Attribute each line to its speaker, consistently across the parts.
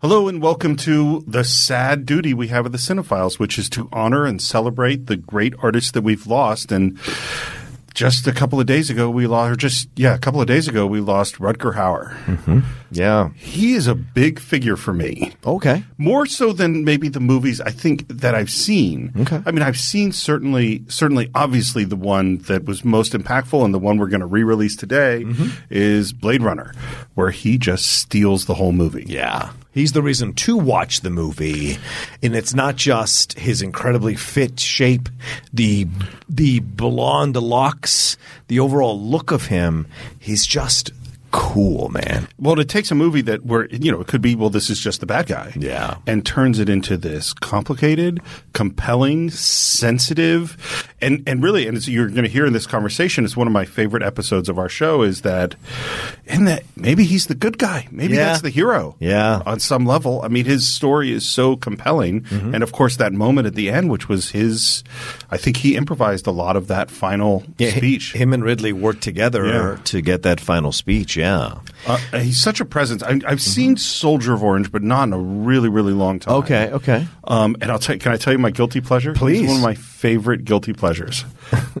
Speaker 1: Hello and welcome to the sad duty we have at the Cinephiles, which is to honor and celebrate the great artists that we've lost. And just a couple of days ago, we lost, or just, yeah, a couple of days ago, we lost Rutger Hauer.
Speaker 2: Yeah.
Speaker 1: He is a big figure for me.
Speaker 2: Okay.
Speaker 1: More so than maybe the movies I think that I've seen.
Speaker 2: Okay.
Speaker 1: I mean, I've seen certainly, certainly, obviously the one that was most impactful and the one we're going to re-release today is Blade Runner, where he just steals the whole movie.
Speaker 2: Yeah.
Speaker 3: He's the reason to watch the movie, and it's not just his incredibly fit shape, the the blonde locks, the overall look of him. He's just cool, man.
Speaker 1: Well, it takes a movie that where you know it could be well, this is just the bad guy,
Speaker 3: Yeah.
Speaker 1: and turns it into this complicated, compelling, sensitive, and and really, and it's, you're going to hear in this conversation. It's one of my favorite episodes of our show is that, and that maybe he's the good guy, maybe
Speaker 3: Yeah.
Speaker 1: that's the hero,
Speaker 3: Yeah.
Speaker 1: on some level. I mean, his story is so compelling,
Speaker 3: Mm-hmm.
Speaker 1: and of course, that moment at the end, which was his, I think he improvised a lot of that final
Speaker 3: hi-
Speaker 1: speech.
Speaker 3: Him and Ridley worked together
Speaker 1: Yeah.
Speaker 3: to get that final speech. Yeah.
Speaker 1: Uh, he's such a presence. I, I've
Speaker 2: Mm-hmm.
Speaker 1: seen Soldier of Orange, but not in a really, really long time.
Speaker 2: Okay. Okay.
Speaker 1: Um, and I'll tell. Can I tell you my guilty pleasure?
Speaker 2: Please.
Speaker 1: It's one of my favorite guilty pleasures.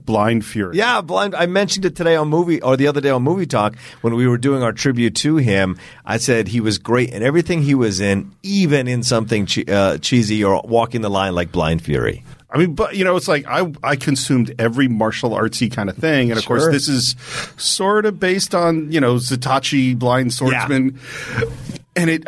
Speaker 1: Blind Fury.
Speaker 2: Yeah, blind. I mentioned it today on movie or the other day on movie talk when we were doing our tribute to him. I said he was great in everything he was in, even in something che- uh, cheesy or walking the line like Blind Fury.
Speaker 1: I mean, but you know, it's like I I consumed every martial artsy kind of thing, and of course,
Speaker 2: Sure.
Speaker 1: this is sort of based on you know Zatachi blind swordsman. And it,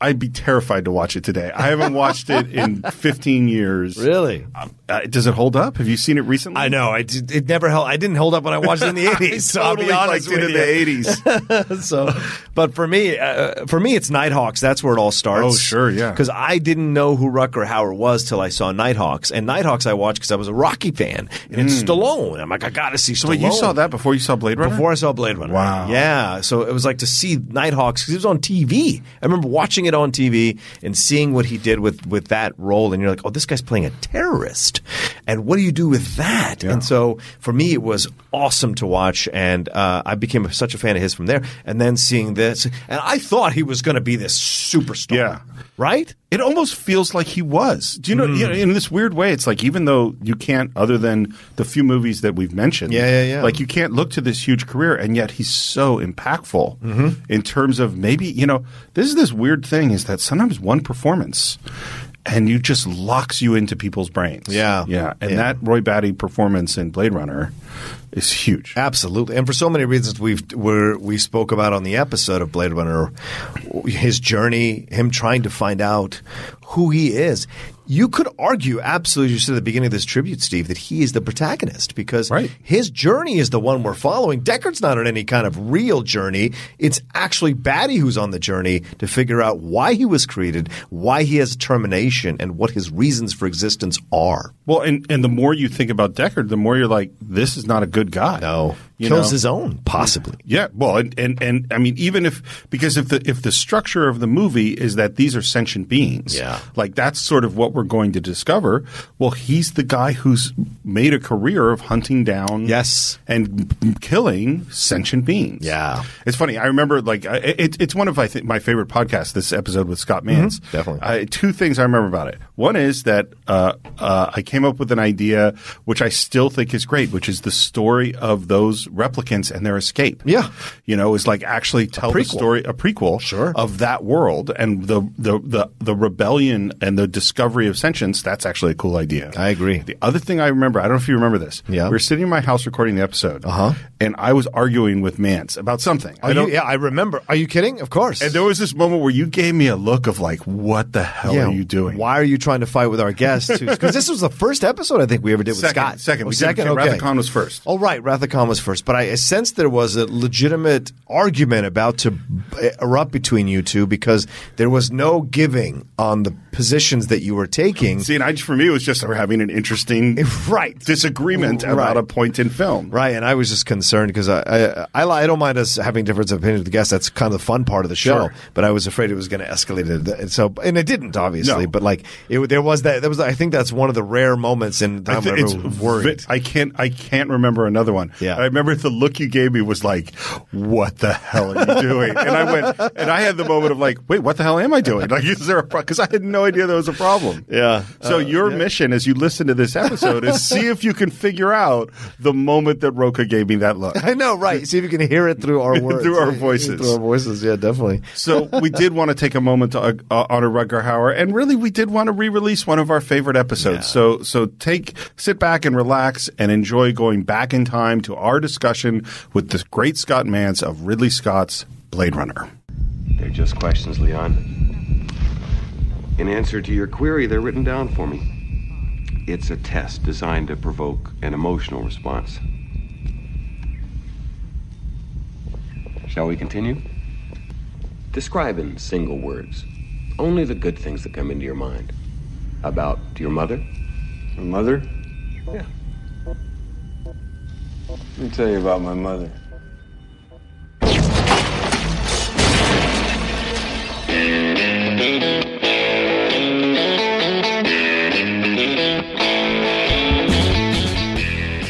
Speaker 1: I'd be terrified to watch it today. I haven't watched it in 15 years.
Speaker 2: Really?
Speaker 1: Um, Uh, does it hold up? Have you seen it recently?
Speaker 3: I know. I did, it never held. I didn't hold up when I watched it in the eighties. so I'll be
Speaker 1: Totally
Speaker 3: honest
Speaker 1: liked
Speaker 3: with
Speaker 1: it in
Speaker 3: you.
Speaker 1: the 80s.
Speaker 2: so,
Speaker 3: But for me, uh, for me, it's Nighthawks. That's where it all starts.
Speaker 1: Oh, sure, yeah.
Speaker 3: Because I didn't know who Rucker Hauer was till I saw Nighthawks, and Nighthawks I watched because I was a Rocky fan, and it's Stallone. I'm like, I gotta see Stallone.
Speaker 1: But Hmm. you saw that before you saw Blade Runner?
Speaker 3: before I saw Blade Runner.
Speaker 1: Wow.
Speaker 3: Yeah. So it was like to see Nighthawks because it was on TV. I remember watching it on TV and seeing what he did with, with that role. And you're like, oh, this guy's playing a terrorist. And what do you do with that? And so for me, it was awesome to watch. And uh, I became such a fan of his from there. And then seeing this, and I thought he was going to be this superstar.
Speaker 1: Yeah.
Speaker 3: Right?
Speaker 1: it almost feels like he was. Do you know,
Speaker 3: Hmm.
Speaker 1: you know, in this weird way, it's like even though you can't, other than the few movies that we've mentioned,
Speaker 3: Yeah, yeah, yeah.
Speaker 1: like you can't look to this huge career, and yet he's so impactful
Speaker 3: Mm-hmm.
Speaker 1: in terms of maybe, you know, this is this weird thing is that sometimes one performance and you just locks you into people's brains.
Speaker 3: Yeah.
Speaker 1: Yeah. And
Speaker 3: Yeah.
Speaker 1: that Roy Batty performance in Blade Runner is huge.
Speaker 3: Absolutely, and for so many reasons we've we're, we spoke about on the episode of Blade Runner, his journey, him trying to find out who he is. You could argue, absolutely, you said at the beginning of this tribute, Steve, that he is the protagonist because
Speaker 1: Right.
Speaker 3: his journey is the one we're following. Deckard's not on any kind of real journey. It's actually Batty who's on the journey to figure out why he was created, why he has termination, and what his reasons for existence are.
Speaker 1: Well, and, and the more you think about Deckard, the more you're like, this is not a good guy. You
Speaker 3: kills
Speaker 1: know?
Speaker 3: his own, possibly.
Speaker 1: Yeah, well, and, and and I mean, even if because if the if the structure of the movie is that these are sentient beings,
Speaker 3: Yeah.
Speaker 1: like that's sort of what we're going to discover. Well, he's the guy who's made a career of hunting down,
Speaker 3: Yes.
Speaker 1: and m- killing sentient beings.
Speaker 3: Yeah.
Speaker 1: it's funny. I remember like I- it, it's one of I think my favorite podcasts. This episode with Scott Mans,
Speaker 3: Mm-hmm. Definitely.
Speaker 1: I, Uh, two things I remember about it. One is that uh, uh, I came up with an idea which I still think is great, which is the story of those replicants and their escape.
Speaker 3: Yeah.
Speaker 1: you know, is like actually tell the
Speaker 3: prequel.
Speaker 1: story, a prequel,
Speaker 3: Sure.
Speaker 1: of that world and the the the, the rebellion and the discovery of sentience. That's actually a cool idea.
Speaker 3: I agree.
Speaker 1: The other thing I remember, I don't know if you remember this.
Speaker 3: Yeah.
Speaker 1: we were sitting in my house recording the episode, uh-huh. and I was arguing with Mance about something.
Speaker 3: Are
Speaker 1: I don't.
Speaker 3: you, yeah, I remember. Are you kidding? Of course.
Speaker 1: And there was this moment where you gave me a look of like, "What the hell
Speaker 3: Yeah,
Speaker 1: are you doing?
Speaker 3: Why are you trying to fight with our guest? Because this was the first episode I think we ever did with
Speaker 1: Second,
Speaker 3: Scott.
Speaker 1: second.
Speaker 3: Oh,
Speaker 1: We did-
Speaker 3: second.
Speaker 1: okay,
Speaker 3: okay.
Speaker 1: Rathacon was first.
Speaker 3: Oh, right. Rathacon was first. But I, I sensed there was a legitimate argument about to b- erupt between you two because there was no giving on the positions that you were taking.
Speaker 1: See, and I, for me, it was just we're having an interesting
Speaker 3: Right.
Speaker 1: disagreement
Speaker 3: Right.
Speaker 1: about a point in film.
Speaker 3: Right, and I was just concerned because I, I I li- I don't mind us having different opinions with the guests. That's kind of the fun part of the show.
Speaker 1: Sure.
Speaker 3: But I was afraid it was going to escalate. to th- And so, and it didn't, obviously.
Speaker 1: No.
Speaker 3: But like, it, there was that. There was. I think that's one of the rare moments in
Speaker 1: I
Speaker 3: time
Speaker 1: thi-
Speaker 3: where
Speaker 1: it's
Speaker 3: everyone was worried.
Speaker 1: vi- I can't. I can't remember another one.
Speaker 3: Yeah.
Speaker 1: I remember remember the look you gave me was like, "What the hell are you doing?" And I went, and I had the moment of like, "Wait, what the hell am I doing?" Like, is there a problem? Because I had no idea there was a problem.
Speaker 3: Yeah.
Speaker 1: So your mission, as you listen to this episode, is see if you can figure out the moment that Roka gave me that look.
Speaker 3: I know, right? See if you can hear it through our words,
Speaker 1: Through our voices.
Speaker 3: through our voices. Yeah, definitely.
Speaker 1: So we did want to take a moment to uh, uh, honor Rutger Hauer, and really we did want to re-release one of our favorite episodes. So so take sit back and relax and enjoy going back in time to our discussion with the great Scott Mans of Ridley Scott's Blade Runner.
Speaker 4: They're just questions, Leon. In answer to your query, they're written down for me. It's a test designed to provoke an emotional response. Shall we continue? Describe in single words only the good things that come into your mind about your mother.
Speaker 5: My mother?
Speaker 4: Yeah.
Speaker 5: Let me tell you about my mother.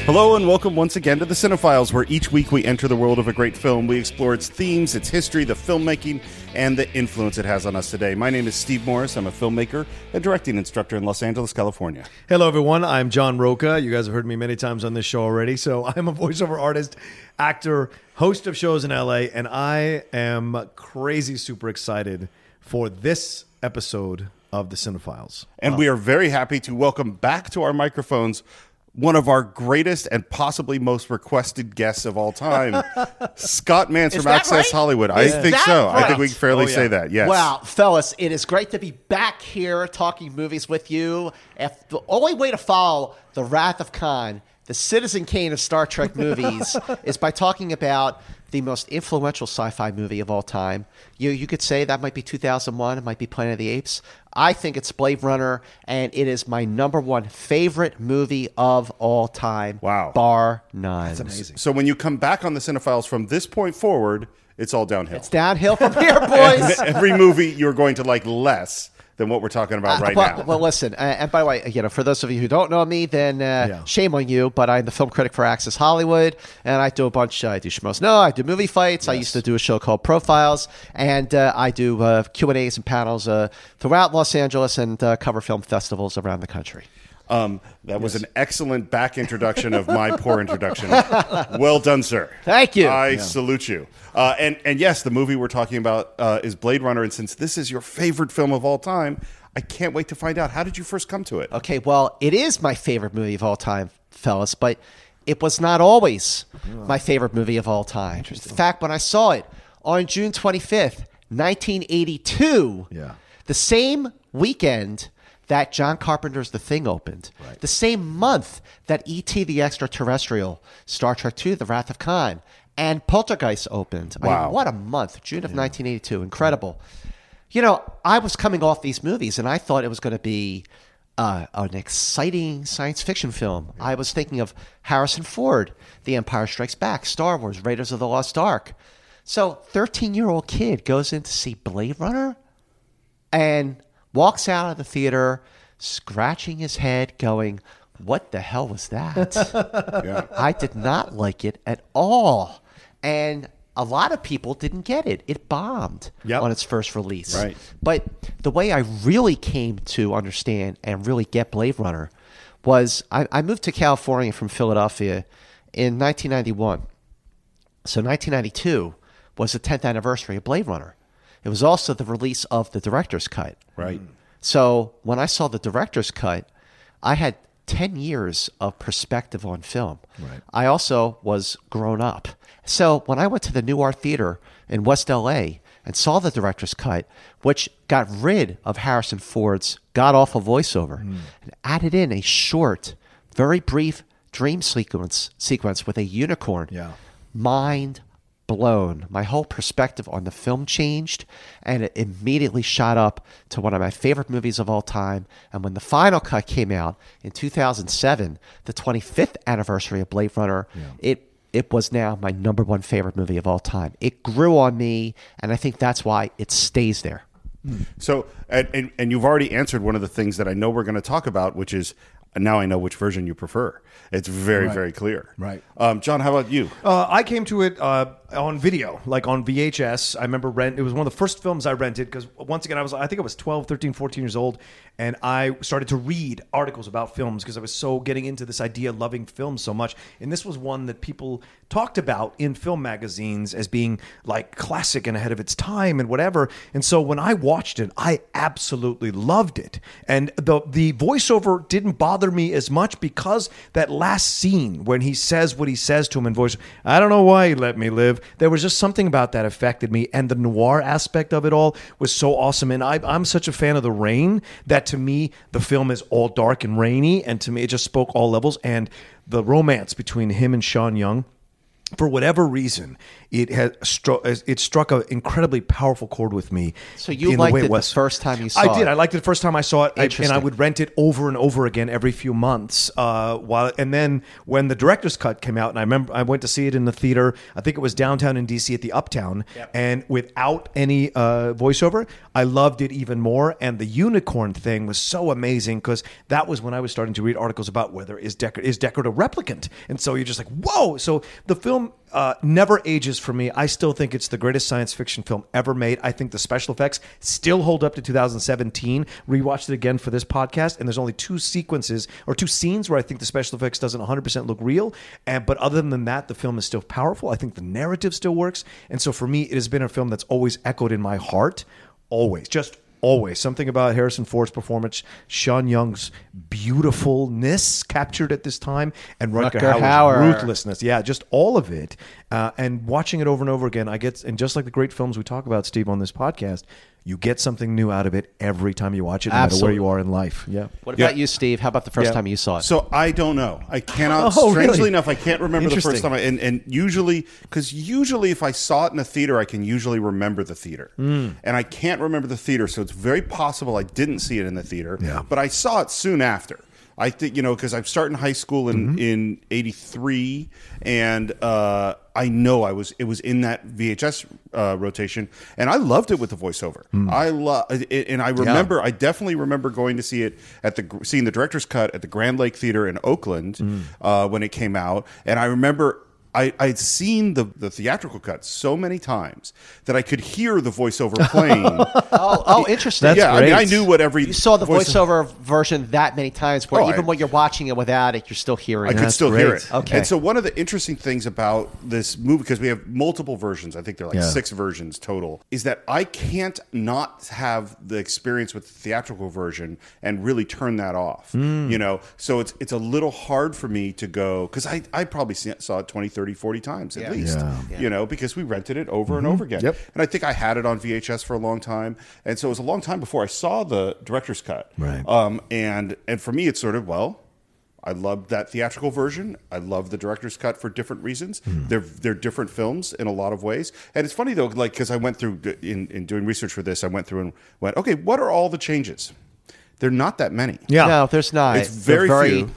Speaker 1: Hello and welcome once again to the Cinephiles, where each week we enter the world of a great film. We explore its themes, its history, the filmmaking, and the influence it has on us today. My name is Steve Morris. I'm a filmmaker and directing instructor in Los Angeles, California.
Speaker 3: Hello, everyone. I'm John Roca. You guys have heard me many times on this show already. So I'm a voiceover artist, actor, host of shows in LA, and I am crazy super excited for this episode of the Cinephiles.
Speaker 1: And we are very happy to welcome back to our microphones one of our greatest and possibly most requested guests of all time, Scott Mans from
Speaker 6: that
Speaker 1: Access
Speaker 6: right?
Speaker 1: Hollywood. I
Speaker 6: Is
Speaker 1: think
Speaker 6: that
Speaker 1: so. I think
Speaker 6: right?
Speaker 1: we can fairly
Speaker 3: Oh, yeah.
Speaker 1: say that. Yes.
Speaker 6: Wow, fellas, it is great to be back here talking movies with you. If the only way to follow the Wrath of Khan, the Citizen Kane of Star Trek movies, is by talking about the most influential sci-fi movie of all time. You you could say that might be 2001, it might be Planet of the Apes. I think it's Blade Runner, and it is my number one favorite movie of all time.
Speaker 1: Wow.
Speaker 6: bar none. That's amazing.
Speaker 1: So when you come back on the Cinephiles from this point forward, it's all downhill.
Speaker 6: It's downhill from here, boys.
Speaker 1: Every movie you're going to like less than what we're talking about
Speaker 6: Uh,
Speaker 1: right
Speaker 6: well,
Speaker 1: now.
Speaker 6: well, listen, uh, and by the way, you know, for those of you who don't know me, then uh,
Speaker 3: Yeah.
Speaker 6: shame on you. But I'm the film critic for Access Hollywood, and I do a bunch. uh, I do schmoes. No, I do movie fights. I used to do a show called Profiles, and uh, I do uh, Q and A's and panels uh, throughout Los Angeles and uh, cover film festivals around the country.
Speaker 1: um, that was an excellent back introduction of my poor introduction. well done, sir.
Speaker 6: Thank you.
Speaker 1: I salute you. Uh, and and yes, the movie we're talking about uh, is Blade Runner. And since this is your favorite film of all time, I can't wait to find out how did you first come to it.
Speaker 6: Okay, well, it is my favorite movie of all time, fellas, but it was not always my favorite movie of all time. In fact, when I saw it on June 25th, 1982,
Speaker 3: Yeah.
Speaker 6: the same weekend that John Carpenter's The Thing opened, the same month that E.T. the Extraterrestrial, Star Trek II, The Wrath of Khan, and Poltergeist opened. I mean,
Speaker 1: Wow.
Speaker 6: what a month, June of 1982. Incredible. You know, I was coming off these movies and I thought it was going to be uh, an exciting science fiction film. I was thinking of Harrison Ford, The Empire Strikes Back, Star Wars, Raiders of the Lost Ark. So, 13 year old kid goes in to see Blade Runner and walks out of the theater scratching his head, going, What the hell was that?
Speaker 1: Yeah.
Speaker 6: I did not like it at all. And a lot of people didn't get it. It bombed
Speaker 3: Yep.
Speaker 6: on its first release.
Speaker 3: Right.
Speaker 6: But the way I really came to understand and really get Blade Runner was I, I moved to California from Philadelphia in 1991. So 1992 was the 10th anniversary of Blade Runner. It was also the release of the director's cut.
Speaker 1: Right.
Speaker 6: So when I saw the director's cut, I had 10 years of perspective on film. Right. I also was grown up. So when I went to the New Art Theater in West LA and saw the director's cut, which got rid of Harrison Ford's god awful voiceover and added in a short, very brief dream sequence sequence with a unicorn.
Speaker 3: Yeah.
Speaker 6: Mind blown. My whole perspective on the film changed, and it immediately shot up to one of my favorite movies of all time. And when the final cut came out in 2007, the 25th anniversary of Blade Runner, it it was now my number one favorite movie of all time. It grew on me, and I think that's why it stays there.
Speaker 1: So, and, and, and you've already answered one of the things that I know we're going to talk about, which is And now I know which version you prefer. It's very, very clear.
Speaker 3: Right.
Speaker 1: Um, John, how about you?
Speaker 3: Uh, I came to it uh, on video, like on VHS. I remember rent. It was one of the first films I rented because once again, I was I think I was 12, 13, 14 years old, and I started to read articles about films because I was so getting into this idea of loving film so much. And this was one that people talked about in film magazines as being like classic and ahead of its time and whatever. And so when I watched it, I absolutely loved it. And the the voiceover didn't bother me as much because that last scene when he says what he says to him in voice, I don't know why he let me live. There was just something about that affected me, and the noir aspect of it all was so awesome. And I, I'm such a fan of the rain that to me the film is all dark and rainy, and to me it just spoke all levels. And the romance between him and Sean Young for whatever reason, it had struck it struck an incredibly powerful chord with me.
Speaker 6: So you
Speaker 3: in
Speaker 6: liked
Speaker 3: the way
Speaker 6: it the
Speaker 3: was.
Speaker 6: first time you
Speaker 3: I
Speaker 6: saw
Speaker 3: did.
Speaker 6: it.
Speaker 3: I liked it the first time I saw it, I- and I
Speaker 6: Interesting.
Speaker 3: would rent it over and over again every few months. Uh, while and then when the director's cut came out, and I remember I went to see it in the theater. I think it was downtown in DC at the Uptown, and without any uh, voiceover, I loved it even more. And the unicorn thing was so amazing because that was when I was starting to read articles about whether is Deckard is Deckard a replicant, and so you're just like, whoa! So the film uh, never ages for me. I still think it's the greatest science fiction film ever made. I think the special effects still hold up to 2017. Rewatched it again for this podcast, and there's only two sequences or two scenes where I think the special effects doesn't 100% look real. And but other than that, the film is still powerful. I think the narrative still works, and so for me, it has been a film that's always echoed in my heart, always just. Always something about Harrison Ford's performance, Sean Young's beautifulness captured at this time, and Rutger,
Speaker 6: Rutger
Speaker 3: Hauer's
Speaker 6: Hauer.
Speaker 3: ruthless ruthlessness. Yeah, just all of it. Uh, and watching it over and over again, I get, and just like the great films we talk about, Steve, on this podcast, you get something new out of it every time you watch it, no matter
Speaker 6: Absolutely.
Speaker 3: where you are in life. Yeah.
Speaker 6: What about you, Steve? How about the first
Speaker 3: Yeah.
Speaker 6: time you saw it?
Speaker 1: So I don't know. I cannot.
Speaker 3: Oh,
Speaker 1: strangely
Speaker 3: really?
Speaker 1: enough, I can't remember the first
Speaker 3: Interesting.
Speaker 1: time. I, and and usually, because usually, if I saw it in a theater, I can usually remember the theater.
Speaker 3: Hmm.
Speaker 1: And I can't remember the theater, so it's very possible I didn't see it in the theater.
Speaker 3: Yeah.
Speaker 1: But I saw it soon after. I think you know because I'm starting high school in
Speaker 3: Mm-hmm.
Speaker 1: in '83, and uh, I know I was it was in that VHS uh, rotation, and I loved it with the voiceover.
Speaker 3: Mm.
Speaker 1: I love, and I remember I definitely remember going to see it at the seeing the director's cut at the Grand Lake Theater in Oakland
Speaker 3: Mm.
Speaker 1: uh, when it came out, and I remember. I, I'd seen the, the theatrical cut so many times that I could hear the voiceover playing.
Speaker 6: Oh, oh, interesting.
Speaker 3: That's
Speaker 1: yeah, I mean, I
Speaker 3: great.
Speaker 1: knew what every
Speaker 6: You saw the
Speaker 1: voice-
Speaker 6: voiceover version that many times, where
Speaker 1: Oh,
Speaker 6: even
Speaker 1: I-
Speaker 6: when you're watching it without it, you're still hearing.
Speaker 1: I
Speaker 6: it.
Speaker 1: could still hear
Speaker 3: great.
Speaker 1: it.
Speaker 6: Okay.
Speaker 1: And so one of the interesting things about this movie, because we have multiple versions, I think there are like
Speaker 3: Yeah.
Speaker 1: six versions total, is that I can't not have the experience with the theatrical version and really turn that off.
Speaker 3: Hmm.
Speaker 1: You know, so it's it's a little hard for me to go because I I probably see- saw it 20, 30, 40 times at least. You know, because we rented it over and over again.
Speaker 3: Mm-hmm. Yep.
Speaker 1: And I think I had it on VHS for a long time, and so it was a long time before I saw the director's cut.
Speaker 3: Right.
Speaker 1: Um, and and for me, it's sort of well, I loved that theatrical version. I love the director's cut for different reasons.
Speaker 3: Hmm.
Speaker 1: They're they're different films in a lot of ways. And it's funny though, like because I went through in in doing research for this, I went through and went, okay, what are all the changes? They're not that many.
Speaker 3: Yeah.
Speaker 6: No, there's not.
Speaker 1: It's
Speaker 6: They're
Speaker 1: very few.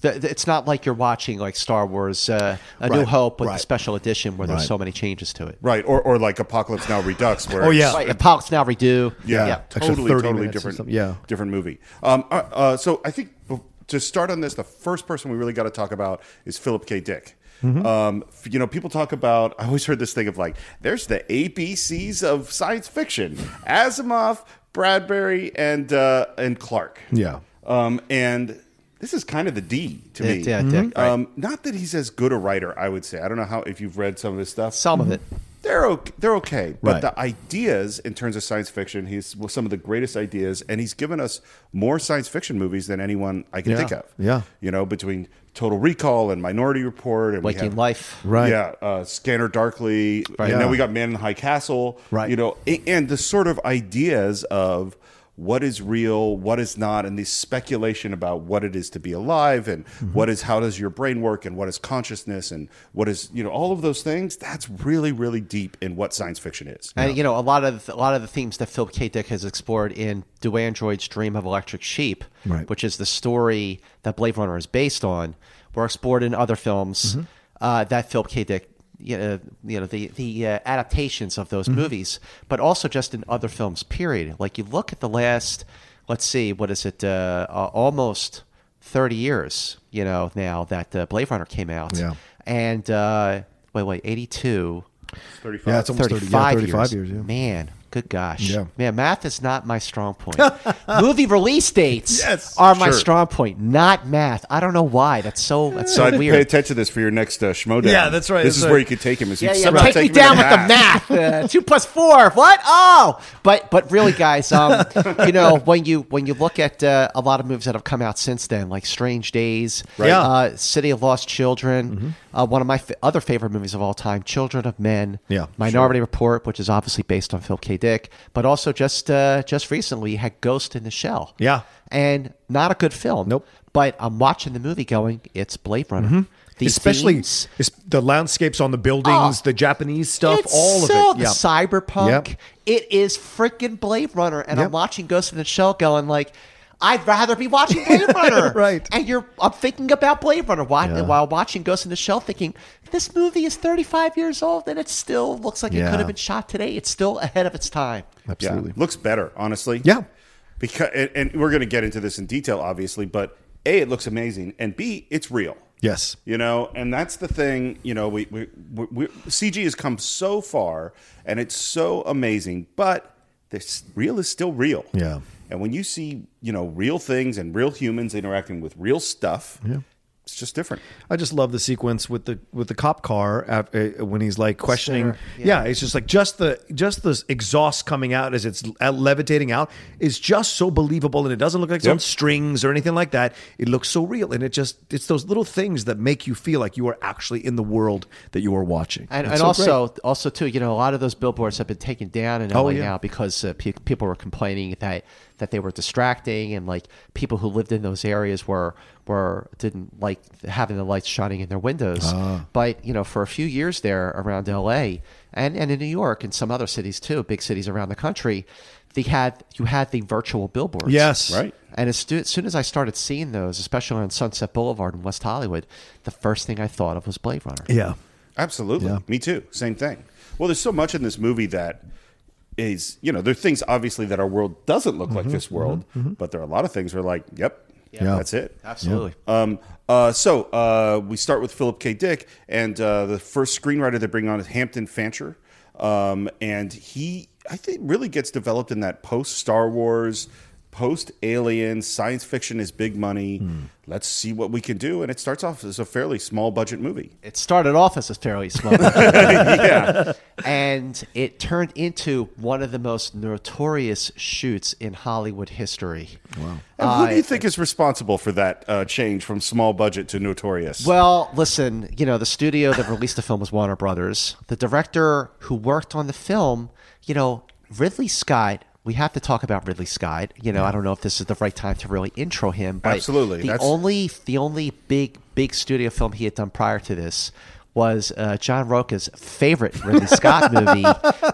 Speaker 6: th- th- it's not like you're watching like Star Wars: uh, A New
Speaker 3: Right,
Speaker 6: Hope with the
Speaker 3: right.
Speaker 6: special edition, where
Speaker 3: Right.
Speaker 6: there's so many changes to it.
Speaker 1: Right. Or or like Apocalypse Now Redux, where
Speaker 3: Oh,
Speaker 1: it's-
Speaker 3: yeah.
Speaker 6: Right, and Pox now redo.
Speaker 1: Yeah,
Speaker 3: Extra
Speaker 1: totally,
Speaker 3: 30
Speaker 1: totally
Speaker 3: minutes or
Speaker 1: different.
Speaker 3: something. Yeah.
Speaker 1: different movie. Um, uh, uh, so I think b- to start on this, the first person we really got to talk about is Philip K. Dick.
Speaker 3: Mm-hmm.
Speaker 1: Um, f- you know, people talk about. I always heard this thing of like, there's the ABCs of science fiction: Asimov, Bradbury, and uh, and Clark.
Speaker 3: Yeah.
Speaker 1: Um, and this is kind of the D to
Speaker 6: Yeah,
Speaker 1: me.
Speaker 6: yeah, Dick,
Speaker 3: Mm-hmm.
Speaker 6: right.
Speaker 1: Um, not that he's as good a writer, I would say. I don't know how if you've read some of his stuff
Speaker 6: Some of it.
Speaker 1: they're okay, they're okay but
Speaker 3: Right.
Speaker 1: the ideas in terms of science fiction he's well, some of the greatest ideas and he's given us more science fiction movies than anyone i can
Speaker 3: Yeah.
Speaker 1: think of
Speaker 3: Yeah.
Speaker 1: you know between total recall and minority report and we
Speaker 6: Waking
Speaker 1: had-
Speaker 6: Life.
Speaker 3: Right.
Speaker 1: yeah uh, scanner darkly
Speaker 6: Right.
Speaker 1: and then
Speaker 3: Yeah.
Speaker 1: we got man in the high castle
Speaker 3: Right.
Speaker 1: you know a- and the sort of ideas of what is real what is not and this speculation about what it is to be alive and what is how does your brain work and what is consciousness and what is you know all of those things that's really really deep in what science fiction is
Speaker 6: And you know a lot of a lot of the themes that Philip K. Dick has explored in "Do Androids Dream of Electric Sheep,"
Speaker 3: Right.
Speaker 6: which is the story that Blade Runner is based on, were explored in other films uh, that Philip K. Dick, you know, you know the the uh, adaptations of those movies, but also just in other films. Period. Like you look at the last, let's see, what is it? Uh, uh, almost 30 years, you know, now that uh, Blade Runner came out.
Speaker 7: Yeah.
Speaker 6: And uh, wait, wait, 82.
Speaker 7: Yeah, it's almost 30, yeah,
Speaker 6: 35
Speaker 7: 35 years.
Speaker 6: years.
Speaker 7: yeah.
Speaker 6: Man, good gosh.
Speaker 7: Yeah.
Speaker 6: Man, math is not my strong point. Movie release dates
Speaker 7: Yes.
Speaker 6: are my
Speaker 8: Sure.
Speaker 6: strong point, not math. I don't know why. That's so that's
Speaker 1: So
Speaker 6: so
Speaker 1: I'd pay
Speaker 6: weird.
Speaker 1: attention to this for your next uh, schmodown.
Speaker 9: Yeah, that's right,
Speaker 1: This
Speaker 9: that's
Speaker 1: is
Speaker 9: right.
Speaker 1: where you could take him. Is you
Speaker 6: Yeah, yeah.
Speaker 1: somehow
Speaker 6: Take me
Speaker 1: him
Speaker 6: down
Speaker 1: into
Speaker 6: with the math. Uh, two plus four. What? Oh, but but really, guys, um, you know when you when you look at uh, a lot of movies that have come out since then, like Strange Days,
Speaker 9: Yeah.
Speaker 6: uh, City of Lost Children, uh, one of my f- other favorite movies of all time, Children of Men,
Speaker 7: Yeah,
Speaker 6: Minority Report, which is obviously based on Philip K. Dick, but also just uh, just recently you had Ghost in the Shell.
Speaker 7: Yeah.
Speaker 6: and not a good film.
Speaker 7: Nope.
Speaker 6: But I'm watching the movie, going, it's Blade Runner. The
Speaker 9: especially
Speaker 6: themes-
Speaker 9: es- the landscapes on the buildings,
Speaker 6: Oh.
Speaker 9: the Japanese stuff,
Speaker 6: it's
Speaker 9: all
Speaker 6: so
Speaker 9: of it. Yeah.
Speaker 6: Cyberpunk.
Speaker 7: Yep.
Speaker 6: It is freaking Blade Runner, and
Speaker 7: Yep.
Speaker 6: I'm watching Ghost in the Shell, going like, I'd rather be watching Blade Runner.
Speaker 7: Right.
Speaker 6: And you're, I'm thinking about Blade Runner while, while watching Ghost in the Shell, thinking this movie is 35 years old and it still looks like
Speaker 7: Yeah.
Speaker 6: it could have been shot today. It's still ahead of its time.
Speaker 1: Yeah,
Speaker 7: Absolutely.
Speaker 1: looks better, honestly.
Speaker 7: Yeah.
Speaker 1: because and, and we're going to get into this in detail, obviously. But a, it looks amazing, and b, it's real.
Speaker 7: Yes.
Speaker 1: you know, and that's the thing. You know, we, we, we, we CG has come so far, and it's so amazing, but this real is still real.
Speaker 7: Yeah.
Speaker 1: and when you see you know real things and real humans interacting with real stuff, yeah. it's just different.
Speaker 9: I just love the sequence with the with the cop car af- uh, when he's like questioning. yeah. it's just like just the just the exhaust coming out as it's le- levitating out is just so believable, and it doesn't look like it's on strings or anything like that. It looks so real, and it just it's those little things that make you feel like you are actually in the world that you are watching.
Speaker 6: And,
Speaker 9: It's
Speaker 6: and
Speaker 9: so
Speaker 6: also, also too, you know, a lot of those billboards have been taken down in LA
Speaker 9: Oh, yeah.
Speaker 6: now because uh, pe- people were complaining that that they were distracting, and like people who lived in those areas were were didn't like having the lights shining in their windows.
Speaker 9: Ah.
Speaker 6: But you know, for a few years there around LA and and in New York and some other cities too, big cities around the country, they had you had the virtual billboards.
Speaker 9: Yes.
Speaker 1: Right.
Speaker 6: And as, stu- as soon as I started seeing those, especially on Sunset Boulevard in West Hollywood, the first thing I thought of was Blade Runner.
Speaker 9: great. yeah.
Speaker 1: Absolutely. Me too. Same thing. Well, there's so much in this movie that is, you know, there are things obviously that our world doesn't look like this world, but there are a lot of things where like, yep,
Speaker 7: Yeah.
Speaker 1: that's it.
Speaker 6: Absolutely.
Speaker 1: Um, uh, so uh, we start with Philip K. Dick, and uh, the first screenwriter they bring on is Hampton Fancher, um, and he, I think, really gets developed in that post Star Wars, post Alien science fiction is big money. Let's see what we can do, and it starts off as a fairly small budget movie.
Speaker 6: it started off as a fairly small movie,
Speaker 1: yeah,
Speaker 6: and it turned into one of the most notorious shoots in Hollywood history. Wow.
Speaker 1: And who do you think is responsible for that uh, change from small budget to notorious?
Speaker 6: Well, listen, you know, the studio that released the film was Warner Brothers. The director who worked on the film, you know, Ridley Scott. We have to talk about Ridley Scott. You know, I don't know if this is the right time to really intro him, but
Speaker 1: Absolutely,
Speaker 6: the
Speaker 1: that's-
Speaker 6: only the only big big studio film he had done prior to this was uh, John Roca's favorite Ridley Scott movie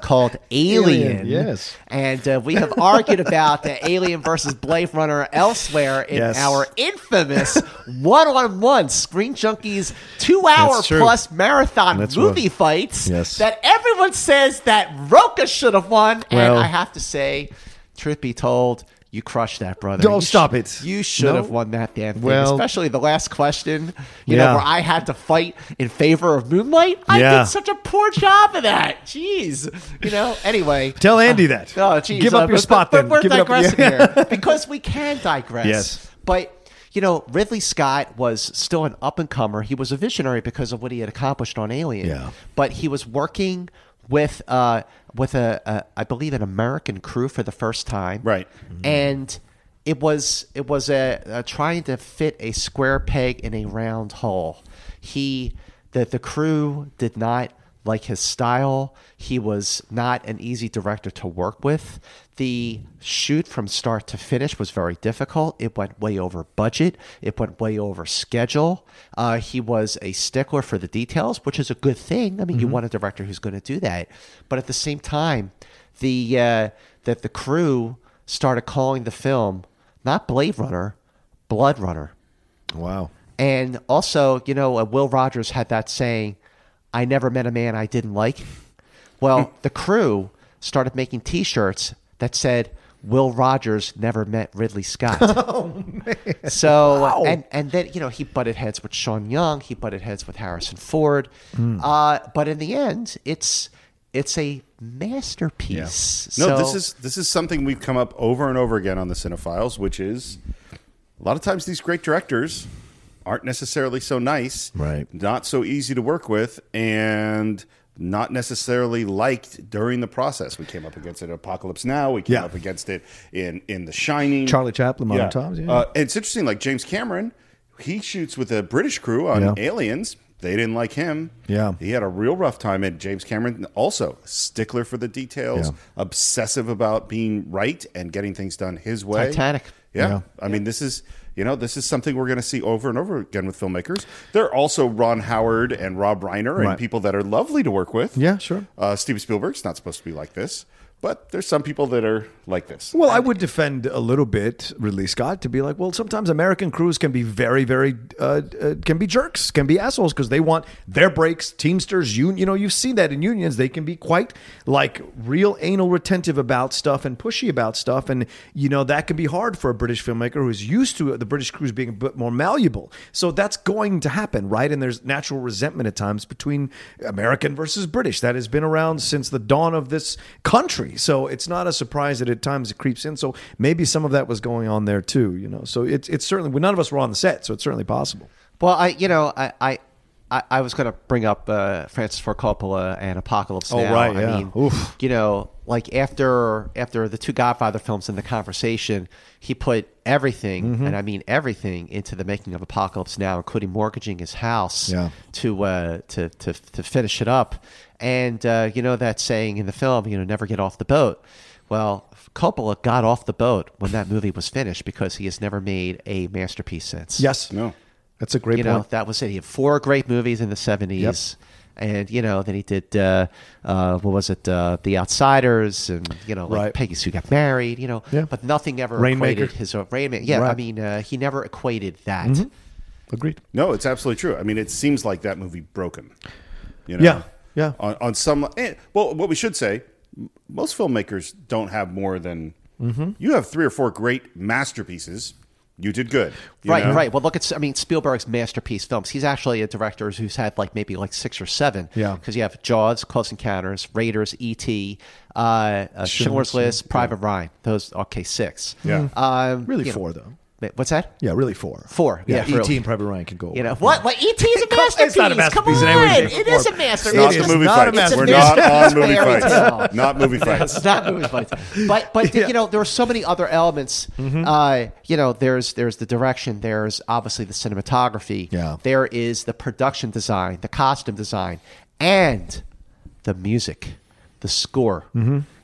Speaker 6: called Alien.
Speaker 7: Alien, yes.
Speaker 6: and uh, we have argued about the Alien versus Blade Runner elsewhere in
Speaker 7: Yes.
Speaker 6: our infamous one-on-one Screen Junkies two-hour
Speaker 7: That's true.
Speaker 6: plus marathon
Speaker 7: That's
Speaker 6: movie
Speaker 7: right.
Speaker 6: fights
Speaker 7: Yes.
Speaker 6: that everyone says that Roca should have won,
Speaker 7: Well-
Speaker 6: and I have to say, truth be told. You crushed that, brother.
Speaker 7: Oh,
Speaker 6: You
Speaker 7: stop it.
Speaker 6: You should
Speaker 7: No.
Speaker 6: have won that damn thing,
Speaker 7: Well-
Speaker 6: especially the last question. You
Speaker 7: Yeah.
Speaker 6: know, where I had to fight in favor of Moonlight. I
Speaker 7: Yeah.
Speaker 6: did such a poor job of that. Jeez. You know. Anyway,
Speaker 7: Tell Andy that.
Speaker 6: Oh, geez.
Speaker 7: Give up
Speaker 6: Uh,
Speaker 7: your
Speaker 6: but-
Speaker 7: spot
Speaker 6: but
Speaker 7: then.
Speaker 6: We're
Speaker 7: Give it up.
Speaker 6: digressing
Speaker 7: Yeah.
Speaker 6: here because we can digress.
Speaker 7: Yes.
Speaker 6: But you know, Ridley Scott was still an up and comer. He was a visionary because of what he had accomplished on Alien.
Speaker 7: Yeah.
Speaker 6: But he was working with uh with a, a I believe an American crew for the first time.
Speaker 1: Right.
Speaker 6: Mm-hmm. And it was it was a, a trying to fit a square peg in a round hole. He the the crew did not like his style. He was not an easy director to work with. The shoot from start to finish was very difficult. It went way over budget. It went way over schedule. Uh, he was a stickler for the details, which is a good thing. I mean, you want a director who's going to do that. But at the same time, the uh, that the crew started calling the film not Blade Runner, Blood Runner.
Speaker 7: Wow.
Speaker 6: And also, you know, uh, Will Rogers had that saying, I never met a man I didn't like. Well, the crew started making t shirts that said, Will Rogers never met Ridley Scott. oh man! So and and then you know he butted heads with Sean Young. He butted heads with Harrison Ford.
Speaker 1: Hmm.
Speaker 6: Uh, but in the end, it's it's a masterpiece.
Speaker 1: No,
Speaker 6: So-
Speaker 1: this is this is something we've come up over and over again on the Cinephiles, which is a lot of times these great directors aren't necessarily so nice,
Speaker 3: Right.
Speaker 1: Not so easy to work with, and not necessarily liked during the process. We came up against it in Apocalypse Now. We came
Speaker 3: Yeah.
Speaker 1: up against it in in The Shining.
Speaker 3: Charlie Chaplin, Modern Times, yeah.
Speaker 1: Uh, and it's interesting. Like James Cameron, he shoots with a British crew on
Speaker 3: Yeah.
Speaker 1: Aliens. They didn't like him.
Speaker 3: Yeah.
Speaker 1: he had a real rough time. And James Cameron also stickler for the details,
Speaker 3: Yeah.
Speaker 1: obsessive about being right and getting things done his way.
Speaker 6: Titanic.
Speaker 1: Yeah.
Speaker 3: Yeah.
Speaker 1: I mean, this is you know this is something we're going to see over and over again with filmmakers. There are also Ron Howard and Rob Reiner and
Speaker 3: Right.
Speaker 1: people that are lovely to work with.
Speaker 3: Yeah, sure.
Speaker 1: Uh, Steven Spielberg's not supposed to be like this, but there's some people that are like this.
Speaker 3: Well, I would defend a little bit Ridley Scott to be like, well, sometimes American crews can be very, very uh, uh, can be jerks, can be assholes because they want their breaks. Teamsters, you you know, you've seen that in unions, they can be quite like real anal retentive about stuff and pushy about stuff, and you know that can be hard for a British filmmaker who is used to the British crews being a bit more malleable. So that's going to happen, right? And there's natural resentment at times between American versus British that has been around since the dawn of this country. So it's not a surprise that at times it creeps in. So maybe some of that was going on there too, you know. So it's it's certainly well, none of us were on the set, so it's certainly possible.
Speaker 6: Well, I you know I I, I, I was going to bring up uh, Francis Ford Coppola and Apocalypse
Speaker 3: Oh,
Speaker 6: Now.
Speaker 3: right,
Speaker 6: I
Speaker 3: yeah.
Speaker 6: mean,
Speaker 3: Oof.
Speaker 6: you know, like after after the two Godfather films and The Conversation, he put everything,
Speaker 3: Mm-hmm.
Speaker 6: and I mean everything, into the making of Apocalypse Now, including mortgaging his house
Speaker 3: Yeah.
Speaker 6: to uh, to to to finish it up. And uh, you know that saying in the film, you know, never get off the boat. Well, Coppola got off the boat when that movie was finished because he has never made a masterpiece since
Speaker 3: Yes.
Speaker 1: No.
Speaker 3: That's a great
Speaker 6: you know
Speaker 3: point.
Speaker 6: that was it. He had four great movies in the seventies, and you know then he did uh, uh, what was it, uh, The Outsiders, and you know like
Speaker 3: Right.
Speaker 6: Peggy's Who Got Married, you know,
Speaker 3: Yeah.
Speaker 6: but nothing ever
Speaker 3: Rainmaker.
Speaker 6: equated his own Rainmaker. Yeah, I
Speaker 3: Right. Mm-hmm.
Speaker 6: mean uh, he never equated that.
Speaker 3: Agreed.
Speaker 1: No, it's absolutely true. I mean, it seems like that movie broken. You know?
Speaker 3: Yeah, yeah.
Speaker 1: On, on some, eh, well, what we should say, m- most filmmakers don't have more than
Speaker 3: Mm-hmm.
Speaker 1: you have three or four great masterpieces. You did good, you
Speaker 6: right,
Speaker 1: know?
Speaker 6: right. Well, look at I mean Spielberg's masterpiece films. He's actually a director who's had like maybe like six or seven.
Speaker 3: Yeah.
Speaker 6: because you have Jaws, Close Encounters, Raiders, E.T., uh, uh, Schindler's List, Private Ryan. Those okay, six.
Speaker 1: Yeah.
Speaker 6: um,
Speaker 3: Really
Speaker 6: you know,
Speaker 3: four though.
Speaker 6: What's that?
Speaker 3: Yeah, really four.
Speaker 6: Four. Yeah,
Speaker 3: E.
Speaker 6: really.
Speaker 3: T. and Private Ryan can go.
Speaker 6: You know what? What E ET is a masterpiece.
Speaker 3: it's not a masterpiece in
Speaker 6: Come
Speaker 3: every
Speaker 6: on,
Speaker 3: shape or
Speaker 6: it is a
Speaker 3: form.
Speaker 1: It's not
Speaker 6: masterpiece.
Speaker 3: It
Speaker 1: the
Speaker 3: is
Speaker 1: movie
Speaker 3: not a
Speaker 1: fights. We're not
Speaker 6: masterpiece.
Speaker 1: on movie
Speaker 6: Fairy tale.
Speaker 1: fights. not movie fights.
Speaker 6: It's not movie fights, but but you know there are so many other elements.
Speaker 3: Mm-hmm.
Speaker 6: Uh, you know, there's there's the direction. There's obviously the cinematography.
Speaker 3: Yeah.
Speaker 6: There is the production design, the costume design, and the music, the score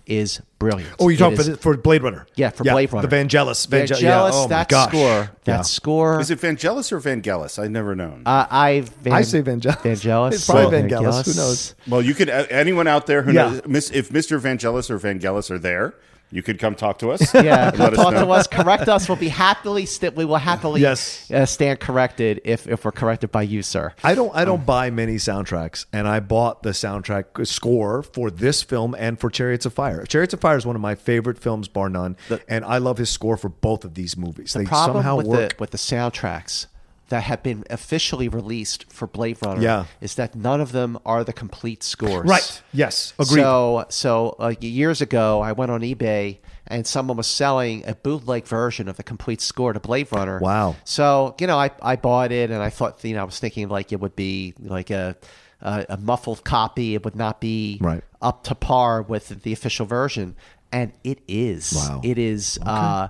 Speaker 6: is brilliant.
Speaker 3: Mm-hmm. Oh, you're
Speaker 6: It
Speaker 3: talking
Speaker 6: is-
Speaker 3: for, the- for Blade Runner?
Speaker 6: yeah for Blade Runner
Speaker 3: The Vangelis. Vange-
Speaker 6: Vangelis
Speaker 3: yeah. oh my
Speaker 6: that
Speaker 3: gosh.
Speaker 6: score that
Speaker 3: Yeah.
Speaker 6: score
Speaker 1: Is it Vangelis or Vangelis? I've never known.
Speaker 6: Uh, I Van,
Speaker 3: I say Vangelis.
Speaker 6: Vangelis.
Speaker 3: It's probably Vangelis. Who knows?
Speaker 1: well, you could uh, anyone out there who
Speaker 3: Yeah.
Speaker 1: knows, miss, if Mr. Vangelis or Vangelis are there, you could come talk to us.
Speaker 6: Yeah,
Speaker 1: and let us
Speaker 6: talk
Speaker 1: know.
Speaker 6: to us. Correct us. We'll be happily. St- we will happily
Speaker 3: Yes.
Speaker 6: uh, stand corrected if if we're corrected by you, sir.
Speaker 3: I don't I don't
Speaker 6: Oh.
Speaker 3: buy many soundtracks, and I bought the soundtrack score for this film and for Chariots of Fire. Chariots of Fire is one of my favorite films, bar none, and I love his score for both of these movies. they
Speaker 6: problem
Speaker 3: somehow
Speaker 6: with
Speaker 3: work.
Speaker 6: the with the soundtracks that have been officially released for Blade Runner
Speaker 3: Yeah.
Speaker 6: is that none of them are the complete scores.
Speaker 3: Right. Yes. Agreed.
Speaker 6: So so uh, years ago, I went on eBay and someone was selling a bootleg version of the complete score to Blade Runner.
Speaker 3: Wow.
Speaker 6: So you know, I I bought it and I thought you know I was thinking like it would be like a a, a muffled copy. It would not be
Speaker 3: Right.
Speaker 6: up to par with the official version, and it is.
Speaker 3: Wow.
Speaker 6: It is uh,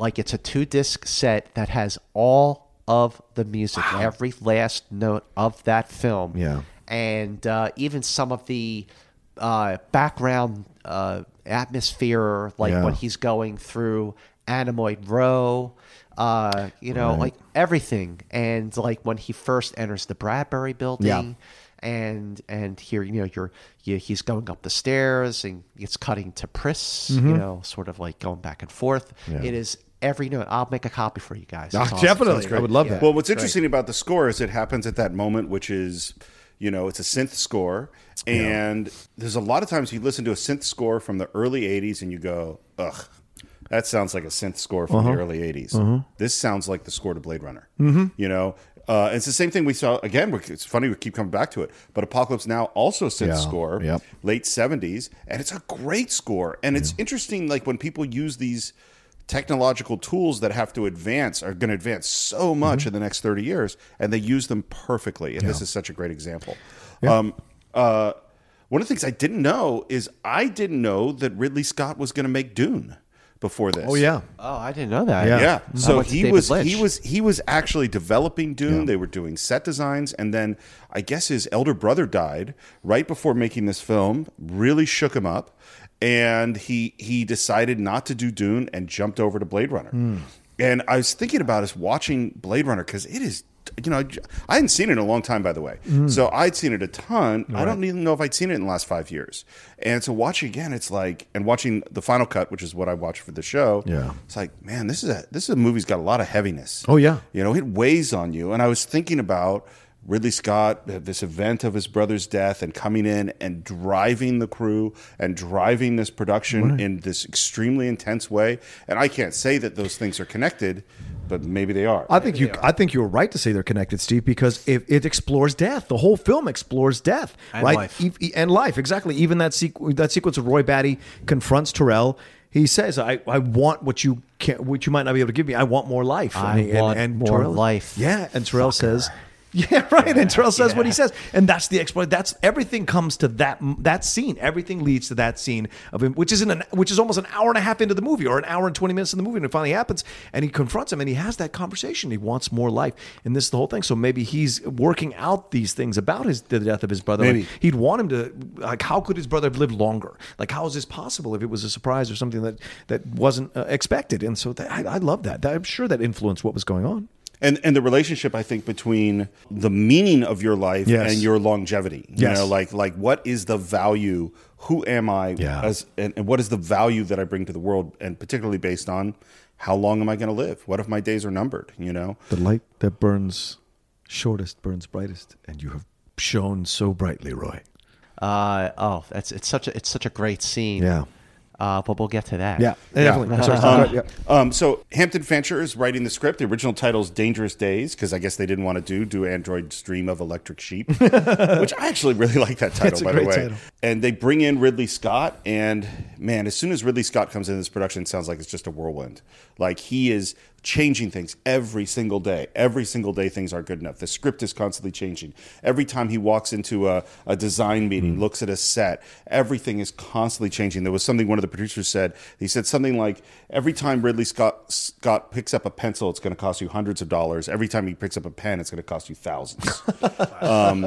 Speaker 6: like it's a two disc set that has all of the music, every last note of that film.
Speaker 3: Yeah.
Speaker 6: And uh, even some of the uh, background uh, atmosphere, like
Speaker 3: Yeah.
Speaker 6: when he's going through Animoid Row, uh, you know, like everything. And like when he first enters the Bradbury building and and here you know you're you, he's going up the stairs and it's cutting to Pris,
Speaker 3: Mm-hmm.
Speaker 6: you know, sort of like going back and forth. It is every note. I'll make a copy for you guys. It's awesome.
Speaker 3: Ah, Definitely, I would love that.
Speaker 1: Well, what's interesting about the score is it happens at that moment, which is, you know, it's a synth score. And there's a lot of times you listen to a synth score from the early 80s and you go, ugh, That sounds like a synth score from
Speaker 10: Uh-huh.
Speaker 1: the early 80s. This sounds like the score to Blade Runner.
Speaker 10: Mm-hmm.
Speaker 1: You know, uh, it's the same thing we saw again. we- It's funny we keep coming back to it, but Apocalypse Now also a synth
Speaker 10: Yeah,
Speaker 1: score,
Speaker 10: yep.
Speaker 1: late 70s, and it's a great score. And it's interesting, like when people use these technological tools that have to advance are going to advance
Speaker 3: Mm-hmm.
Speaker 1: so much in the next 30 years and they use them perfectly and this is such a great example um, uh, one of the things i didn't know is i didn't know that ridley scott was going to make dune before this
Speaker 3: Oh yeah,
Speaker 6: Oh, I didn't know that.
Speaker 1: yeah.
Speaker 6: I
Speaker 1: So
Speaker 6: went to
Speaker 1: he
Speaker 6: David
Speaker 1: was
Speaker 6: Lynch.
Speaker 1: he was he was actually developing Dune. They were doing set designs, and then I guess his elder brother died right before making this film. Really shook him up, and he he decided not to do Dune and jumped over to Blade Runner. And I was thinking about us watching Blade Runner because it is. You know, I hadn't seen it in a long time, by the way. So I'd seen it a ton. I don't even know if I'd seen it in the last five years. And so watching again, it's like, and watching the final cut, which is what I watched for the show.
Speaker 10: Yeah.
Speaker 1: It's like, man, this is a this is a movie's got a lot of heaviness.
Speaker 10: Oh, yeah.
Speaker 1: You know, it weighs on you. And I was thinking about Ridley Scott, uh, this event of his brother's death, and coming in and driving the crew and driving this production in this extremely intense way. And I can't say that those things are connected, but maybe they are.
Speaker 3: I think you. I think you were right to say they're connected, Steve, because if it explores death, the whole film explores death,
Speaker 6: And
Speaker 3: right?
Speaker 6: life.
Speaker 3: E- e- and life, exactly. Even that sequ- that sequence of Roy Batty confronts Terrell. He says, "I, I want what you can't, what you might not be able to give me. I want more life.
Speaker 6: I
Speaker 3: he-
Speaker 6: want more life,
Speaker 3: Yeah, and Terrell says." Yeah right. and Terrell says what he says, and that's the exploit. That's everything comes to that that scene. Everything leads to that scene of him, which is in an which is almost an hour and a half into the movie, or an hour and twenty minutes in the movie, and it finally happens. And he confronts him, and he has that conversation. He wants more life, and this is the whole thing. So maybe he's working out these things about his the death of his brother. Like,
Speaker 1: Maybe.
Speaker 3: he'd want him to like. How could his brother have lived longer? Like, how is this possible if it was a surprise or something that that wasn't uh, expected? And so that, I, I love that. that. I'm sure that influenced what was going on.
Speaker 1: and and the relationship I think between the meaning of your life
Speaker 3: Yes.
Speaker 1: and your longevity. You
Speaker 3: Yes.
Speaker 1: know, like like what is the value? Who am I?
Speaker 3: Yeah.
Speaker 1: As and, and what is the value that I bring to the world? And particularly based on how long am I going to live? What if my days are numbered? You know.
Speaker 3: The light that burns shortest burns brightest, and you have shone so brightly, Roy.
Speaker 6: Uh, oh, that's it's such a it's such a great scene.
Speaker 3: Yeah. Uh-huh.
Speaker 6: Uh, but we'll get to that.
Speaker 3: definitely. Sorry, sorry.
Speaker 1: Um, um, so Hampton Fancher is writing the script. The original title's "Dangerous Days" because I guess they didn't want to do do Android's Dream of Electric Sheep, which I actually really like that title.
Speaker 3: It's a
Speaker 1: by the
Speaker 3: great
Speaker 1: way,
Speaker 3: title.
Speaker 1: and they bring in Ridley Scott, and man, as soon as Ridley Scott comes in, this production it sounds like it's just a whirlwind. Like he is changing things every single day. Every single day, things aren't good enough. The script is constantly changing. Every time he walks into a, a design meeting, looks at a set, everything is constantly changing. There was something one of the producers said. He said something like, "Every time Ridley Scott Scott picks up a pencil, it's going to cost you hundreds of dollars. Every time he picks up a pen, it's going to cost you thousands. um,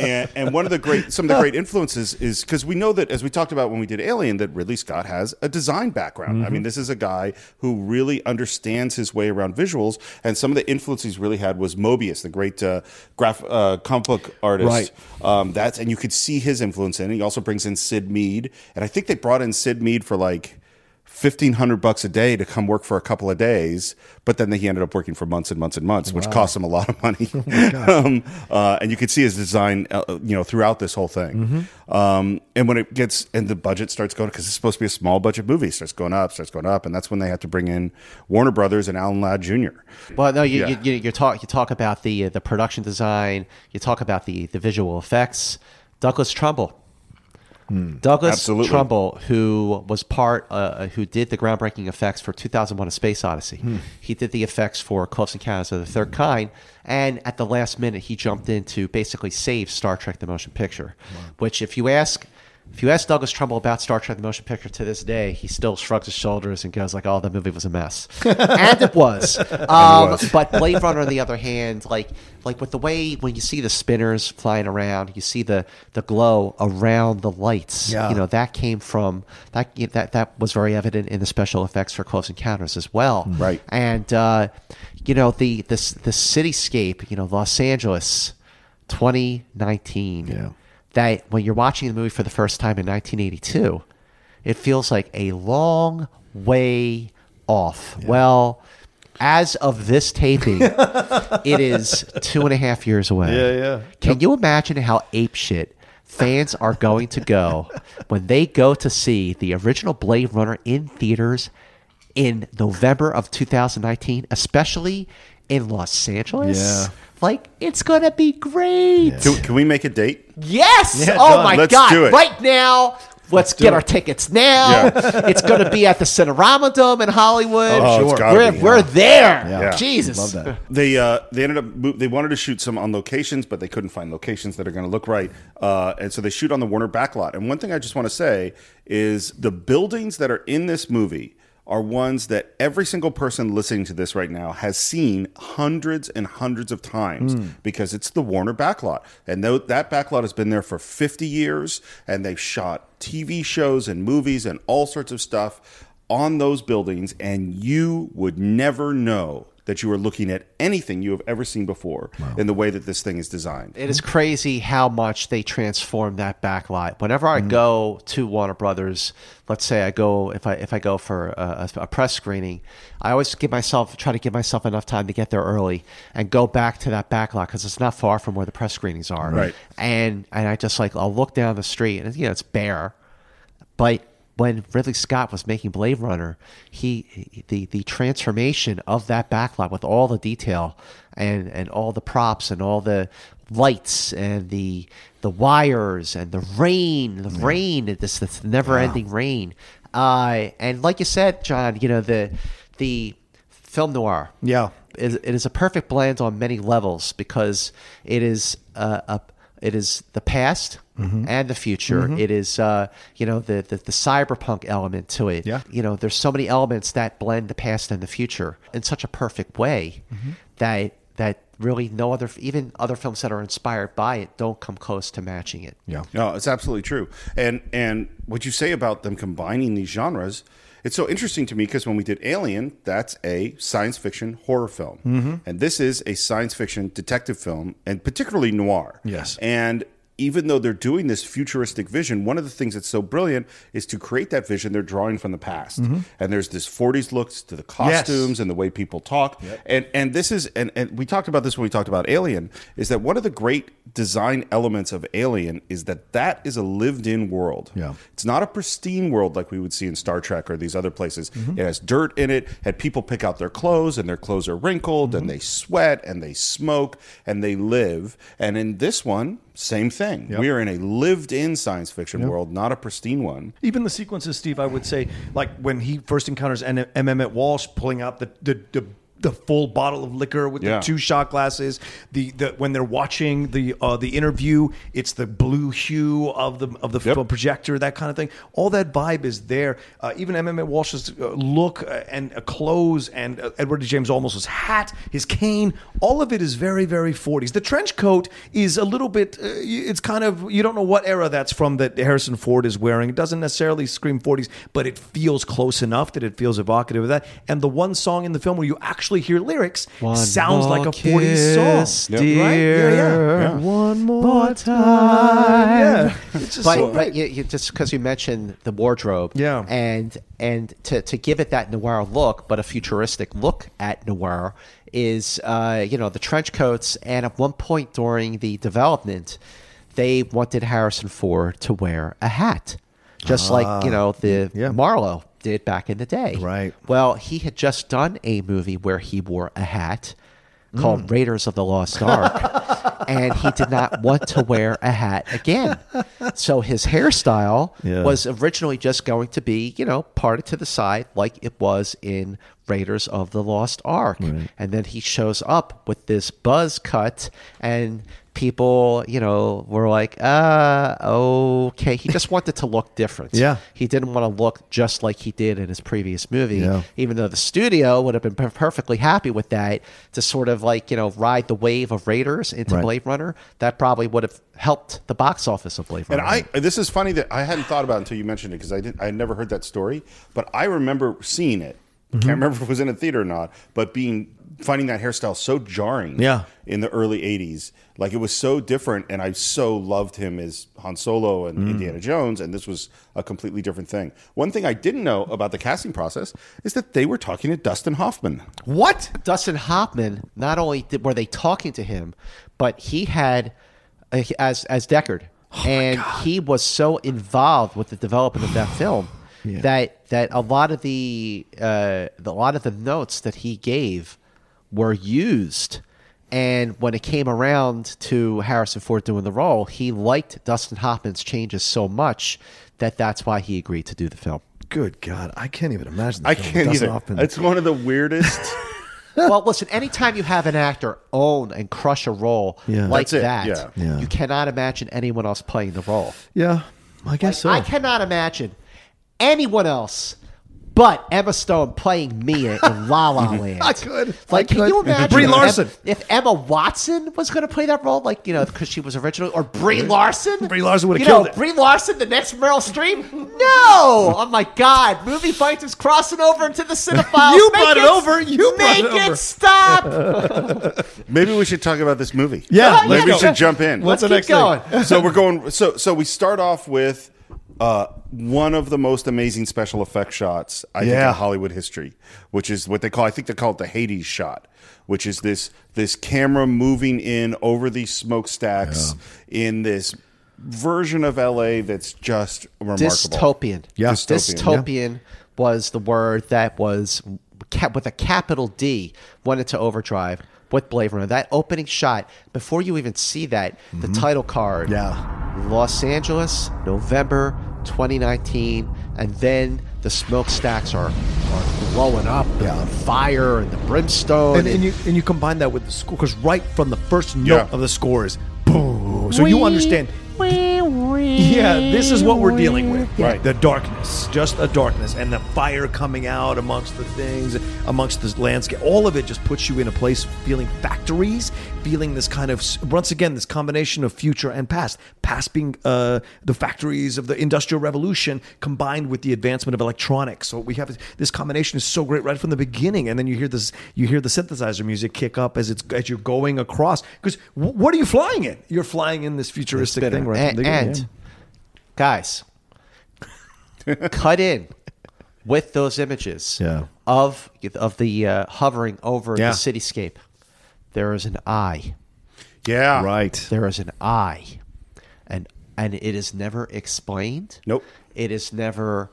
Speaker 1: and, and one of the great some of the great influences is because we know that as we talked about when we did Alien that Ridley Scott has a design background. I mean, this is a guy who really understands his way around visuals, and some of the influence he's really had was Mobius, the great uh, graph uh, comic book artist.
Speaker 3: Right.
Speaker 1: Um, that's and you could see his influence in. it. He also brings in Sid Mead, and I think they brought in Sid Mead for like. 1500 bucks a day to come work for a couple of days but then he ended up working for months and months and months which cost him a lot of money um, uh, and you could see his design uh, you know throughout this whole thing um, and when it gets and the budget starts going because it's supposed to be a small budget movie starts going up starts going up and that's when they have to bring in warner brothers and alan ladd jr
Speaker 6: Well, no, you,
Speaker 1: Yeah.
Speaker 6: you, you, you talk you talk about the uh, the production design. You talk about the the visual effects. Douglas Trumbull, Douglas
Speaker 1: Absolutely.
Speaker 6: Trumbull, who was part uh, who did the groundbreaking effects for 2001: A Space Odyssey. He did the effects for Close Encounters of the Third Kind, and at the last minute, he jumped in to basically save Star Trek: The Motion Picture, which, if you ask. If you ask Douglas Trumbull about Star Trek: The Motion Picture to this day, he still shrugs his shoulders and goes like, "Oh, the movie was a mess," and it was. Um, but Blade Runner, on the other hand, like like with the way when you see the spinners flying around, you see the the glow around the lights.
Speaker 3: Yeah.
Speaker 6: You know that came from that you know, that that was very evident in the special effects for Close Encounters as well.
Speaker 1: Right.
Speaker 6: And uh, you know the this the cityscape. You know Los Angeles, 2019.
Speaker 3: Yeah.
Speaker 6: That when you're watching the movie for the first time in 1982, it feels like a long way off. Well. As of this taping, it is two and a half years away.
Speaker 3: Yeah, yeah.
Speaker 6: Can you imagine how apeshit fans are going to go when they go to see the original Blade Runner in theaters in November of 2019, especially in Los Angeles.
Speaker 2: Yeah.
Speaker 6: Like, it's going to be great.
Speaker 1: Can, can we make a date?
Speaker 6: Yes.
Speaker 2: Yeah,
Speaker 6: oh
Speaker 2: done.
Speaker 6: my
Speaker 1: Let's
Speaker 6: God.
Speaker 1: do it.
Speaker 6: Right now. Let's, get our tickets now. it's going to be at the Cinerama Dome in Hollywood.
Speaker 1: Oh, it's Sure. gotta
Speaker 6: We're,
Speaker 1: be.
Speaker 6: we're there.
Speaker 1: Yeah.
Speaker 6: Jesus.
Speaker 2: Love that.
Speaker 1: They uh, they ended up mo- they wanted to shoot some on locations, but they couldn't find locations that are going to look right, uh, and so they shoot on the Warner backlot. And one thing I just want to say is the buildings that are in this movie are ones that every single person listening to this right now has seen hundreds and hundreds of times because it's the Warner backlot, and tho- that backlot has been there for fifty years, and they've shot TV shows and movies and all sorts of stuff on those buildings, and you would never know that you are looking at anything you have ever seen before in the way that this thing is designed.
Speaker 6: It is crazy how much they transform that backlot. Whenever I go to Warner Brothers, let's say I go if I if I go for a, a a press screening, I always give myself try to give myself enough time to get there early and go back to that backlot because it's not far from where the press screenings are.
Speaker 1: Right.
Speaker 6: And and I just like I'll look down the street and you know it's bare, but when Ridley Scott was making Blade Runner, he, he- the the transformation of that backlot with all the detail and and all the props and all the lights and the the wires and the rain, the rain, this this never ending rain. Uh, and like you said, John, you know the the film noir.
Speaker 9: Yeah.
Speaker 6: It, it is a perfect blend on many levels because it is uh, a it is the past and the future. It is uh, you know the, the the cyberpunk element to it.
Speaker 9: Yeah.
Speaker 6: You know, there's so many elements that blend the past and the future in such a perfect way that that really no other even other films that are inspired by it don't come close to matching it. Yeah.
Speaker 1: No, it's absolutely true. And and what you say about them combining these genres, it's so interesting to me because when we did Alien, that's a science fiction horror film, and this is a science fiction detective film, and particularly noir.
Speaker 9: Yes.
Speaker 1: and. Even though they're doing this futuristic vision, one of the things that's so brilliant is to create that vision they're drawing from the past. And there's this 40s looks to the costumes and the way people talk. And and this is and, and we talked about this when we talked about Alien is that one of the great design elements of Alien is that that is a lived-in world.
Speaker 2: Yeah.
Speaker 1: It's not a pristine world like we would see in Star Trek or these other places. It has dirt in it, and people pick out their clothes and their clothes are wrinkled and they sweat and they smoke and they live. And in this one, same thing. We are in a lived-in science fiction world, not a pristine one.
Speaker 9: Even the sequences, Steve, I would say, like when he first encounters N- M. Emmett Walsh pulling out the the, the the full bottle of liquor with
Speaker 1: Yeah.
Speaker 9: the two shot glasses. The, the when they're watching the uh, the interview, it's the blue hue of the of the film projector, that kind of thing. All that vibe is there. Uh, even M. Emmett Walsh's uh, look uh, and uh, clothes, and uh, Edward D. James Olmos's hat, his cane, all of it is very very 40s. The trench coat is a little bit. Uh, y- it's kind of you don't know what era that's from that Harrison Ford is wearing. It doesn't necessarily scream 40s, but it feels close enough that it feels evocative of that. And the one song in the film where you actually hear lyrics sounds like a 40s song. Right? Yeah, yeah.
Speaker 2: One more.
Speaker 9: Yeah. It's just
Speaker 6: but,
Speaker 9: so-
Speaker 6: but you, you just because you mentioned the wardrobe,
Speaker 9: Yeah.
Speaker 6: and and to, to give it that noir look, but a futuristic look at noir is uh, you know the trench coats, and at one point during the development, they wanted Harrison Ford to wear a hat, just
Speaker 9: Ah.
Speaker 6: like you know the Marlowe did back in the day.
Speaker 2: Right.
Speaker 6: Well, he had just done a movie where he wore a hat.
Speaker 9: Hmm.
Speaker 6: Called Raiders of the Lost Ark, and he did not want to wear a hat again. So his hairstyle
Speaker 2: Yeah.
Speaker 6: was originally just going to be, you know, parted to the side like it was in Raiders of the Lost Ark. And then he shows up with this buzz cut and people, you know, were like, uh, okay. He just wanted to look different.
Speaker 2: Yeah.
Speaker 6: He didn't want to look just like he did in his previous movie,
Speaker 2: Yeah.
Speaker 6: even though the studio would have been per- perfectly happy with that to sort of like, you know, ride the wave of Raiders into
Speaker 2: Right.
Speaker 6: Blade Runner. That probably would have helped the box office of Blade
Speaker 1: And
Speaker 6: Runner.
Speaker 1: I this is funny that I hadn't thought about it until you mentioned it because I didn't I had never heard that story, but I remember seeing it. Can't remember if it was in a theater or not, but being finding that hairstyle so jarring.
Speaker 2: Yeah.
Speaker 1: in the early '80s, like it was so different, and I so loved him as Han Solo and Indiana Jones, and this was a completely different thing. One thing I didn't know about the casting process is that they were talking to Dustin Hoffman.
Speaker 6: What? Dustin Hoffman, not only did, were they talking to him, but he had uh, he- as as Deckard. and he was so involved with the development of that film that that a lot of the uh, the- a lot of the notes that he gave were used. And when it came around to Harrison Ford doing the role, he liked Dustin Hoffman's changes so much that that's why he agreed to do the film.
Speaker 11: Good God, I can't even imagine. This
Speaker 1: I
Speaker 11: film. It
Speaker 1: can't
Speaker 11: doesn't
Speaker 1: either.
Speaker 11: often-
Speaker 1: It's one of the weirdest.
Speaker 6: well, listen, anytime you have an actor own and crush a role
Speaker 11: Yeah.
Speaker 6: like
Speaker 1: That's it,
Speaker 6: that,
Speaker 1: yeah.
Speaker 11: Yeah.
Speaker 6: you cannot imagine anyone else playing the role.
Speaker 11: yeah, I guess so.
Speaker 6: I cannot imagine anyone else but Emma Stone playing Mia in La La Land. I
Speaker 11: could.
Speaker 6: Like,
Speaker 11: I
Speaker 6: can you
Speaker 11: could.
Speaker 6: imagine
Speaker 11: Brie
Speaker 6: if-
Speaker 11: Larson.
Speaker 6: If, Emma Watson was going to play that role, like you know, because she was originally, or Brie Larson?
Speaker 9: Brie Larson would've
Speaker 6: You know,
Speaker 9: killed it.
Speaker 6: Brie Larson, the next Meryl Streep? No! oh my God! Movie fights is crossing over into the cinephile.
Speaker 11: You brought it over. You brought
Speaker 6: make
Speaker 11: it over.
Speaker 6: it stop.
Speaker 1: Maybe we should talk about this movie.
Speaker 11: Yeah,
Speaker 6: Oh,
Speaker 1: maybe
Speaker 6: yeah,
Speaker 1: we should
Speaker 6: let's-
Speaker 1: jump in.
Speaker 6: Let's
Speaker 11: the
Speaker 6: keep
Speaker 11: next thing?
Speaker 6: going.
Speaker 1: so we're going. So so we start off with uh, one of the most amazing special effects shots I think
Speaker 11: Yeah.
Speaker 1: in Hollywood history, which is what they call. I think they call it the Hades shot, which is this this camera moving in over these smokestacks in this version of LA that's just remarkable.
Speaker 6: Dystopian.
Speaker 11: Yeah.
Speaker 6: Dystopian,
Speaker 1: Dystopian.
Speaker 6: was the word that was cap- with a capital D went into overdrive with Blade Runner. That opening shot, before you even see that, the title card.
Speaker 11: Yeah.
Speaker 6: Los Angeles, November 2019, and then the smokestacks are, are blowing up.
Speaker 11: Yeah.
Speaker 6: Fire and the brimstone.
Speaker 9: and, and you and you combine that with the score because right from the first note
Speaker 1: Yeah.
Speaker 9: of the score is boom, so you understand. Yeah, this is what we're dealing with.
Speaker 1: Right.
Speaker 9: The darkness, just a darkness, and the fire coming out amongst the things, amongst the landscape. All of it just puts you in a place feeling factories, feeling this kind of once again this combination of future and past. Past being uh, the factories of the industrial revolution, combined with the advancement of electronics. So we have this combination is so great right from the beginning, and then you hear this, you hear the synthesizer music kick up as it's as you're going across. Because what are you flying in? You're flying in this futuristic thing right from
Speaker 6: and,
Speaker 9: the beginning.
Speaker 6: and guys, cut in with those images
Speaker 11: Yeah.
Speaker 6: of of the uh, hovering over
Speaker 11: Yeah.
Speaker 6: the cityscape. There is an eye.
Speaker 1: Yeah.
Speaker 11: right.
Speaker 6: There is an eye, and and it is never explained.
Speaker 1: Nope.
Speaker 6: It is never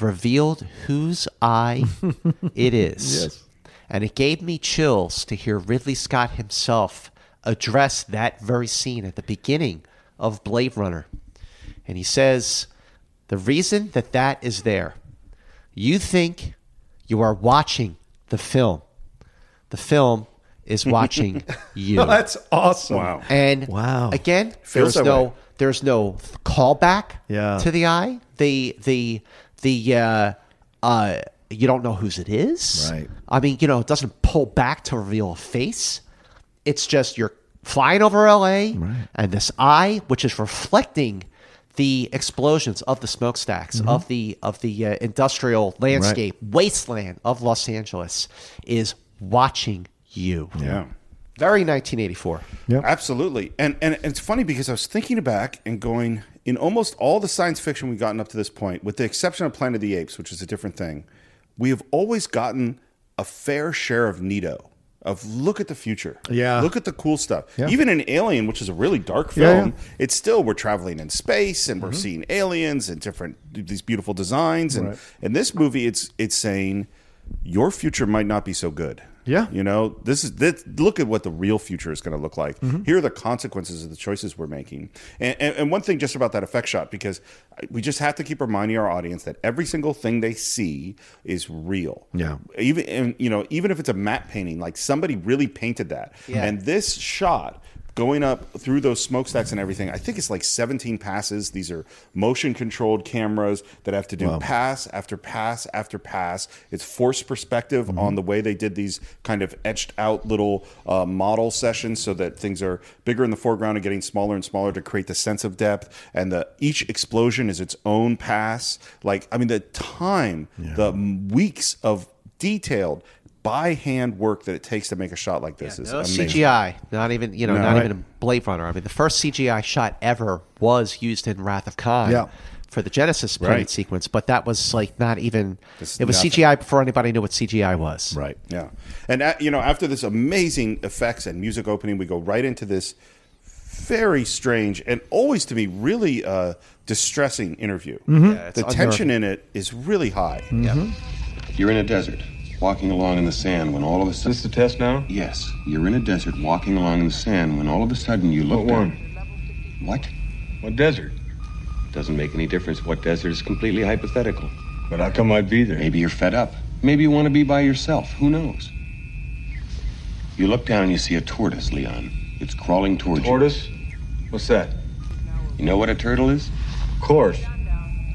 Speaker 6: revealed whose eye it is.
Speaker 11: Yes.
Speaker 6: And it gave me chills to hear Ridley Scott himself address that very scene at the beginning of Blade Runner. And he says, The reason that that is there, you think you are watching the film, the film is watching you.
Speaker 9: That's awesome.
Speaker 1: Wow.
Speaker 6: And
Speaker 11: Wow.
Speaker 6: again,
Speaker 1: Feels
Speaker 6: there's
Speaker 1: that
Speaker 6: no
Speaker 1: way.
Speaker 6: there's no callback
Speaker 11: Yeah.
Speaker 6: to the eye. The the the uh, uh, you don't know whose it is.
Speaker 11: Right.
Speaker 6: I mean, you know, it doesn't pull back to reveal a face. It's just you're flying over LA and this eye, which is reflecting the explosions of the smokestacks
Speaker 1: Mm-hmm.
Speaker 6: of the of the uh, industrial landscape wasteland of Los Angeles is watching you.
Speaker 1: Yeah.
Speaker 6: Very 1984.
Speaker 1: Absolutely. And, and it's funny because I was thinking back and going, in almost all the science fiction we've gotten up to this point, with the exception of Planet of the Apes, which is a different thing, we have always gotten a fair share of Nito. Of look at the future.
Speaker 11: Yeah.
Speaker 1: Look at the cool stuff. Even in Alien, which is a really dark film, it's still we're traveling in space and we're
Speaker 11: Mm-hmm.
Speaker 1: seeing aliens and different these beautiful designs. And in this movie it's it's saying your future might not be so good.
Speaker 11: Yeah.
Speaker 1: You know, this is this, look at what the real future is going to look like.
Speaker 11: Mm-hmm.
Speaker 1: Here are the consequences of the choices we're making. And, and, and one thing just about that effect shot, because we just have to keep reminding our audience that every single thing they see is real.
Speaker 11: Yeah.
Speaker 1: Even and, you know, even if it's a matte painting, like somebody really painted that. And this shot going up through those smokestacks and everything, I think it's like 17 passes. These are motion controlled cameras that have to do pass after pass after pass. It's forced perspective on the way they did these kind of etched out little uh, model sessions so that things are bigger in the foreground and getting smaller and smaller to create the sense of depth. And the each explosion is its own pass. Like, I mean, the time, the weeks of detailed by hand work that it takes to make a shot like this is
Speaker 6: No
Speaker 1: amazing.
Speaker 6: CGI, not even you know,
Speaker 1: No,
Speaker 6: not
Speaker 1: right.
Speaker 6: even Blade Runner. I mean, the first CGI shot ever was used in Wrath of Khan
Speaker 11: Yeah.
Speaker 6: for the Genesis planet
Speaker 1: Right.
Speaker 6: sequence, but that was like not even.
Speaker 1: It's
Speaker 6: it was
Speaker 1: nothing.
Speaker 6: CGI before anybody knew what CGI was.
Speaker 11: Right.
Speaker 1: Yeah, and uh, you know, after this amazing effects and music opening, we go right into this very strange and always to me really uh, distressing interview. the tension in it is really high.
Speaker 4: You're in a desert, walking along in the sand when all of a sudden.
Speaker 12: Is this the test now?
Speaker 4: Yes, you're in a desert walking along in the sand when all of a sudden you look
Speaker 12: What
Speaker 4: down-
Speaker 12: one?
Speaker 4: What?
Speaker 12: What desert?
Speaker 4: Doesn't make any difference what desert is completely hypothetical.
Speaker 12: But how come I'd be there?
Speaker 4: Maybe you're fed up. Maybe you want to be by yourself. Who knows? You look down and you see a tortoise, Leon. It's crawling towards
Speaker 12: Tortoise? What's that?
Speaker 4: you. You know what a turtle is?
Speaker 12: Of course.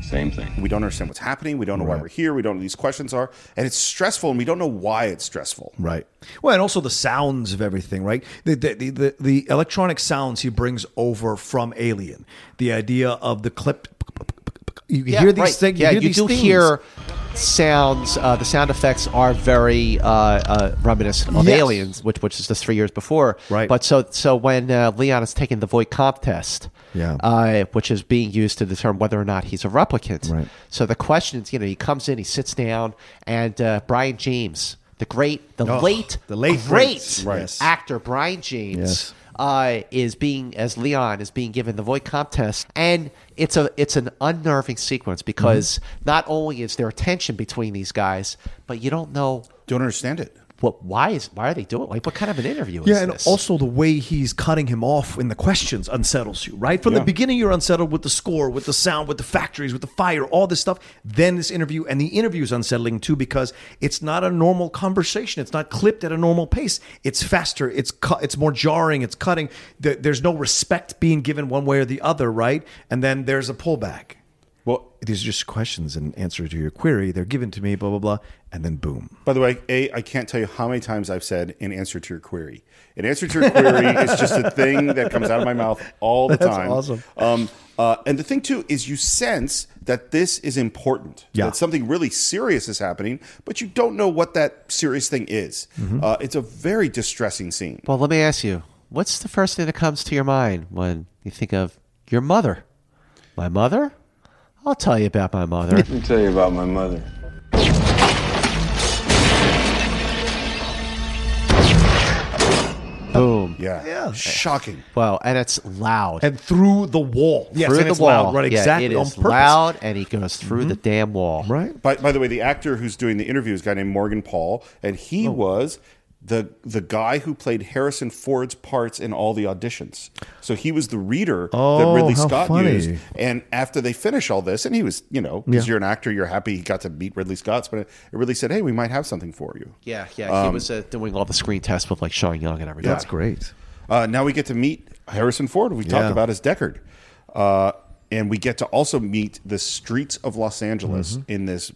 Speaker 4: Same thing.
Speaker 1: We don't understand what's happening. We don't know why we're here. We don't know what these questions are. And it's stressful and we don't know why it's stressful.
Speaker 3: Right. Well, and also the sounds of everything, right? The the, the, the, the electronic sounds he brings over from Alien. The idea of the clip. You
Speaker 6: Yeah,
Speaker 3: hear these
Speaker 6: right.
Speaker 3: things.
Speaker 6: Yeah,
Speaker 3: you,
Speaker 6: you,
Speaker 3: hear these
Speaker 6: do
Speaker 3: things.
Speaker 6: hear sounds. Uh, the sound effects are very uh, uh, reminiscent of
Speaker 3: Yes.
Speaker 6: Aliens, which which is just three years before.
Speaker 3: Right.
Speaker 6: But so so when uh, Leon is taking the Voight Comp test,
Speaker 3: Yeah.
Speaker 6: uh, which is being used to determine whether or not he's a replicant.
Speaker 3: Right.
Speaker 6: So the questions, you know, he comes in, he sits down, and uh, Brian James, the great, the
Speaker 3: Oh,
Speaker 6: late,
Speaker 3: the late
Speaker 6: great
Speaker 3: greats. Right.
Speaker 6: actor Brian James
Speaker 3: Yes.
Speaker 6: uh, is being as Leon is being given the Voight Comp test, and it's a it's an unnerving sequence because
Speaker 3: Mm-hmm.
Speaker 6: not only is there tension between these guys, but you don't know
Speaker 1: Don't understand it.
Speaker 6: what why is why are they doing like what kind of an interview is
Speaker 3: Yeah, and
Speaker 6: this?
Speaker 3: also the way he's cutting him off in the questions unsettles you, right? From the beginning, you're unsettled with the score, with the sound, with the factories, with the fire, all this stuff. Then this interview, and the interview is unsettling too because it's not a normal conversation. It's not clipped at a normal pace. It's faster. It's cut. It's more jarring. It's cutting. There- There's no respect being given one way or the other, right? And then there's a pullback. Well, these are just questions and answers to your query. They're given to me, blah blah blah, and then boom.
Speaker 1: By the way, A, I can't tell you how many times I've said in answer to your query. An answer to your query is just a thing that comes out of my mouth all the
Speaker 3: That's
Speaker 1: time.
Speaker 3: awesome.
Speaker 1: Um, uh, and the thing, too, is you sense that this is important,
Speaker 3: Yeah.
Speaker 1: that something really serious is happening, but you don't know what that serious thing is.
Speaker 3: Mm-hmm.
Speaker 1: Uh, it's a very distressing scene.
Speaker 6: well, let me ask you, what's the first thing that comes to your mind when you think of your mother? My mother? I'll tell you about my mother.
Speaker 12: Let me tell you about my mother.
Speaker 6: Boom.
Speaker 1: Yeah. Shocking.
Speaker 6: Well, and it's loud.
Speaker 3: And through the wall, yes,
Speaker 6: through
Speaker 3: and
Speaker 6: the
Speaker 3: it's
Speaker 6: wall.
Speaker 3: loud, right?
Speaker 6: Yeah,
Speaker 3: Exactly
Speaker 6: It
Speaker 3: on
Speaker 6: is
Speaker 3: purpose. Mm-hmm.
Speaker 6: loud, and he goes through the damn wall.
Speaker 3: right?
Speaker 1: By, by the way, the actor who's doing the interview is a guy named Morgan Paul, and he
Speaker 3: Oh.
Speaker 1: was the the guy who played Harrison Ford's parts in all the auditions. So he was the reader
Speaker 3: Oh,
Speaker 1: that Ridley
Speaker 3: how
Speaker 1: Scott
Speaker 3: funny.
Speaker 1: used. And after they finish all this, and he was, you know, because
Speaker 3: Yeah.
Speaker 1: you're an actor, you're happy he got to meet Ridley Scott, but it really said, hey, we might have something for you.
Speaker 6: Yeah, yeah. he was uh, doing all the screen tests with like Sean Young and everything.
Speaker 3: Um, That's great.
Speaker 1: Uh, now we get to meet Harrison Ford. We talked
Speaker 3: Yeah.
Speaker 1: about as Deckard, uh, and we get to also meet the streets of Los Angeles
Speaker 3: Mm-hmm.
Speaker 1: in this.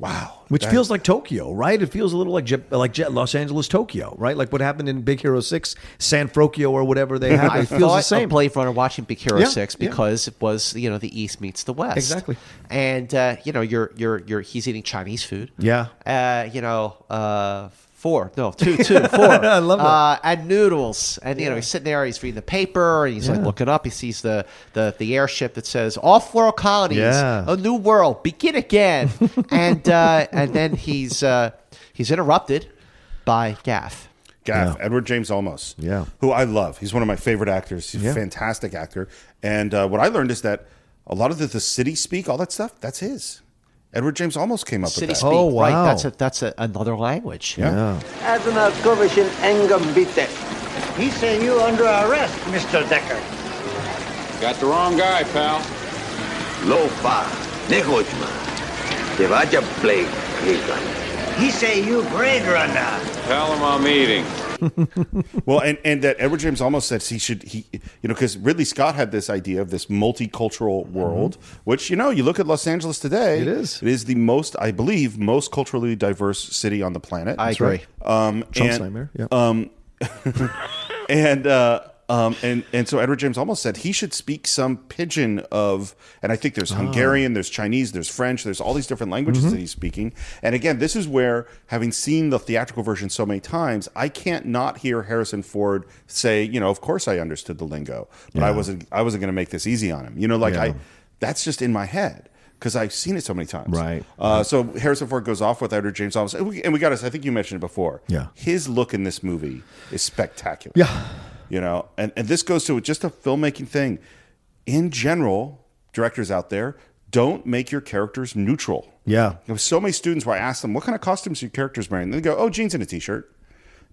Speaker 1: Wow,
Speaker 3: Which feels like Tokyo, right? It feels a little like Jap- like Jet Los Angeles, Tokyo, right? Like what happened in Big Hero Six, San Frocchio, or whatever they have.
Speaker 6: I
Speaker 3: It feels the
Speaker 6: thought
Speaker 3: same.
Speaker 6: of Blade Runner watching Big Hero
Speaker 3: Yeah,
Speaker 6: Six
Speaker 3: yeah.
Speaker 6: because it was you know the East meets the West
Speaker 3: Exactly.
Speaker 6: and uh, you know you're you're you're he's eating Chinese food.
Speaker 3: Yeah.
Speaker 6: uh, you know uh, four no two two four. I
Speaker 3: love that.
Speaker 6: Uh, and noodles and you know he's sitting there he's reading the paper and he's like looking up he sees the the the airship that says off world colonies
Speaker 3: Yeah.
Speaker 6: a new world begin again and uh, and then he's uh, he's interrupted by Gaff.
Speaker 1: Gaff, Edward James Olmos.
Speaker 3: Yeah.
Speaker 1: Who I love. He's one of my favorite actors. He's a
Speaker 3: Yeah.
Speaker 1: fantastic actor. And uh, what I learned is that a lot of the, the city speak, all that stuff, that's his. Edward James Olmos came up
Speaker 6: City
Speaker 1: with that.
Speaker 6: speak,
Speaker 3: Oh,
Speaker 6: right?
Speaker 3: wow.
Speaker 6: That's a, that's a, another language.
Speaker 3: Oh,
Speaker 13: Admiral Kovacin Engambite. He say you under arrest, Mr. Decker.
Speaker 14: Got the wrong guy, pal.
Speaker 13: Lofa, negoćma. Devaja play He say you grade runner.
Speaker 14: Tell him I'm eating.
Speaker 1: Well, and, and that Edward James Olmos says he should, he you know, because Ridley Scott had this idea of this multicultural world, which, you know, you look at Los Angeles today.
Speaker 3: Mm-hmm. It is.
Speaker 1: It is the most, I believe, most culturally diverse city on the planet.
Speaker 6: I agree.
Speaker 1: Um,
Speaker 3: Trump's
Speaker 1: and-
Speaker 3: nightmare. Yeah.
Speaker 1: and uh, um, and and so Edward James almost said he should speak some pidgin of, and I think there's Hungarian, there's Chinese, there's French, there's all these different languages that he's speaking. And again, this is where, having seen the theatrical version so many times, I can't not hear Harrison Ford say, you know, of course I understood the lingo, but I wasn't, I wasn't going to make this easy on him. You know, like I, that's just in my head. Because I've seen it so many times,
Speaker 3: Right.
Speaker 1: Uh, so Harrison Ford goes off with Edward James Olmos, and we, and we got us. I think you mentioned it before.
Speaker 3: Yeah.
Speaker 1: his look in this movie is spectacular.
Speaker 3: yeah.
Speaker 1: You know, and, and this goes to just a filmmaking thing. In general, directors out there, don't make your characters neutral.
Speaker 15: Yeah.
Speaker 1: There were so many students where I asked them, what kind of costumes are your characters wearing? And they go, oh, jeans and a t shirt.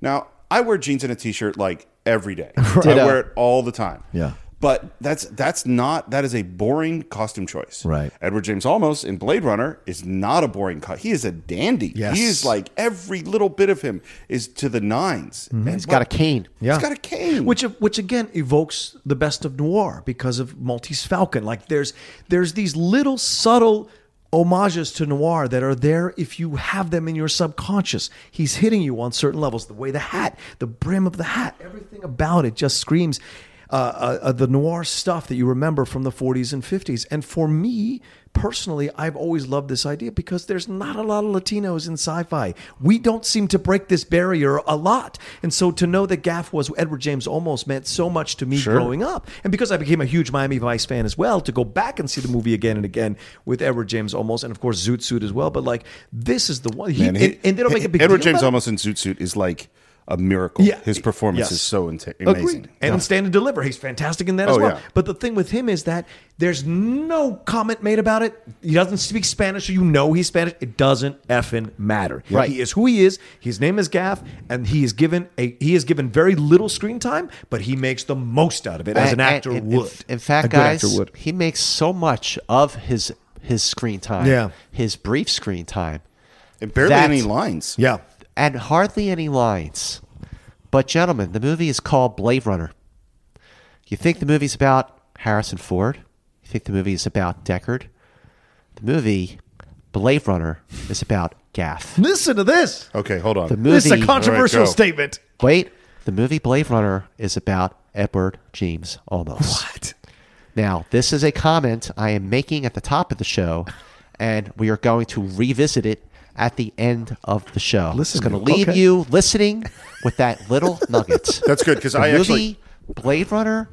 Speaker 1: Now, I wear jeans and a t shirt like every day. I
Speaker 15: Ditto.
Speaker 1: wear it all the time.
Speaker 15: Yeah.
Speaker 1: But that's that's not that is a boring costume choice.
Speaker 15: Right.
Speaker 1: Edward James Olmos in Blade Runner is not a boring cut. He is a dandy.
Speaker 15: Yes.
Speaker 1: He is like every little bit of him is to the 9s And
Speaker 6: He's got a cane.
Speaker 15: Yeah.
Speaker 1: He's got a cane.
Speaker 3: which which again evokes the best of noir because of Maltese Falcon. Like there's there's these little subtle homages to noir that are there if you have them in your subconscious. He's hitting you on certain levels. The way the hat, the brim of the hat, everything about it just screams. Uh, uh, uh, the noir stuff that you remember from the 40s and 50s. And for me personally, I've always loved this idea because there's not a lot of Latinos in sci fi. We don't seem to break this barrier a lot. And so to know that Gaff was Edward James almost meant so much to me growing up. And because I became a huge Miami Vice fan as well, to go back and see the movie again and again with Edward James almost, and of course Zoot Suit as well. But like, this is the one. He,
Speaker 1: And he-
Speaker 3: and, and they don't make a big
Speaker 1: Edward
Speaker 3: deal
Speaker 1: James
Speaker 3: about it.
Speaker 1: Olmos in Zoot Suit is like a miracle.
Speaker 3: Yeah.
Speaker 1: His performance
Speaker 3: Yes.
Speaker 1: is so inta-
Speaker 3: Agreed.
Speaker 1: amazing.
Speaker 3: And in Stand and Deliver, he's fantastic in that as
Speaker 1: Oh,
Speaker 3: well.
Speaker 1: yeah.
Speaker 3: But the thing with him is that there's no comment made about it. He doesn't speak Spanish, so you know he's Spanish. It doesn't effing matter.
Speaker 6: Right.
Speaker 3: He is who he is. His name is Gaff, and he is given a he is given very little screen time, but he makes the most out of it as an
Speaker 6: And- and-
Speaker 3: actor
Speaker 6: and-
Speaker 3: would.
Speaker 6: In, fact,
Speaker 3: A good
Speaker 6: guys,
Speaker 3: actor would.
Speaker 6: he makes so much of his his screen time.
Speaker 3: Yeah.
Speaker 6: His brief screen time.
Speaker 1: And barely
Speaker 6: That-
Speaker 1: any lines.
Speaker 3: Yeah.
Speaker 6: and hardly any lines. But, gentlemen, the movie is called Blade Runner. You think the movie's about Harrison Ford? You think the movie is about Deckard? The movie Blade Runner is about Gaff.
Speaker 3: Listen to this.
Speaker 1: Okay, hold on.
Speaker 6: The
Speaker 3: This is a
Speaker 6: movie
Speaker 3: controversial
Speaker 1: All right, go.
Speaker 3: statement.
Speaker 6: Wait, the movie Blade Runner is about Edward James Olmos.
Speaker 3: What?
Speaker 6: Now, this is a comment I am making at the top of the show, and we are going to revisit it at the end of the show. Listen, it's going to leave
Speaker 3: okay.
Speaker 6: you listening with that little nugget.
Speaker 1: That's good, 'cause
Speaker 6: The
Speaker 1: I
Speaker 6: movie,
Speaker 1: actually-
Speaker 6: Blade Runner,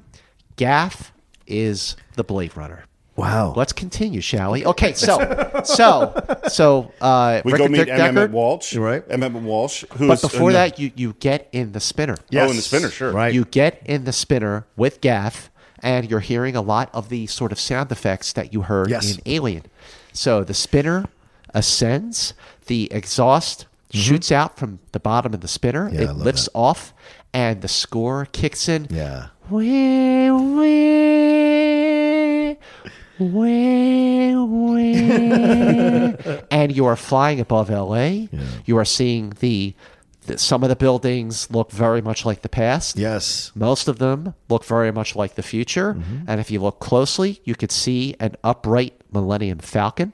Speaker 6: Gaff is the Blade Runner.
Speaker 3: Wow.
Speaker 6: Let's continue, shall we? Okay, so so so uh,
Speaker 1: We
Speaker 6: Rickard
Speaker 1: go meet
Speaker 6: Dick
Speaker 1: Emmett
Speaker 6: Deckard.
Speaker 1: Walsh.
Speaker 3: Right.
Speaker 1: Emmett Walsh. Who
Speaker 6: But
Speaker 1: is
Speaker 6: before
Speaker 1: in the-
Speaker 6: that, you, you get in the spinner.
Speaker 1: Yes. in the spinner, sure.
Speaker 3: Right.
Speaker 6: You get in the spinner with Gaff, and you're hearing a lot of the sort of sound effects that you heard
Speaker 3: Yes.
Speaker 6: in Alien. So the spinner ascends, the exhaust shoots out from the bottom of the spinner,
Speaker 15: Mm-hmm. Yeah, I
Speaker 6: it
Speaker 15: love
Speaker 6: lifts off, and the score kicks in.
Speaker 15: Yeah.
Speaker 6: Wee, wee, wee, wee. and you are flying above LA. You are seeing the, the some of the buildings look very much like the past.
Speaker 15: Yes.
Speaker 6: Most of them look very much like the future. And if you look closely, you could see an upright Millennium Falcon.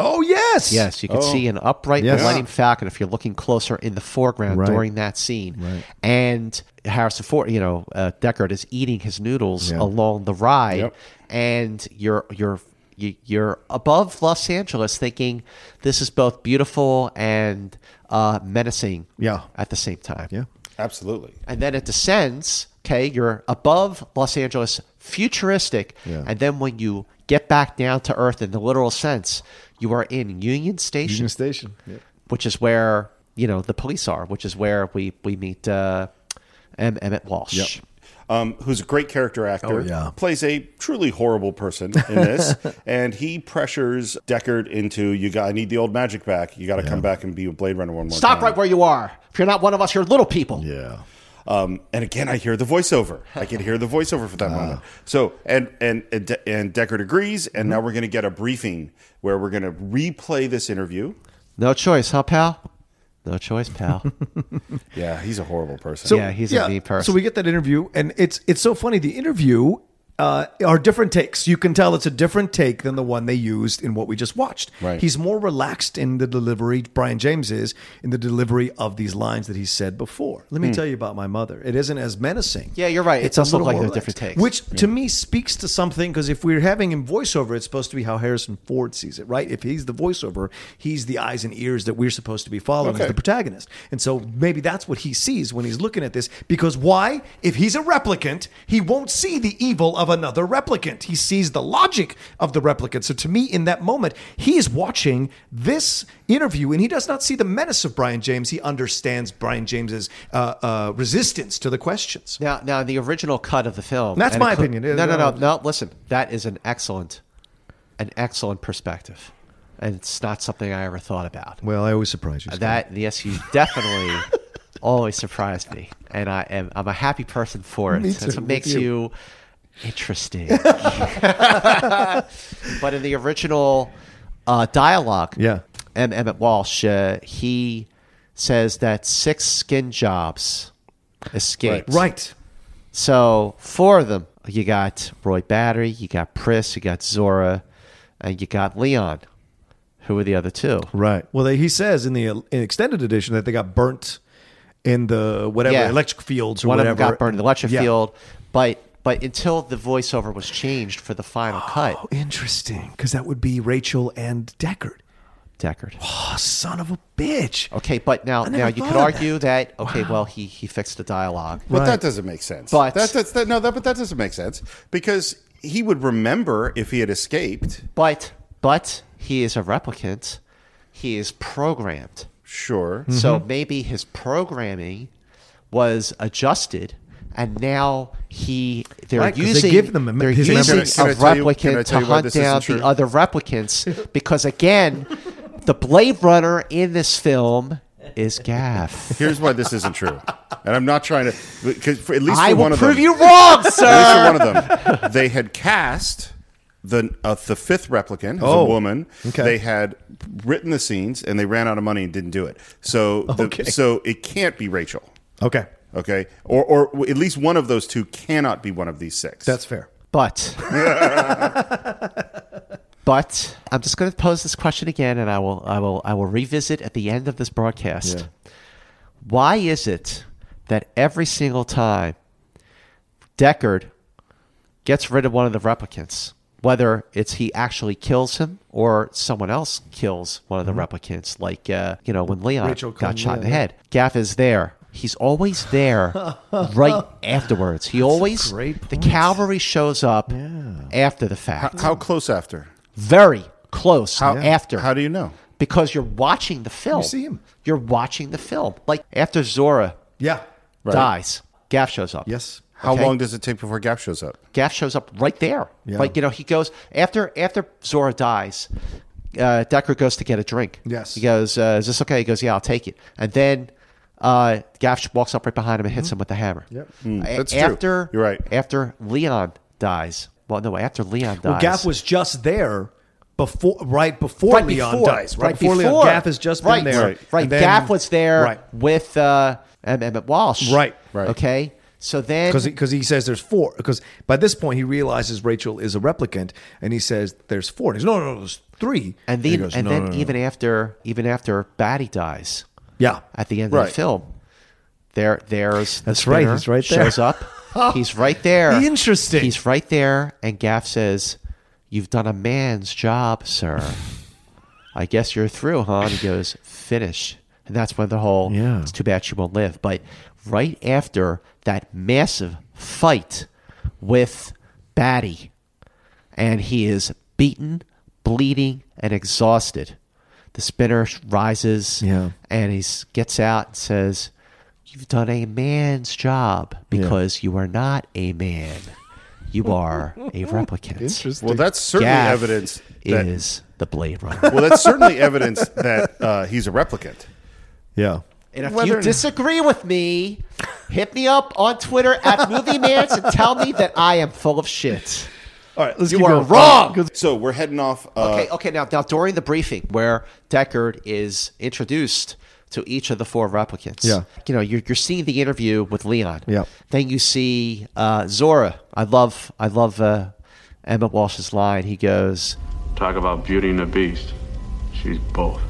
Speaker 3: Oh yes.
Speaker 6: Yes, you can see an upright
Speaker 15: Yes.
Speaker 6: Millennium Falcon if you're looking closer in the foreground
Speaker 15: Right.
Speaker 6: during that scene. And Harrison Ford, you know, uh, Deckard is eating his noodles
Speaker 15: Yeah.
Speaker 6: along the ride,
Speaker 1: Yep.
Speaker 6: and you're you're you- you're above Los Angeles, thinking this is both beautiful and uh, menacing.
Speaker 15: Yeah.
Speaker 6: at the same time.
Speaker 15: Yeah.
Speaker 1: Absolutely.
Speaker 6: and then it descends. Okay, you're above Los Angeles, futuristic,
Speaker 15: Yeah.
Speaker 6: and then when you get back down to Earth in the literal sense, you are in Union Station
Speaker 15: Union Station. Yep.
Speaker 6: which is where you know the police are, which is where we we meet uh, M. Emmett Walsh.
Speaker 1: um, who's a great character actor,
Speaker 15: Oh, yeah.
Speaker 1: plays a truly horrible person in this, and he pressures Deckard into you. Got I need the old magic back. You got to come back and be a Blade Runner one more
Speaker 6: Stop
Speaker 1: time.
Speaker 6: right where you are. If you're not one of us, you're little people.
Speaker 15: Yeah.
Speaker 1: Um, and again, I hear the voiceover. I can hear the voiceover for that moment. So, and and and, De- and Deckard agrees, and now we're going to get a briefing where we're going to replay this interview.
Speaker 6: No choice, huh, pal? No choice, pal.
Speaker 1: Yeah, he's a horrible person.
Speaker 6: yeah, he's a mean person.
Speaker 3: So we get that interview, and it's it's so funny. The interview uh, are different takes. You can tell it's a different take than the one they used in what we just watched.
Speaker 1: Right.
Speaker 3: He's more relaxed in the delivery. Brian James is in the delivery of these lines that he said before. Let
Speaker 6: Hmm.
Speaker 3: me tell you about my mother. It isn't as menacing.
Speaker 6: Yeah, you're right. It does
Speaker 3: a
Speaker 6: look
Speaker 3: little
Speaker 6: like
Speaker 3: more
Speaker 6: they're different
Speaker 3: relaxed.
Speaker 6: takes.
Speaker 3: Which to me speaks to something because if we're having him voiceover, it's supposed to be how Harrison Ford sees it, right? If he's the voiceover, he's the eyes and ears that we're supposed to be following as the protagonist. And so maybe that's what he sees when he's looking at this. Because why? If he's a replicant, he won't see the evil of of another replicant. He sees the logic of the replicant. So to me, in that moment, he is watching this interview and he does not see the menace of Brian James. He understands Brian James's uh, uh, resistance to the questions.
Speaker 6: Now, now the original cut of the film.
Speaker 3: That's
Speaker 6: and it
Speaker 3: my
Speaker 6: cl-
Speaker 3: opinion.
Speaker 6: No, no, no, no. Listen, that is an excellent, an excellent perspective, and it's not something I ever thought about.
Speaker 3: Well, I always surprise you. Scott.
Speaker 6: That yes, you definitely always surprised me, and I am I'm a happy person for it.
Speaker 3: Me
Speaker 6: That's
Speaker 3: too,
Speaker 6: what
Speaker 3: me
Speaker 6: makes
Speaker 3: too.
Speaker 6: you interesting. but in the original uh, dialogue,
Speaker 3: Yeah.
Speaker 6: M. Emmett Walsh, uh, he says that six skin jobs escaped.
Speaker 3: Right.
Speaker 6: So four of them. You got Roy Battery, you got Priss, you got Zora, and you got Leon. Who are the other two?
Speaker 3: Right. Well, they, he says in the uh, in extended edition that they got burnt in the whatever
Speaker 6: Yeah.
Speaker 3: electric fields or
Speaker 6: One
Speaker 3: whatever.
Speaker 6: of them got burned in the electric
Speaker 3: Yeah.
Speaker 6: field, but but until the voiceover was changed for the final cut,
Speaker 3: Oh, interesting. Because that would be Rachel and Deckard.
Speaker 6: Deckard.
Speaker 3: Oh, son of a bitch.
Speaker 6: Okay, but now
Speaker 3: I never
Speaker 6: now you
Speaker 3: thought
Speaker 6: could
Speaker 3: of
Speaker 6: argue that, okay, well he he fixed the dialogue.
Speaker 1: But
Speaker 3: Right.
Speaker 1: that doesn't make sense.
Speaker 6: But-
Speaker 1: that's, that's that, no, that, but that doesn't make sense because he would remember if he had escaped.
Speaker 6: But but he is a replicant. He is programmed.
Speaker 1: Sure.
Speaker 3: Mm-hmm.
Speaker 6: So maybe his programming was adjusted, and now he they're
Speaker 3: Right, 'cause they
Speaker 6: using
Speaker 3: give them a me-
Speaker 6: they're
Speaker 3: his
Speaker 6: using
Speaker 3: memories.
Speaker 1: Can I-
Speaker 6: a
Speaker 1: can I tell you-
Speaker 6: replicant
Speaker 1: can I
Speaker 6: to
Speaker 1: tell you why
Speaker 6: hunt
Speaker 1: this isn't
Speaker 6: down
Speaker 1: true?
Speaker 6: the other replicants because again, the Blade Runner in this film is Gaff.
Speaker 1: Here's why this isn't true, and I'm not trying to. Because for, at least
Speaker 6: I
Speaker 1: for one
Speaker 6: will
Speaker 1: of
Speaker 6: prove
Speaker 1: them,
Speaker 6: you wrong, sir.
Speaker 1: At least for one of them, they had cast the uh, the fifth replicant as
Speaker 3: Oh,
Speaker 1: a woman.
Speaker 3: okay.
Speaker 1: They had written the scenes, and they ran out of money and didn't do it. So, the,
Speaker 3: Okay.
Speaker 1: so it can't be Rachel.
Speaker 3: Okay.
Speaker 1: Okay, or or at least one of those two cannot be one of these six.
Speaker 3: That's fair.
Speaker 6: But. But I'm just going to pose this question again, and I will, I will, I will revisit at the end of this broadcast. Why is it that every single time Deckard gets rid of one of the replicants, whether it's he actually kills him or someone else kills one of the replicants, like uh, you know when Leon
Speaker 3: Rachel
Speaker 6: got
Speaker 3: Cohen,
Speaker 6: shot in the
Speaker 3: yeah, yeah.
Speaker 6: head, Gaff is there. He's always there right afterwards. He always
Speaker 3: great
Speaker 6: the
Speaker 3: point.
Speaker 6: cavalry shows up after the
Speaker 1: how,
Speaker 6: fact
Speaker 1: how close after?
Speaker 6: very close
Speaker 1: How
Speaker 6: after
Speaker 1: How do you know?
Speaker 6: because you're watching the film. You
Speaker 3: see him.
Speaker 6: You're watching the film. Like after Zora
Speaker 3: Yeah.
Speaker 6: dies, Gaff shows up.
Speaker 3: Yes.
Speaker 1: How
Speaker 6: Okay.
Speaker 1: long does it take before Gap shows up?
Speaker 6: Gaff shows up right there.
Speaker 3: Yeah.
Speaker 6: Like you know, he goes after after Zora dies. Uh, Decker goes to get a drink.
Speaker 3: Yes.
Speaker 6: He goes, uh, "Is this okay?" He goes, "Yeah, I'll take it." And then uh, Gaff walks up right behind him and
Speaker 3: Mm-hmm.
Speaker 6: hits him with the hammer. Yep.
Speaker 3: Hmm.
Speaker 1: that's true.
Speaker 6: after,
Speaker 1: You're right.
Speaker 6: After Leon dies. Well, no, after Leon dies.
Speaker 3: Well, Gaff was just there before, right before
Speaker 6: right
Speaker 3: Leon
Speaker 6: before,
Speaker 3: dies. Right, before, Leon. Gaff has just
Speaker 6: right,
Speaker 3: been there.
Speaker 6: Right,
Speaker 3: And then-
Speaker 6: Gaff was there
Speaker 3: Right.
Speaker 6: with uh, M- Emmett Walsh.
Speaker 3: Right, right.
Speaker 6: Okay, so then
Speaker 3: because because he, says there's four. Because by this point he realizes Rachel is a replicant, and he says there's four. And he's no, no, no, there's three.
Speaker 6: and
Speaker 3: he
Speaker 6: then
Speaker 3: goes,
Speaker 6: and
Speaker 3: "No,
Speaker 6: then
Speaker 3: no, no,
Speaker 6: even after even after Batty dies
Speaker 3: yeah,
Speaker 6: at the end of
Speaker 1: Right.
Speaker 6: the film, there there's the
Speaker 3: That's right,
Speaker 6: spinner,
Speaker 3: he's right there.
Speaker 6: Shows up. he's right there.
Speaker 3: Interesting.
Speaker 6: He's right there, and Gaff says, "You've done a man's job, sir. I guess you're through, huh?" And he goes, "Finish." And that's when the whole
Speaker 3: Yeah.
Speaker 6: it's too bad she won't live. But right after that massive fight with Batty, and he is beaten, bleeding, and exhausted. The spinner rises,
Speaker 3: Yeah.
Speaker 6: and he gets out and says, "You've done a man's job because you are not a man; you are a replicant." Interesting.
Speaker 1: Well, that's certainly evidence that
Speaker 6: is the Blade Runner.
Speaker 1: Well, that's certainly evidence that uh, he's a replicant.
Speaker 3: yeah.
Speaker 6: And if
Speaker 1: Whether-
Speaker 6: you disagree with me, hit me up on Twitter at MovieMance and tell me that I am full of shit.
Speaker 3: All right, let's
Speaker 6: You
Speaker 3: keep
Speaker 6: are
Speaker 3: going.
Speaker 6: wrong.
Speaker 1: So we're heading off. Uh,
Speaker 6: Okay, okay. Now, now during the briefing where Deckard is introduced to each of the four replicants,
Speaker 3: Yeah.
Speaker 6: you know, you're, you're seeing the interview with Leon.
Speaker 3: Yeah.
Speaker 6: Then you see uh, Zora. I love, I love uh, Emmett Walsh's line. He goes,
Speaker 14: Talk about beauty and the beast. She's both.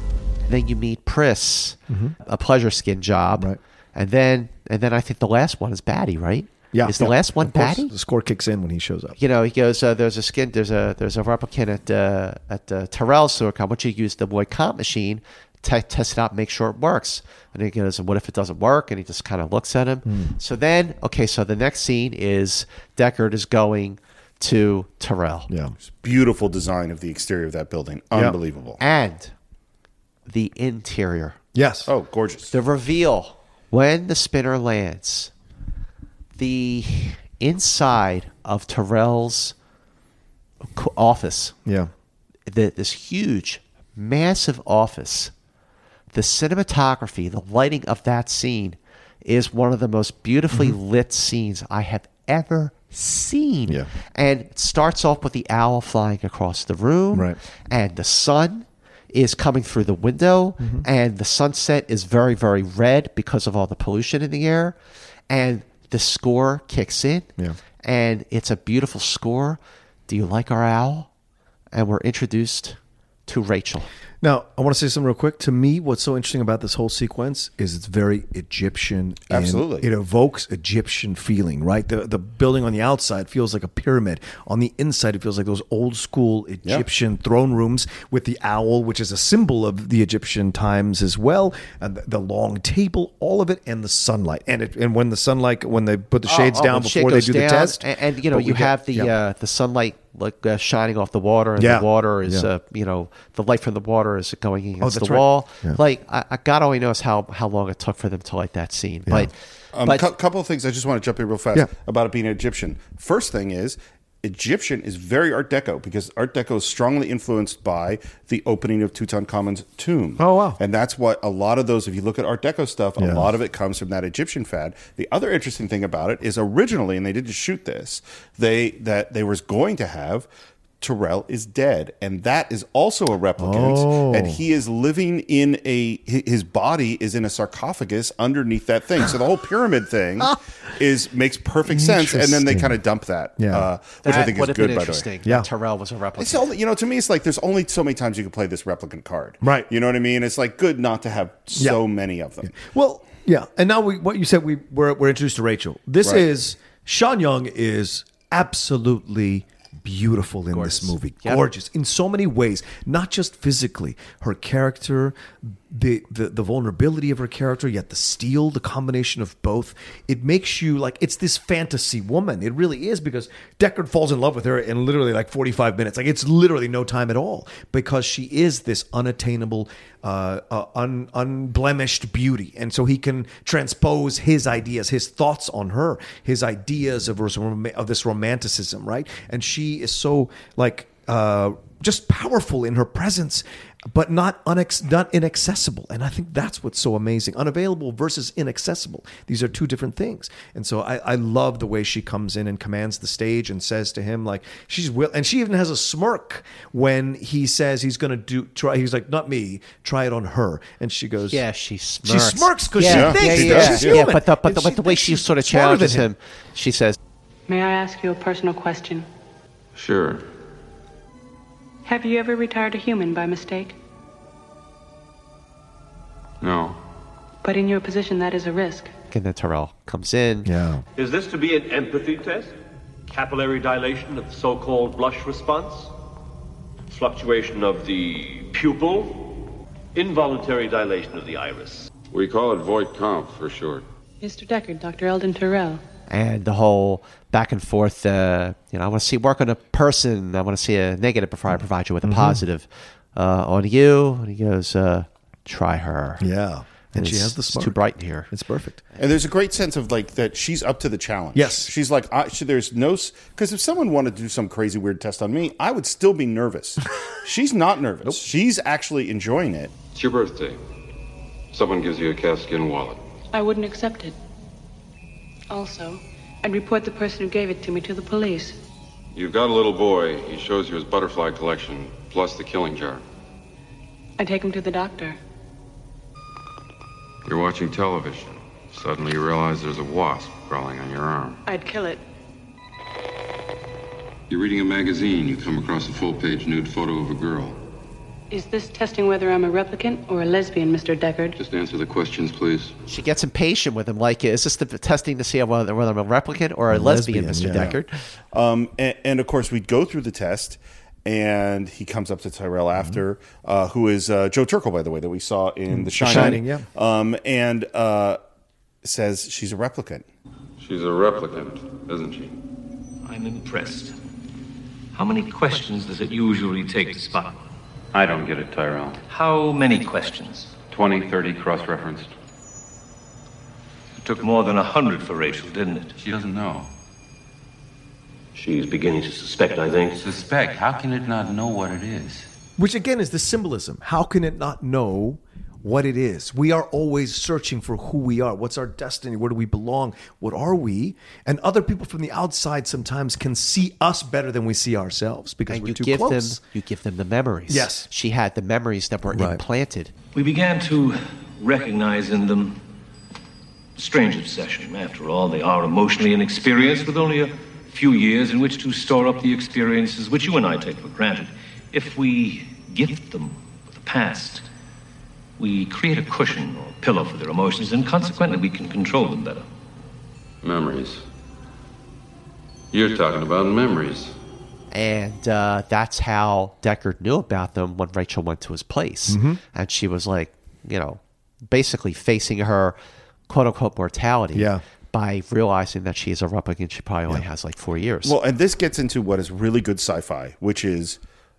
Speaker 6: then you meet Priss,
Speaker 3: Mm-hmm.
Speaker 6: a pleasure skin job, right. and then and then I think the last one is Batty, right?
Speaker 3: Yeah,
Speaker 6: is the
Speaker 3: yeah.
Speaker 6: last one
Speaker 3: Of course,
Speaker 6: Batty?
Speaker 3: The score kicks in when he shows up.
Speaker 6: you know, he goes, uh, there's a skin, there's a there's a replicant at uh, at uh, Terrell's sewer company. Why don't you use the Boy Comp machine, te- test it out, make sure it works? And he goes, and what if it doesn't work? And he just kind of looks at him. So then, okay, so the next scene is Deckard is going to Terrell.
Speaker 16: Yeah.
Speaker 1: Beautiful design of the exterior of that building. Unbelievable.
Speaker 6: And the interior.
Speaker 16: Yes.
Speaker 1: Oh, gorgeous.
Speaker 6: The reveal when the spinner lands, the inside of Terrell's co- office,
Speaker 16: Yeah.
Speaker 6: the, this huge, massive office, the cinematography, the lighting of that scene is one of the most beautifully lit scenes I have ever seen.
Speaker 16: Mm-hmm. Yeah.
Speaker 6: And it starts off with the owl flying across the room,
Speaker 16: Right.
Speaker 6: and the sun is coming through the window,
Speaker 16: Mm-hmm.
Speaker 6: and the sunset is very, very red because of all the pollution in the air, and the score kicks in,
Speaker 16: Yeah.
Speaker 6: and it's a beautiful score. Do you like our owl? And we're introduced to Rachel.
Speaker 3: Now, I want to say something real quick. To me, what's so interesting about this whole sequence is it's very Egyptian. and
Speaker 1: Absolutely.
Speaker 3: It evokes Egyptian feeling, right? The the building on the outside feels like a pyramid. On the inside, it feels like those old school Egyptian throne rooms with the owl, which is a symbol of the Egyptian times as well, and the, the long table, all of it, and the sunlight. And it, and when the sunlight, when they put the shades
Speaker 6: Oh, oh,
Speaker 3: down
Speaker 6: when shit
Speaker 3: before they
Speaker 6: goes
Speaker 3: do the
Speaker 6: down,
Speaker 3: test,
Speaker 6: and, and, you know
Speaker 3: but we
Speaker 6: you
Speaker 3: get-
Speaker 6: have the
Speaker 3: yeah.
Speaker 6: uh, the sunlight like uh, shining off the water, and
Speaker 3: Yeah.
Speaker 6: the water is
Speaker 3: Yeah. Oh,
Speaker 6: uh, you know the light from the water is going against
Speaker 3: that's
Speaker 6: the
Speaker 3: right.
Speaker 6: wall. Like I, I, God only knows how how long it took for them to light that scene, but
Speaker 1: Um,
Speaker 6: but
Speaker 1: cou- couple of things I just want to jump in real fast
Speaker 3: Yeah.
Speaker 1: about it being Egyptian. First thing is Egyptian is very Art Deco because Art Deco is strongly influenced by the opening of Tutankhamen's tomb.
Speaker 3: Oh, wow.
Speaker 1: And that's what a lot of those. If you look at Art Deco stuff, a
Speaker 16: Yeah.
Speaker 1: lot of it comes from that Egyptian fad. The other interesting thing about it is originally, and they didn't shoot this, they that they was going to have. Terrell is dead, and that is also a replicant,
Speaker 16: Oh.
Speaker 1: and he is living in a hi- his body is in a sarcophagus underneath that thing. So the whole pyramid thing is makes perfect sense, and then they
Speaker 16: Interesting.
Speaker 1: kind of dump that,
Speaker 16: Yeah.
Speaker 1: uh, which
Speaker 6: that
Speaker 1: I think
Speaker 6: would
Speaker 1: is
Speaker 6: have
Speaker 1: good.
Speaker 6: been
Speaker 1: By the way,
Speaker 6: interesting.
Speaker 16: Yeah.
Speaker 6: that Terrell was a replica.
Speaker 1: it's only, you know, to me, it's like there's only so many times you can play this replicant card,
Speaker 3: Right.
Speaker 1: You know what I mean? It's like good not to have so many of them.
Speaker 3: Well, yeah, and now we what you said we we're, we're introduced to Rachel. This
Speaker 1: Right.
Speaker 3: is Sean Young is absolutely beautiful in this movie.
Speaker 6: Yep.
Speaker 3: Gorgeous in so many ways, not just physically, her character, the, the the vulnerability of her character, yet the steel, the combination of both. It makes you like it's this fantasy woman. It really is because Deckard falls in love with her in literally like 45 minutes. Like it's literally no time at all because she is this unattainable, uh, uh, un, unblemished beauty. And so he can transpose his ideas, his thoughts on her, his ideas of, ros- of this romanticism, right? And she is so like uh, just powerful in her presence, but not unex- not inaccessible. And I think that's what's so amazing: unavailable versus inaccessible. These are two different things. And so I, I love the way she comes in and commands the stage and says to him like she's will, and she even has a smirk when he says he's going to do try. He's like, not me, try it on her, and she goes,
Speaker 6: Yeah, she smirks.
Speaker 3: She smirks 'cause she thinks
Speaker 1: that she's
Speaker 6: yeah.
Speaker 3: human.
Speaker 6: but the, but
Speaker 3: And
Speaker 6: the,
Speaker 3: she
Speaker 6: but the way
Speaker 3: thinks
Speaker 6: she
Speaker 3: she's
Speaker 6: sort of
Speaker 3: smarter than
Speaker 6: challenges
Speaker 3: him.
Speaker 6: him, she says,
Speaker 14: May I ask you a personal question?
Speaker 4: Sure.
Speaker 14: Have you ever retired a human by mistake?
Speaker 4: No.
Speaker 14: But in your position, that is a risk.
Speaker 6: and then Terrell comes in.
Speaker 16: Yeah.
Speaker 13: Is this to be an empathy test? Capillary dilation of the so called blush response? Fluctuation of the pupil? Involuntary dilation of the iris?
Speaker 4: We call it Voight Kampf for short.
Speaker 14: Mr. Deckard, Dr. Eldon Terrell.
Speaker 6: and the whole back and forth. Uh, you know, I want to see work on a person. I want to see a negative before I
Speaker 3: Mm-hmm.
Speaker 6: provide you with a positive uh, on you. And he goes, uh, try her.
Speaker 16: Yeah.
Speaker 6: And,
Speaker 3: she
Speaker 6: it's-
Speaker 3: has the
Speaker 6: it's
Speaker 3: spark.
Speaker 6: too bright in here.
Speaker 3: It's perfect.
Speaker 1: And there's a great sense of like that she's up to the challenge.
Speaker 3: Yes.
Speaker 1: she's like I, she, there's no because if someone wanted to do some crazy weird test on me, I would still be nervous. she's not nervous. She's actually enjoying it.
Speaker 4: It's your birthday. Someone gives you a calfskin wallet.
Speaker 14: I wouldn't accept it. Also, I'd report the person who gave it to me to the police.
Speaker 4: You've got a little boy. He shows you his butterfly collection, plus the killing jar.
Speaker 14: I take him to the doctor.
Speaker 4: You're watching television. Suddenly you realize there's a wasp crawling on your arm.
Speaker 14: I'd kill it.
Speaker 4: You're reading a magazine. You come across a full page nude photo of a girl.
Speaker 14: Is this testing whether I'm a replicant or a lesbian, Mr. Deckard?
Speaker 4: Just answer the questions, please.
Speaker 6: She gets impatient with him. Like, is this the testing to see whether, whether I'm a replicant or a lesbian,
Speaker 16: lesbian,
Speaker 6: Mr.
Speaker 16: yeah.
Speaker 6: Deckard?
Speaker 1: Um, and, and of course, we go through the test, and he comes up to Tyrell
Speaker 3: Mm-hmm.
Speaker 1: after, uh, who is uh, Joe Turkel, by the way, that we saw in The Shining.
Speaker 3: Mm, Shining, yeah.
Speaker 1: Um, and uh, says she's a replicant.
Speaker 4: She's a replicant, isn't she?
Speaker 13: I'm impressed. How many questions does it usually take to spot one?
Speaker 4: I don't get it, Tyrell.
Speaker 13: How many questions?
Speaker 4: 20, 30 cross referenced.
Speaker 13: It took more than a hundred for Rachel, didn't it?
Speaker 4: She doesn't know.
Speaker 17: She's beginning to suspect, I think.
Speaker 4: Suspect? How can it not know what it is?
Speaker 3: Which again is the symbolism. How can it not know what it is? We are always searching for who we are. What's our destiny? Where do we belong? What are we? And other people from the outside sometimes can see us better than we see ourselves because
Speaker 6: and
Speaker 3: we're
Speaker 6: you
Speaker 3: too
Speaker 6: give
Speaker 3: close.
Speaker 6: them you give them the memories.
Speaker 3: Yes.
Speaker 6: she had the memories that were
Speaker 3: Right.
Speaker 6: implanted.
Speaker 13: We began to recognize in them a strange obsession. After all, they are emotionally inexperienced with only a few years in which to store up the experiences which you and I take for granted. If we gift them with the past, we create a cushion or pillow for their emotions, and consequently, we can control them better.
Speaker 4: Memories. You're talking about memories.
Speaker 6: And uh, that's how Deckard knew about them when Rachel went to his place.
Speaker 1: Mm-hmm.
Speaker 4: Mhm.
Speaker 6: And she was like, you know, basically facing her quote unquote mortality
Speaker 1: Yeah.
Speaker 6: by realizing that she is a Republican. She probably only has like four years.
Speaker 1: Well, and this gets into what is really good sci-fi, which is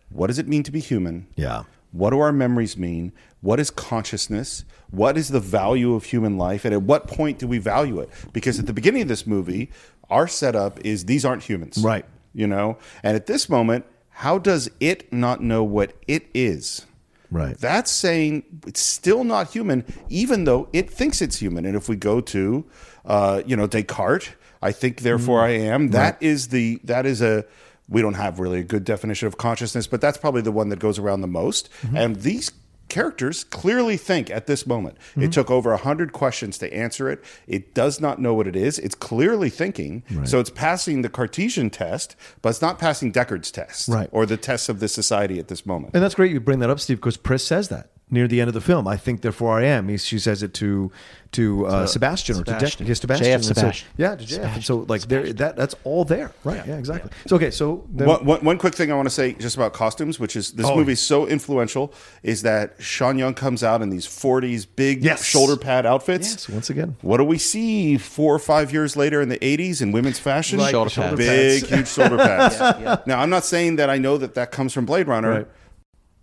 Speaker 1: what does it mean to be human?
Speaker 18: Yeah.
Speaker 1: What do our memories mean? What is consciousness? What is the value of human life? And at what point do we value it? Because at the beginning of this movie, our setup is these aren't humans. Right. You know? And at this moment, how does it not know what it is?
Speaker 18: Right.
Speaker 1: That's saying it's still not human, even though it thinks it's human. And if we go to, uh, you know, Descartes, I think therefore I am. That is the that is a we don't have really a good definition of consciousness, but that's probably the one that goes around the most. And these characters clearly think at this moment. It took over a hundred questions to answer it. It does not know what it is. It's clearly thinking. So it's passing the Cartesian test, but it's not passing Deckard's test.
Speaker 3: Right.
Speaker 1: Or the tests of this society at this moment.
Speaker 3: And that's great you bring that up, Steve, because Pris says that near the end of the film. I think, therefore, I am. He, she says it to to uh,
Speaker 6: To
Speaker 3: Sebastian, or to Deck,
Speaker 6: Sebastian.
Speaker 3: yeah, Sebastian.
Speaker 6: JF
Speaker 3: And so-
Speaker 6: Sebastian.
Speaker 3: yeah, to JF. And so, like, there, that that's all there, right? Yeah, exactly. So, okay, so then,
Speaker 1: One, one, one quick thing I want to say just about costumes, which is this
Speaker 3: Um, Oh.
Speaker 1: movie is so influential, is that Sean Young comes out in these 40s big
Speaker 3: Yes.
Speaker 1: shoulder pad outfits.
Speaker 3: Yes, once again.
Speaker 1: What do we see four or five years later in the 80s in women's fashion?
Speaker 3: Right, Shoulder shoulder pads.
Speaker 1: Big,
Speaker 3: pads.
Speaker 1: huge shoulder pads.
Speaker 3: Yeah, yeah.
Speaker 1: Now, I'm not saying that I know that that comes from Blade Runner,
Speaker 3: Right.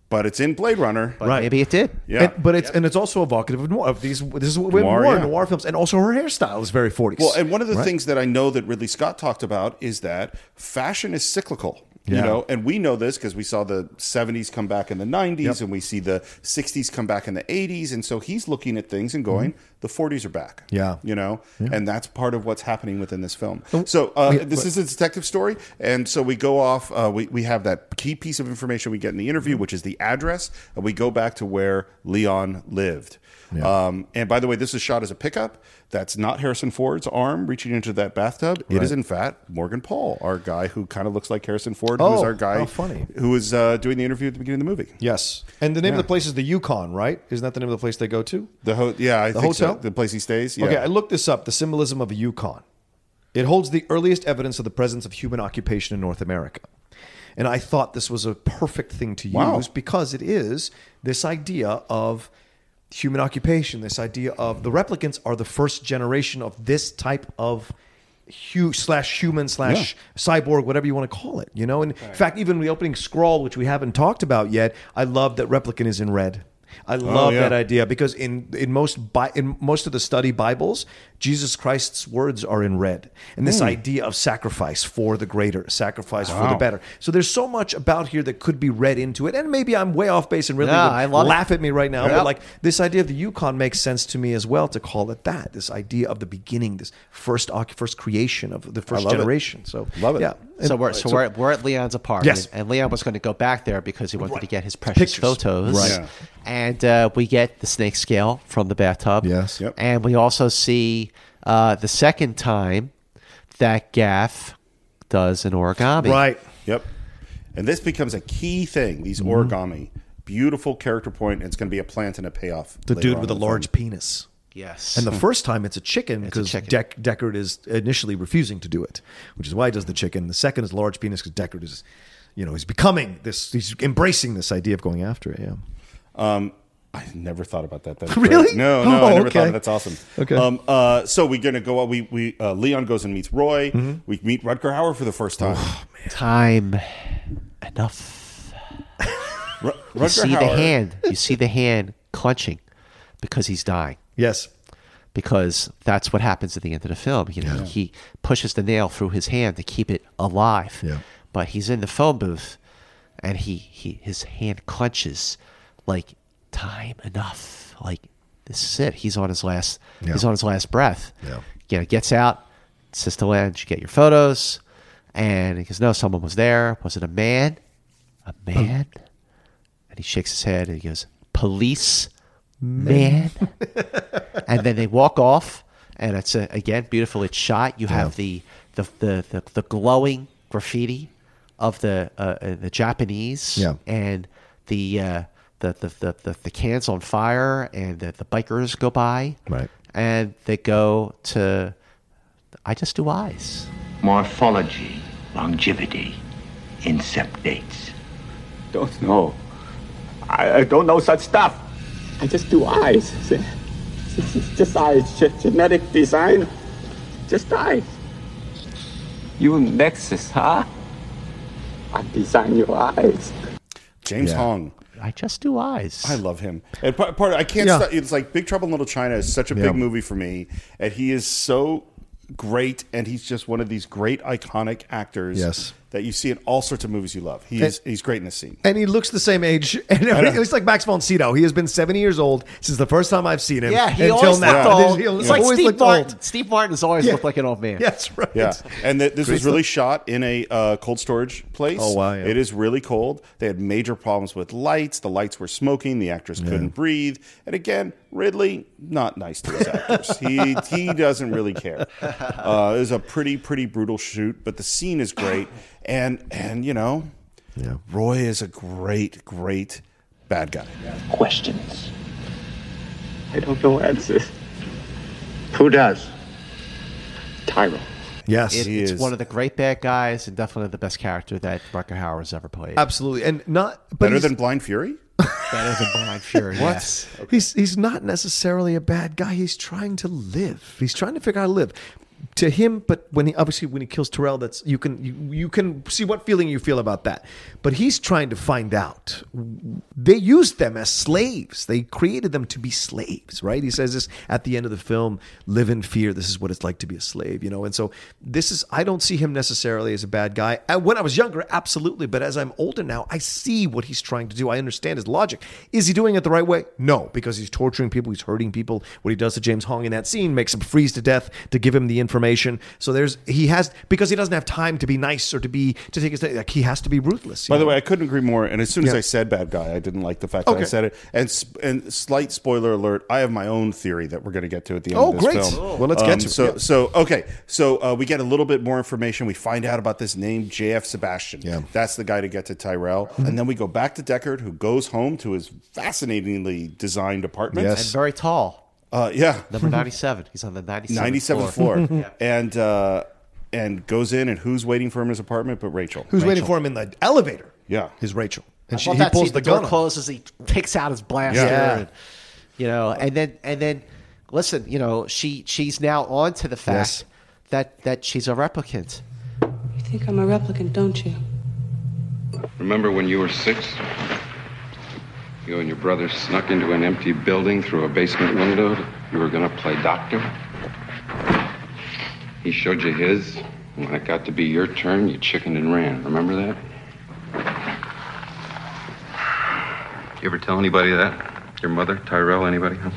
Speaker 1: but it's in Blade Runner.
Speaker 3: right?
Speaker 6: Maybe it did.
Speaker 1: Yeah.
Speaker 3: And- but it's and it's also evocative of noir. Of these, this is what we
Speaker 1: Noir,
Speaker 3: noir, noir,
Speaker 1: yeah.
Speaker 3: films, and also her hairstyle is very forties.
Speaker 1: Well, and one of the
Speaker 3: Right.
Speaker 1: things that I know that Ridley Scott talked about is that fashion is cyclical. You
Speaker 3: Yeah.
Speaker 1: know, and we know this because we saw the 70s come back in the 90s
Speaker 3: Yep.
Speaker 1: and we see the 60s come back in the 80s. And so he's looking at things and going, the 40s are back.
Speaker 3: Mm-hmm. Yeah. Oh,
Speaker 1: You know, and that's part of what's happening within this film. So uh,
Speaker 3: yeah,
Speaker 1: this
Speaker 3: but-
Speaker 1: is a detective story. And so we go off, uh, we, we have that key piece of information we get in the
Speaker 3: Mm-hmm.
Speaker 1: interview, which is the address. And we go back to where Leon lived. Um, and by the way, this is shot as a pickup. That's not Harrison Ford's arm reaching into that bathtub. It is,
Speaker 3: Right.
Speaker 1: in fact, Morgan Paul, our guy who kind of looks like Harrison Ford, who is
Speaker 3: Oh,
Speaker 1: our guy
Speaker 3: how funny.
Speaker 1: who is uh, doing the interview at the beginning of the movie.
Speaker 3: yes, and the name
Speaker 1: Yeah.
Speaker 3: of the place is the Yukon, right? Isn't that the name of the place they go to?
Speaker 1: The ho- yeah, I
Speaker 3: The
Speaker 1: think so.
Speaker 3: hotel?
Speaker 1: the place he stays. Yeah.
Speaker 3: Okay, I looked this up. The symbolism of a Yukon. It holds the earliest evidence of the presence of human occupation in North America. And I thought this was a perfect thing to use
Speaker 1: Wow.
Speaker 3: because it is this idea of human occupation, this idea of the replicants are the first generation of this type of hu- slash human slash cyborg, whatever you want to call it, you know? And in fact, even the opening scroll, which we haven't talked about yet, I love that replicant is in red. I love
Speaker 1: Oh, yeah.
Speaker 3: that idea because in in most bi- in most of the study Bibles, Jesus Christ's words are in red, and this
Speaker 1: Hmm.
Speaker 3: idea of sacrifice for the greater, sacrifice for
Speaker 1: Wow.
Speaker 3: the better. So there's so much about here that could be read into it, and maybe I'm way off base and really
Speaker 6: No,
Speaker 3: would
Speaker 6: I love it.
Speaker 3: laugh at me right now.
Speaker 6: Yeah.
Speaker 3: But like this idea of the Yukon makes sense to me as well to call it that. This idea of the beginning, this first oc- first creation of the first
Speaker 1: love it.
Speaker 3: generation. So
Speaker 1: Love it.
Speaker 3: Yeah.
Speaker 6: So
Speaker 3: And-
Speaker 6: we're so, we're, we're at Leon's apartment,
Speaker 3: Yes.
Speaker 6: and Leon was going to go back there because he wanted to get his precious
Speaker 3: Pictures.
Speaker 6: photos.
Speaker 3: Right. Yeah.
Speaker 6: And uh, we get the snake scale from the bathtub.
Speaker 3: Yes. Yep.
Speaker 6: And we also see uh, the second time that Gaff does an origami.
Speaker 3: right.
Speaker 1: Yep. And this becomes a key thing. These
Speaker 3: Mm-hmm.
Speaker 1: origami, beautiful character point. And it's going to be a plant and a payoff.
Speaker 3: The
Speaker 1: later
Speaker 3: dude
Speaker 1: on
Speaker 3: with
Speaker 1: in
Speaker 3: a
Speaker 1: the
Speaker 3: large
Speaker 1: film.
Speaker 3: penis.
Speaker 6: Yes.
Speaker 3: And the first time it's a chicken
Speaker 6: Hmm. It's a
Speaker 3: because
Speaker 6: chicken.
Speaker 3: Deck, Deckard is initially refusing to do it, which is why he does the chicken. The second is large penis because Deckard is, you know, he's becoming this, he's embracing this idea of going after it. Yeah.
Speaker 1: Um, I never thought about that. That's
Speaker 3: Really?
Speaker 1: great. No, no,
Speaker 3: Oh,
Speaker 1: I never
Speaker 3: okay.
Speaker 1: thought of That's awesome.
Speaker 3: Okay.
Speaker 1: Um, uh, so we're gonna go. out. We we uh, Leon goes and meets Roy. We meet Rutger Hauer for the first time.
Speaker 6: Time enough.
Speaker 1: Ru-
Speaker 6: You see the
Speaker 1: Hauer-
Speaker 6: hand. You see the hand clenching because he's dying.
Speaker 3: Yes.
Speaker 6: Because that's what happens at the end of the film. You know, he pushes the nail through his hand to keep it alive.
Speaker 19: Yeah.
Speaker 6: But he's in the phone booth and he, he his hand clenches like time enough. Like this is it. He's on his last
Speaker 19: Yeah.
Speaker 6: he's on his last breath.
Speaker 19: Yeah.
Speaker 6: You know, gets out, says to Lange, get your photos. And he goes, No, someone was there. Was it a man? A man? And he shakes his head and he goes, Police man. and then they walk off, and it's a, again beautiful. It's shot. You have the, the, the, the, the glowing graffiti of the uh, uh, the Japanese
Speaker 19: Yeah.
Speaker 6: and the, uh, the, the, the, the the cans on fire, and the, the bikers go by.
Speaker 19: Right.
Speaker 6: And they go to, I just do eyes.
Speaker 12: Morphology, longevity, incept dates.
Speaker 13: Don't know. I, I don't know such stuff. I just do eyes. see? It's just- Just eyes. Ge- Genetic design. Just eyes. You Nexus, huh? I design your eyes.
Speaker 1: James
Speaker 13: Yeah.
Speaker 1: Hong.
Speaker 6: I just do eyes.
Speaker 1: I love him. And part, part I can't.
Speaker 20: Yeah.
Speaker 1: Stop, it's like Big Trouble in Little China is such a
Speaker 20: Yeah.
Speaker 1: big movie for me, and he is so great, and he's just one of these great iconic actors.
Speaker 21: Yes.
Speaker 1: That you see in all sorts of movies you love. He
Speaker 3: And-
Speaker 1: is, he's great in this scene.
Speaker 3: And he looks the same age. And
Speaker 1: I know.
Speaker 3: it's like Max von Sydow. He has been 70 years old since the first time I've seen him.
Speaker 6: Yeah, he
Speaker 3: until
Speaker 6: always
Speaker 3: now.
Speaker 6: looked old.
Speaker 3: He
Speaker 6: It's like
Speaker 3: always
Speaker 6: Steve
Speaker 3: looked
Speaker 6: Martin.
Speaker 3: old.
Speaker 6: Steve Martin's always
Speaker 3: Yeah.
Speaker 6: looked like an old man.
Speaker 3: That's right.
Speaker 1: Yeah, and th- this
Speaker 3: Great
Speaker 1: was really shot in a uh, cold storage place.
Speaker 3: Oh, wow, yeah.
Speaker 1: It is really cold. They had major problems with lights. The lights were smoking. The actors couldn't breathe. And again, Ridley not nice to his actors. he he doesn't really care. Uh, it was a pretty pretty brutal shoot, but the scene is great. And and you know, Roy is a great great bad guy.
Speaker 12: Questions.
Speaker 13: I don't know answers.
Speaker 12: Who does?
Speaker 13: Tyro.
Speaker 3: Yes,
Speaker 6: It-
Speaker 3: he
Speaker 6: it's
Speaker 3: is.
Speaker 6: one of the great bad guys and definitely the best character that Rutger Hauer has ever played.
Speaker 3: Absolutely. And not. But
Speaker 6: Better
Speaker 3: he's-
Speaker 6: than
Speaker 1: Blind Fury?
Speaker 6: Better than Blind Fury.
Speaker 3: What?
Speaker 6: Yes.
Speaker 3: He's he's not necessarily a bad guy. He's trying to live. He's trying to figure out how to live. To him, but when he obviously when he kills Terrell, that's you can you, you can see what feeling you feel about that. But he's trying to find out. They used them as slaves. They created them to be slaves, right? He says this at the end of the film: "Live in fear. This is what it's like to be a slave." You know, and so this is. I don't see him necessarily as a bad guy. I, when I was younger, absolutely, but as I'm older now, I see what he's trying to do. I understand his logic. Is he doing it the right way? No, because he's torturing people, he's hurting people. What he does to James Hong in that scene makes him freeze to death to give him the information. So there's he has because he doesn't have time to be nice or to be to take his like he has to be ruthless. you
Speaker 1: By the
Speaker 3: know?
Speaker 1: way, I couldn't agree more. And as soon as
Speaker 3: Yeah.
Speaker 1: I said bad guy, I didn't like the fact that I
Speaker 3: Okay.
Speaker 1: said it. And sp- and slight spoiler alert: I have my own theory that we're going to get to at the end
Speaker 3: Oh,
Speaker 1: of this
Speaker 3: great.
Speaker 1: film. Um,
Speaker 3: Cool. Well, let's get to it.
Speaker 1: So
Speaker 3: Yeah.
Speaker 1: so okay. So uh, we get a little bit more information. We find out about this name J.F. Sebastian. Yeah, that's the guy to get to Tyrell.
Speaker 3: Mm-hmm.
Speaker 1: And then we go back to Deckard, who goes home to his fascinatingly designed apartment.
Speaker 6: And very tall.
Speaker 1: Uh, yeah.
Speaker 6: Number 97. He's on the 97th,
Speaker 1: 97th floor, and uh, and goes in, and who's waiting for him in his apartment? But Rachel.
Speaker 3: who's waiting for him in the elevator
Speaker 1: Yeah,
Speaker 3: is Rachel,
Speaker 6: I
Speaker 3: and she,
Speaker 6: love
Speaker 3: he
Speaker 6: that
Speaker 3: pulls
Speaker 6: scene.
Speaker 3: the,
Speaker 6: door
Speaker 3: gun. on her.
Speaker 6: closes. He takes out his blaster.
Speaker 3: Yeah.
Speaker 6: And, you know, and then and then, listen. You know, she she's now on to the fact
Speaker 3: Yes.
Speaker 6: that that she's a replicant.
Speaker 22: You think I'm a replicant, don't you?
Speaker 14: Remember when you were six? You and your brother snuck into an empty building through a basement window. You were going to play doctor. He showed you his. and When it got to be your turn, you chickened and ran. Remember that? You ever tell anybody that? Your mother, Tyrell, anybody? huh?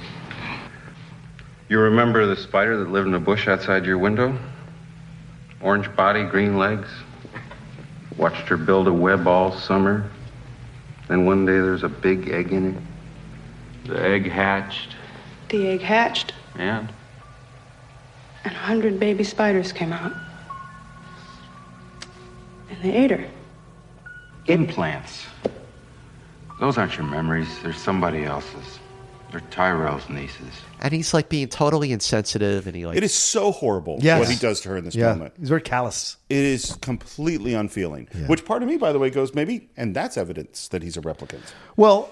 Speaker 14: You remember the spider that lived in a bush outside your window? Orange body, green legs. Watched her build a web all summer. Then one day there's a big egg in it. The egg hatched,
Speaker 22: The egg hatched,
Speaker 14: and
Speaker 22: and a hundred baby spiders came out. And they ate her.
Speaker 14: implants. Those aren't your memories, they're somebody else's. They're Tyrell's nieces.
Speaker 6: And he's like being totally insensitive, and he like
Speaker 1: It is so horrible
Speaker 6: Yes.
Speaker 1: what he does to her in this
Speaker 6: Yeah.
Speaker 1: moment.
Speaker 3: He's very callous.
Speaker 1: It is completely unfeeling. Which part of me, by the way, goes maybe, and that's evidence that he's a replicant.
Speaker 3: Well,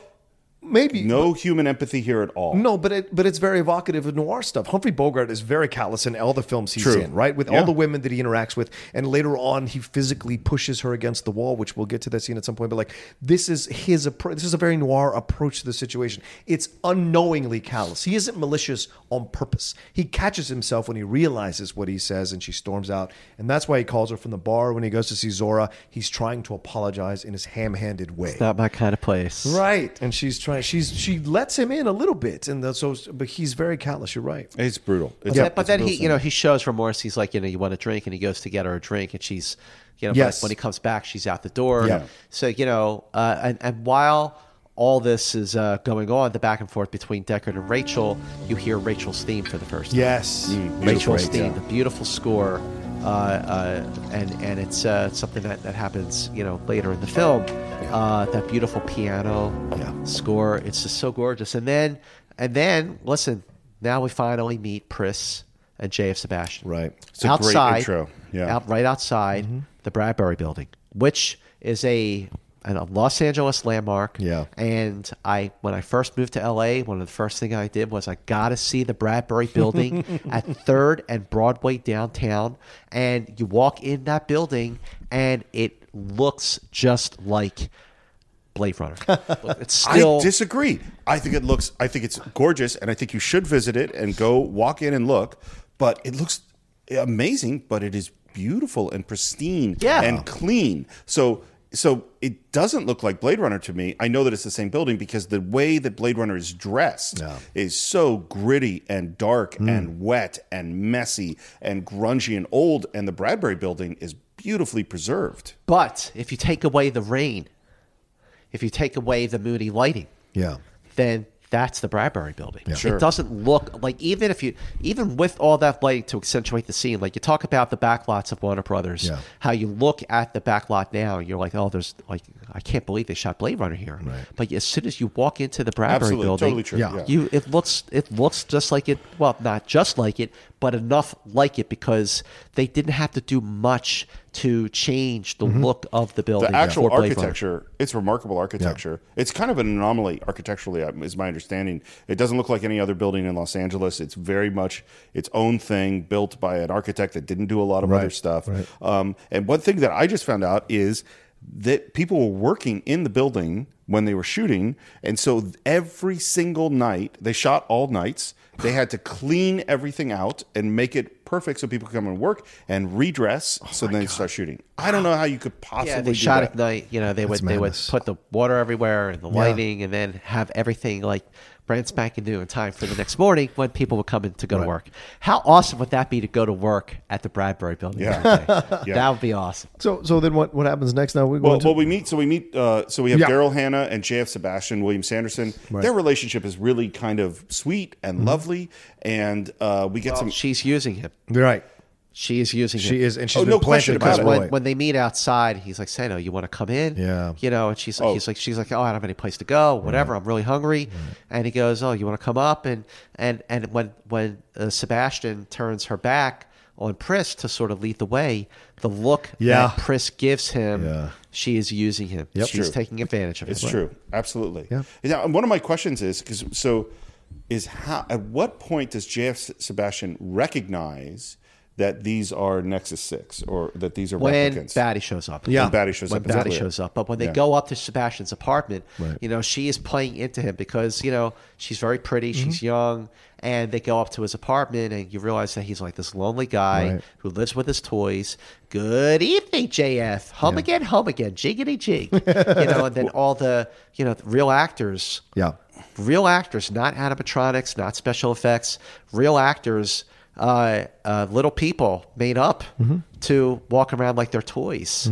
Speaker 9: maybe
Speaker 1: no human empathy here at all.
Speaker 9: No, but it, but it's very evocative of noir stuff. Humphrey Bogart is very callous in all the films he's
Speaker 1: True.
Speaker 9: in, right? With
Speaker 1: Yeah.
Speaker 9: all the women that he interacts with, and later on he physically pushes her against the wall, which we'll get to that scene at some point. But like this is his appro- this is a very noir approach to the situation. It's unknowingly callous. He isn't malicious on purpose. He catches himself when he realizes what he says, and she storms out, and that's why he calls her from the bar when he goes to see Zora. He's trying to apologize in his ham-handed way.
Speaker 6: It's not my kind of place.
Speaker 9: Right, and she's trying. She's she lets him in a little bit, and the, so but he's very callous. You're right.
Speaker 1: It's brutal.
Speaker 6: But,
Speaker 1: It's
Speaker 6: then-
Speaker 1: a-
Speaker 6: but
Speaker 1: it's a
Speaker 6: then
Speaker 1: brutal
Speaker 6: he, you
Speaker 1: film.
Speaker 6: know, he shows remorse. He's like, you know, you want a drink, and he goes to get her a drink, and she's, you know, but
Speaker 9: Yes.
Speaker 6: when he comes back, she's out the door.
Speaker 9: Yeah.
Speaker 6: So you know, uh, and and while all this is uh, going on, the back and forth between Deckard and Rachel, you hear Rachel's theme for the first time.
Speaker 9: Yes. Mm, beautiful.
Speaker 6: Rachel's
Speaker 9: Great,
Speaker 6: theme, the beautiful score, uh, uh, and and it's uh, something that, that happens, you know, later in the film. Uh, that beautiful piano score, it's just so gorgeous. And then and then listen, now we finally meet Pris and J.F. Sebastian.
Speaker 9: Right,
Speaker 1: It's a great intro. Yeah.
Speaker 6: out right outside the Bradbury Building, which is a and a Los Angeles landmark.
Speaker 9: Yeah.
Speaker 6: And I, when I first moved to LA, one of the first thing I did was I got to see the Bradbury Building at Third and Broadway downtown. And you walk in that building, and it looks just like Blade Runner. it's still
Speaker 1: I disagree. I think it looks. I think it's gorgeous, and I think you should visit it and go walk in and look. But it looks amazing. But it is beautiful and pristine
Speaker 6: Yeah.
Speaker 1: and clean. So. So it doesn't look like Blade Runner to me. I know that it's the same building because the way that Blade Runner is dressed is so gritty and dark
Speaker 6: Hmm.
Speaker 1: and wet and messy and grungy and old. And the Bradbury building is beautifully preserved.
Speaker 6: But if you take away the rain, if you take away the moody lighting,
Speaker 9: Yeah.
Speaker 6: then that's the Bradbury building.
Speaker 1: Sure.
Speaker 6: It doesn't look like even if you even with all that lighting to accentuate the scene, like you talk about the backlots of Warner Brothers,
Speaker 9: Yeah.
Speaker 6: how you look at the backlot now, and you're like, oh, there's like I can't believe they shot Blade Runner here. Right. But as soon as you walk into the Bradbury
Speaker 1: Absolutely,
Speaker 6: building,
Speaker 1: totally true, Yeah. yeah.
Speaker 6: you it looks it looks just like it. Well, not just like it, but enough like it because they didn't have to do much to change the look of the building.
Speaker 1: the actual
Speaker 6: for Blade Runner.
Speaker 1: architecture it's remarkable architecture it's kind of an anomaly architecturally um, is my understanding it doesn't look like any other building in los angeles it's very much its own thing built by an architect that didn't do a lot of other stuff um, and one thing that i just found out is that people were working in the building when they were shooting and so every single night they shot all nights they had to clean everything out and make it perfect so people could come and work and redress so then they start shooting i don't know how you could possibly
Speaker 6: Yeah,
Speaker 1: do
Speaker 6: they shot
Speaker 1: that.
Speaker 6: at night. You know, they would they would put the water everywhere and the lighting, and then have everything like brand spanking new in time for the next morning when people would come in to go to work. How awesome would that be to go to work at the Bradbury Building?
Speaker 1: Yeah.
Speaker 6: that day?
Speaker 1: Yeah.
Speaker 6: that would be awesome.
Speaker 9: So so then what what happens next? Now we go
Speaker 1: Well,
Speaker 9: to-
Speaker 1: well, we meet. So we meet. Uh, so we have
Speaker 9: Yeah.
Speaker 1: Daryl Hannah and J.F. Sebastian, William Sanderson. Their relationship is really kind of sweet and lovely, and uh, we get some.
Speaker 6: She's using him.
Speaker 9: right.
Speaker 6: She is using him.
Speaker 9: She is, and she's
Speaker 1: Oh,
Speaker 9: been
Speaker 1: no
Speaker 9: planted
Speaker 1: question about
Speaker 9: because
Speaker 1: it.
Speaker 6: When,
Speaker 9: when,
Speaker 6: when they meet outside, he's like, "Sano, you want to come in?"
Speaker 9: Yeah.
Speaker 6: You know, and she's like, he's like, she's like, "Oh, I don't have any place to go. Whatever. I'm really hungry." And he goes, "Oh, you want to come up?" And and and when when uh, Sebastian turns her back on Pris to sort of lead the way, the look
Speaker 9: Yeah.
Speaker 6: that Pris gives him, she is using him.
Speaker 9: Yep.
Speaker 6: She's
Speaker 1: True.
Speaker 6: taking advantage of him.
Speaker 1: It's true, absolutely. Yeah. Now, one of my questions is because so is how at what point does J.F. Sebastian recognize that these are Nexus Six or that these are
Speaker 6: when
Speaker 1: replicants?
Speaker 6: Batty shows up.
Speaker 1: Yeah. When Batty shows
Speaker 6: When
Speaker 1: up,
Speaker 6: Batty
Speaker 1: exactly.
Speaker 6: shows up. But when they
Speaker 1: Yeah.
Speaker 6: go up to Sebastian's apartment,
Speaker 1: Right.
Speaker 6: you know, she is playing into him because, you know, she's very pretty, she's
Speaker 1: Mm-hmm.
Speaker 6: young, and they go up to his apartment and you realize that he's like this lonely guy
Speaker 9: Right.
Speaker 6: who lives with his toys. Good evening, JF. Home again, home again, jiggity jig. you know, and then all the, you know, the real actors
Speaker 9: yeah.
Speaker 6: real actors, not animatronics, not special effects, real actors, uh, uh, little people made up
Speaker 9: Mm-hmm.
Speaker 6: to walk around like they're toys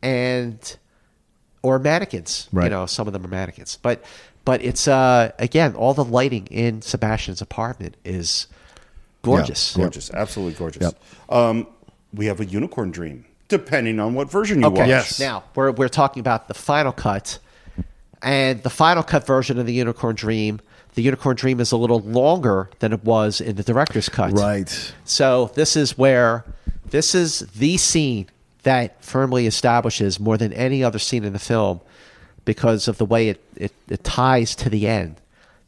Speaker 6: and or mannequins. You
Speaker 9: Right.
Speaker 6: know, some of them are mannequins, but but it's uh, again all the lighting in Sebastian's apartment is gorgeous.
Speaker 1: gorgeous, absolutely gorgeous. Um, we have a unicorn dream, depending on what version you
Speaker 6: Okay.
Speaker 1: watch.
Speaker 6: Now we're we're talking about the final cut, and the final cut version of the Unicorn Dream. The Unicorn Dream is a little longer than it was in the director's cut.
Speaker 9: Right.
Speaker 6: So this is where this is the scene that firmly establishes more than any other scene in the film because of the way it, it, it ties to the end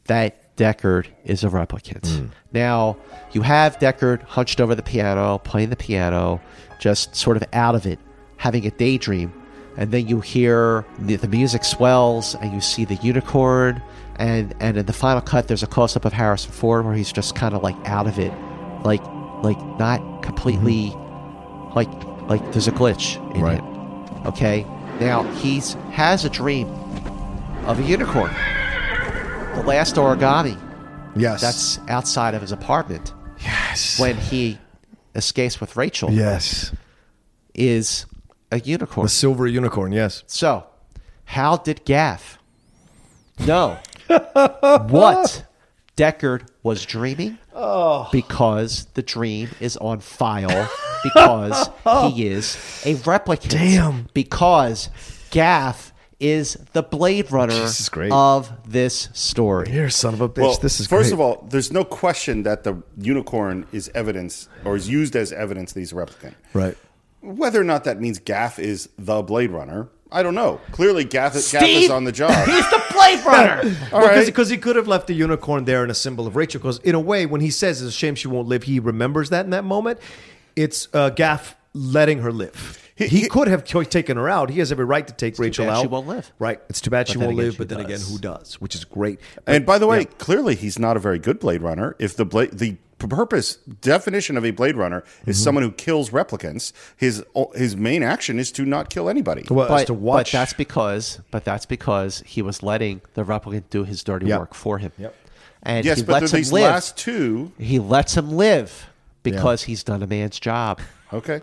Speaker 6: that Deckard is a replicant. Now, you have Deckard hunched over the piano, playing the piano, just sort of out of it, having a daydream. And then you hear the, the music swells and you see the unicorn. And, and in the final cut, there's a close up of Harrison Ford where he's just kind of like out of it, like, like not completely
Speaker 3: Mm-hmm.
Speaker 6: like like there's a glitch in right. him. Okay, now he's has a dream of a unicorn, the last origami.
Speaker 3: Yes.
Speaker 6: that's outside of his apartment.
Speaker 3: Yes,
Speaker 6: when he escapes with Rachel.
Speaker 3: Yes.
Speaker 6: is a unicorn.
Speaker 3: The silver unicorn, yes.
Speaker 6: So, how did Gaff know what Deckard was dreaming?
Speaker 9: Oh.
Speaker 6: Because the dream is on file because he is a replicant.
Speaker 3: Damn.
Speaker 6: Because Gaff is the Blade Runner of this story.
Speaker 3: Here, son of a bitch.
Speaker 1: Well,
Speaker 3: this is
Speaker 1: first
Speaker 3: great.
Speaker 1: of all, there's no question that the unicorn is evidence or is used as evidence that he's a replicant.
Speaker 3: Right.
Speaker 1: Whether or not that means Gaff is the Blade Runner, I don't know. Clearly, Gaff, Gaff
Speaker 9: Steve,
Speaker 1: is on the job.
Speaker 6: He's the Blade Runner.
Speaker 9: All right. Because he could have left the unicorn there in a symbol of Rachel. Because in a way, when he says it's a shame she won't live, he remembers that in that moment. It's uh, Gaff letting her live. He, could have t- taken her out. He has every right to take Rachel
Speaker 6: bad
Speaker 9: out.
Speaker 6: she won't live.
Speaker 9: Right. It's too
Speaker 6: But
Speaker 9: bad she
Speaker 6: then
Speaker 9: won't
Speaker 6: again,
Speaker 9: live.
Speaker 6: she
Speaker 9: but then
Speaker 6: does.
Speaker 9: again, who does? Which is great.
Speaker 1: And by the way, clearly he's not a very good Blade Runner. If the Blade, the purpose definition of a Blade Runner is someone who kills replicants, his his main action is to not kill anybody.
Speaker 6: but, but that's because but that's because he was letting the replicant do his dirty
Speaker 1: Yep.
Speaker 6: work for him.
Speaker 1: Yep.
Speaker 6: And
Speaker 1: Yes,
Speaker 6: he
Speaker 1: but
Speaker 6: lets
Speaker 1: they're
Speaker 6: him
Speaker 1: these
Speaker 6: live.
Speaker 1: last two.
Speaker 6: He lets him live because he's done a man's job.
Speaker 1: Okay.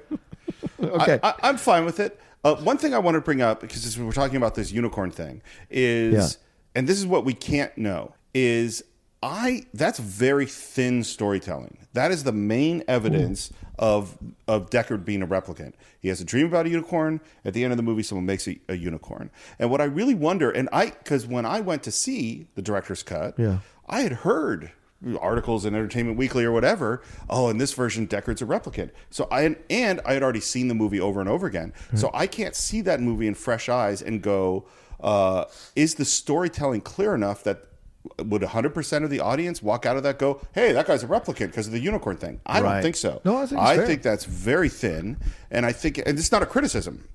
Speaker 1: okay. I, I, am fine with it. Uh, one thing I want to bring up, because this- we're talking about this unicorn thing, is,
Speaker 3: Yeah.
Speaker 1: and this is what we can't know, is I that's very thin storytelling. That is the main evidence of of Deckard being a replicant. He has a dream about a unicorn. At the end of the movie, someone makes a, a unicorn. And what I really wonder, and I, because when I went to see the director's cut,
Speaker 3: Yeah.
Speaker 1: I had heard articles in Entertainment Weekly or whatever. Oh, in this version, Deckard's a replicant. So I and I had already seen the movie over and over again. So I can't see that movie in fresh eyes and go, uh, is the storytelling clear enough that would 100% of the audience walk out of that go, hey, that guy's a replicant because of the unicorn thing? I don't
Speaker 3: Right.
Speaker 1: think so.
Speaker 3: No, I think it's fair.
Speaker 1: think that's very thin, and I think, and it's not a criticism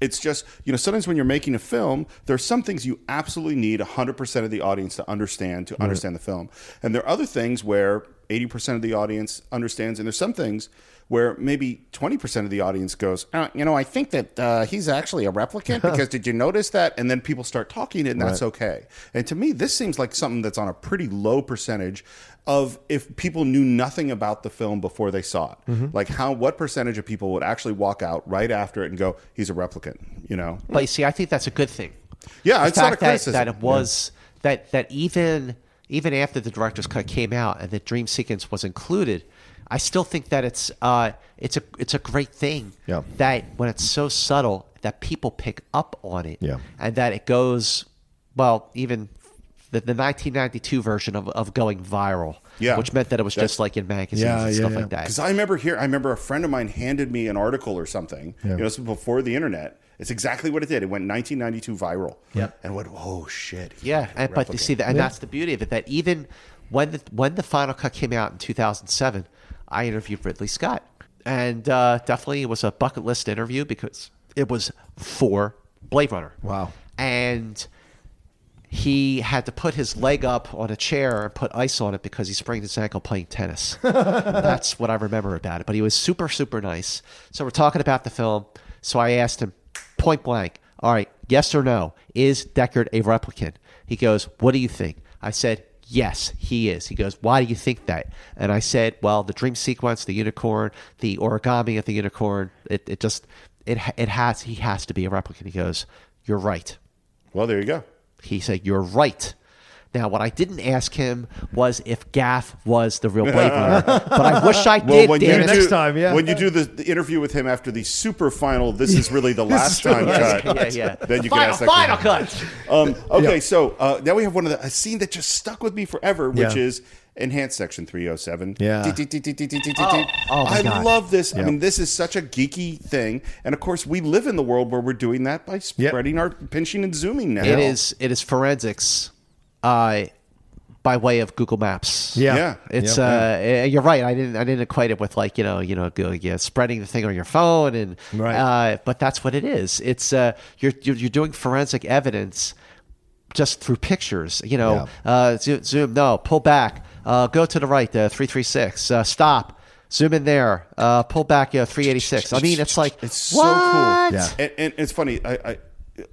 Speaker 1: it's just you know sometimes when you're making a film there are some things you absolutely need 100% of the audience to understand to understand the film and there are other things where 80% of the audience understands and there's some things where maybe 20% of the audience goes uh, you know i think that uh, he's actually a replicant because did you notice that and then people start talking and that's
Speaker 3: Right.
Speaker 1: okay and to me this seems like something that's on a pretty low percentage of if people knew nothing about the film before they saw it
Speaker 6: Mm-hmm.
Speaker 1: like how what percentage of people would actually walk out right after it and go he's a replicant you know
Speaker 6: But you see, I think that's a good thing.
Speaker 1: Yeah,
Speaker 6: the
Speaker 1: it's not
Speaker 6: fact
Speaker 1: a
Speaker 6: that-
Speaker 1: criticism.
Speaker 6: that, it was that that even even after the director's cut came out and the dream sequence was included, I still think that it's uh, it's a it's a great thing
Speaker 3: Yeah.
Speaker 6: that when it's so subtle that people pick up on it
Speaker 3: Yeah.
Speaker 6: and that it goes well even. The, the 1992 version of, of going viral,
Speaker 1: Yeah.
Speaker 6: which meant that it was
Speaker 1: That's-
Speaker 6: just like in magazines and stuff like that.
Speaker 1: Because I remember here, I remember a friend of mine handed me an article or something.
Speaker 6: Yeah.
Speaker 1: You know, this was before the internet. It's exactly what it did. It went 1992 viral.
Speaker 6: Yeah.
Speaker 1: And went, oh shit. he's
Speaker 6: Yeah,
Speaker 1: a
Speaker 6: and, but you
Speaker 1: replicant."
Speaker 6: see, that, and that's the beauty of it. That even when the when the final cut came out in 2007, I interviewed Ridley Scott, and uh, definitely it was a bucket list interview because it was for Blade Runner.
Speaker 3: Wow.
Speaker 6: And he had to put his leg up on a chair and put ice on it because he sprained his ankle playing tennis. That's what I remember about it. But he was super, super nice. So we're talking about the film. So I asked him point blank, all right, yes or no, is Deckard a replicant? He goes, what do you think? I said, yes, he is. He goes, why do you think that? And I said, well, the dream sequence, the unicorn, the origami of the unicorn, it, it just, it, it has, he has to be a replicant. He goes, you're right.
Speaker 1: Well, there you go.
Speaker 6: He said, You're right. Now, what I didn't ask him was if Gaff was the real Blade Runner, but I wish I
Speaker 1: Well,
Speaker 6: did.
Speaker 1: when you
Speaker 6: Dan.
Speaker 1: do, When you do the, the interview with him after the super final, this is really the
Speaker 6: This is
Speaker 1: last
Speaker 6: the
Speaker 1: time
Speaker 6: last
Speaker 1: cut.
Speaker 6: cut, yeah, yeah.
Speaker 1: Then
Speaker 6: The
Speaker 1: you can
Speaker 6: final-
Speaker 1: ask that
Speaker 6: final
Speaker 1: question. Um, okay, so uh, now we have one of the a scene that just stuck with me forever, which
Speaker 3: Yeah.
Speaker 1: is Enhanced Section 307.
Speaker 3: Yeah.
Speaker 1: Dee, dee, dee, dee, dee, dee, dee, dee.
Speaker 3: Oh. Oh, my
Speaker 1: I
Speaker 3: God.
Speaker 1: love this.
Speaker 3: Yep.
Speaker 1: I mean, this is such a geeky thing. And of course, we live in the world where we're doing that by spreading our pinching and zooming now.
Speaker 6: It is it is forensics, uh, by way of Google Maps.
Speaker 1: Yeah. Yeah.
Speaker 6: it's
Speaker 1: Yeah.
Speaker 6: uh, eh, you're right. I didn't I didn't equate it with like you know you know go, yeah, spreading the thing on your phone and uh, but that's what it is. It's uh, you're you're, you're doing forensic evidence just through pictures. You know, uh, zoom, zoom, no, pull back, uh, go to the right, uh, three three six, uh, stop. Zoom in there. Uh, pull back, yeah, 386. I mean, it's like
Speaker 1: It's
Speaker 6: what?
Speaker 1: so cool. And, and it's funny. I, I,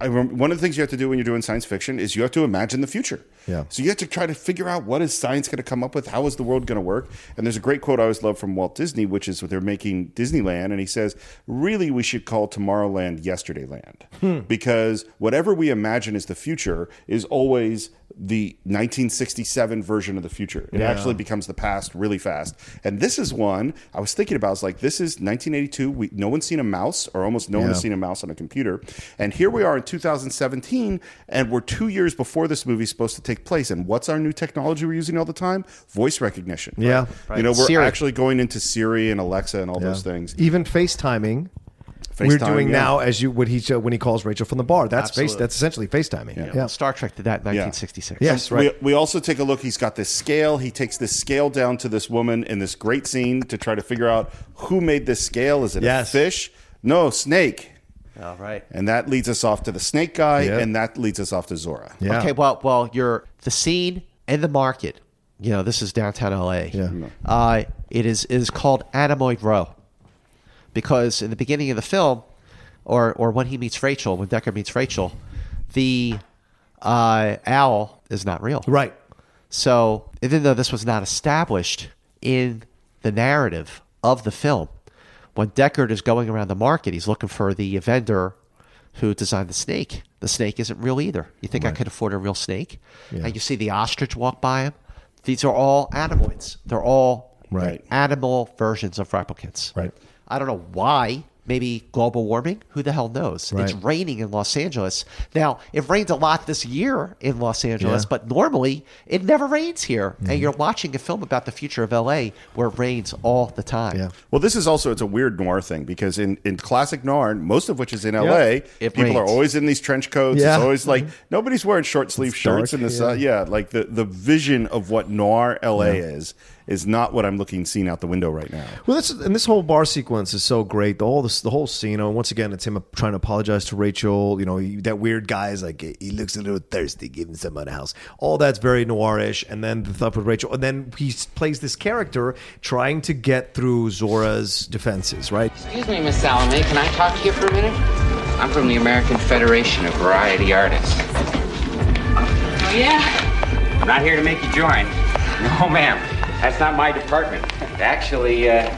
Speaker 1: I remember one of the things you have to do when you're doing science fiction is you have to imagine the future.
Speaker 3: Yeah.
Speaker 1: So you have to try to figure out what is science going to come up with? How is the world going to work? And there's a great quote I always love from Walt Disney, which is they're making Disneyland, and he says, "Really, we should call Tomorrowland Yesterdayland,
Speaker 3: Hmm.
Speaker 1: because whatever we imagine is the future is always." The 1967 version of the future. It
Speaker 3: Yeah.
Speaker 1: actually becomes the past really fast. And this is one I was thinking about. I was like, this is 1982. We, no one's seen a mouse, or almost no one has
Speaker 3: Yeah.
Speaker 1: seen a mouse on a computer. And here we are in 2017, and we're two years before this movie's supposed to take place. And what's our new technology we're using all the time? Voice recognition.
Speaker 3: Yeah.
Speaker 1: You
Speaker 3: Right.
Speaker 1: know, we're
Speaker 3: Siri.
Speaker 1: actually going into Siri and Alexa and all those
Speaker 3: Yeah.
Speaker 1: things.
Speaker 3: Even FaceTiming. we're
Speaker 1: FaceTime,
Speaker 3: doing
Speaker 1: yeah.
Speaker 3: now as you what he uh, when he calls Rachel from the bar. That's face,
Speaker 1: Absolutely.
Speaker 3: that's essentially FaceTiming. Yeah.
Speaker 6: Star Trek did that in
Speaker 1: Yeah.
Speaker 6: 1966.
Speaker 3: Yes, right.
Speaker 1: We, we also take a look. He's got this scale. He takes this scale down to this woman in this great scene to try to figure out who made this scale. Is it a fish? No, snake.
Speaker 6: All right.
Speaker 1: And that leads us off to the snake guy,
Speaker 6: Yeah.
Speaker 1: and that leads us off to Zora. Uh,
Speaker 6: Okay. Well, well, you're the scene and the market. You know, this is downtown LA. Yeah. Uh, it is it is called Adamoid Row, because in the beginning of the film, or or when he meets Rachel, when Decker meets Rachel, the uh, owl is not real.
Speaker 3: Right.
Speaker 6: So even though this was not established in the narrative of the film, when Deckard is going around the market, he's looking for the vendor who designed the snake. The snake isn't real either. You think I could afford a real snake?
Speaker 3: Yeah.
Speaker 6: And you see the ostrich walk by him. These are all adamoids. They're all
Speaker 3: Right.
Speaker 6: animal versions of replicants.
Speaker 3: Right.
Speaker 6: I don't know why. Maybe global warming? Who the hell knows? It's
Speaker 3: Right.
Speaker 6: raining in Los Angeles. Now, it rained a lot this year in Los Angeles,
Speaker 3: Yeah.
Speaker 6: but normally it never rains here. And you're watching a film about the future of LA where it rains all the time. Yeah.
Speaker 1: Well, this is also it's a weird noir thing because in, in classic noir, most of which is in
Speaker 6: Yeah.
Speaker 1: L.A.,
Speaker 6: It
Speaker 1: people are
Speaker 6: rains.
Speaker 1: always in these trench coats.
Speaker 3: Yeah.
Speaker 1: It's always like nobody's wearing short sleeve shirts
Speaker 3: dark,
Speaker 1: in the sun. Yeah, like the, the vision of what noir L.A. is is not what I'm looking seeing out the window right now.
Speaker 3: Well, this and this whole bar sequence is so great. The whole this, the whole scene. You know, once again, it's him trying to apologize to Rachel. You know, he, that weird guy is like he looks a little thirsty, giving someone a house. All that's very noirish. And then the stuff with Rachel, and then he s- plays this character trying to get through Zora's defenses. Right?
Speaker 23: Excuse me, Miss Salome, can I talk to you for a minute? I'm from the American Federation of Variety Artists.
Speaker 24: Oh, yeah.
Speaker 23: I'm not here to make you join. No, ma'am. That's not my department. Actually, uh,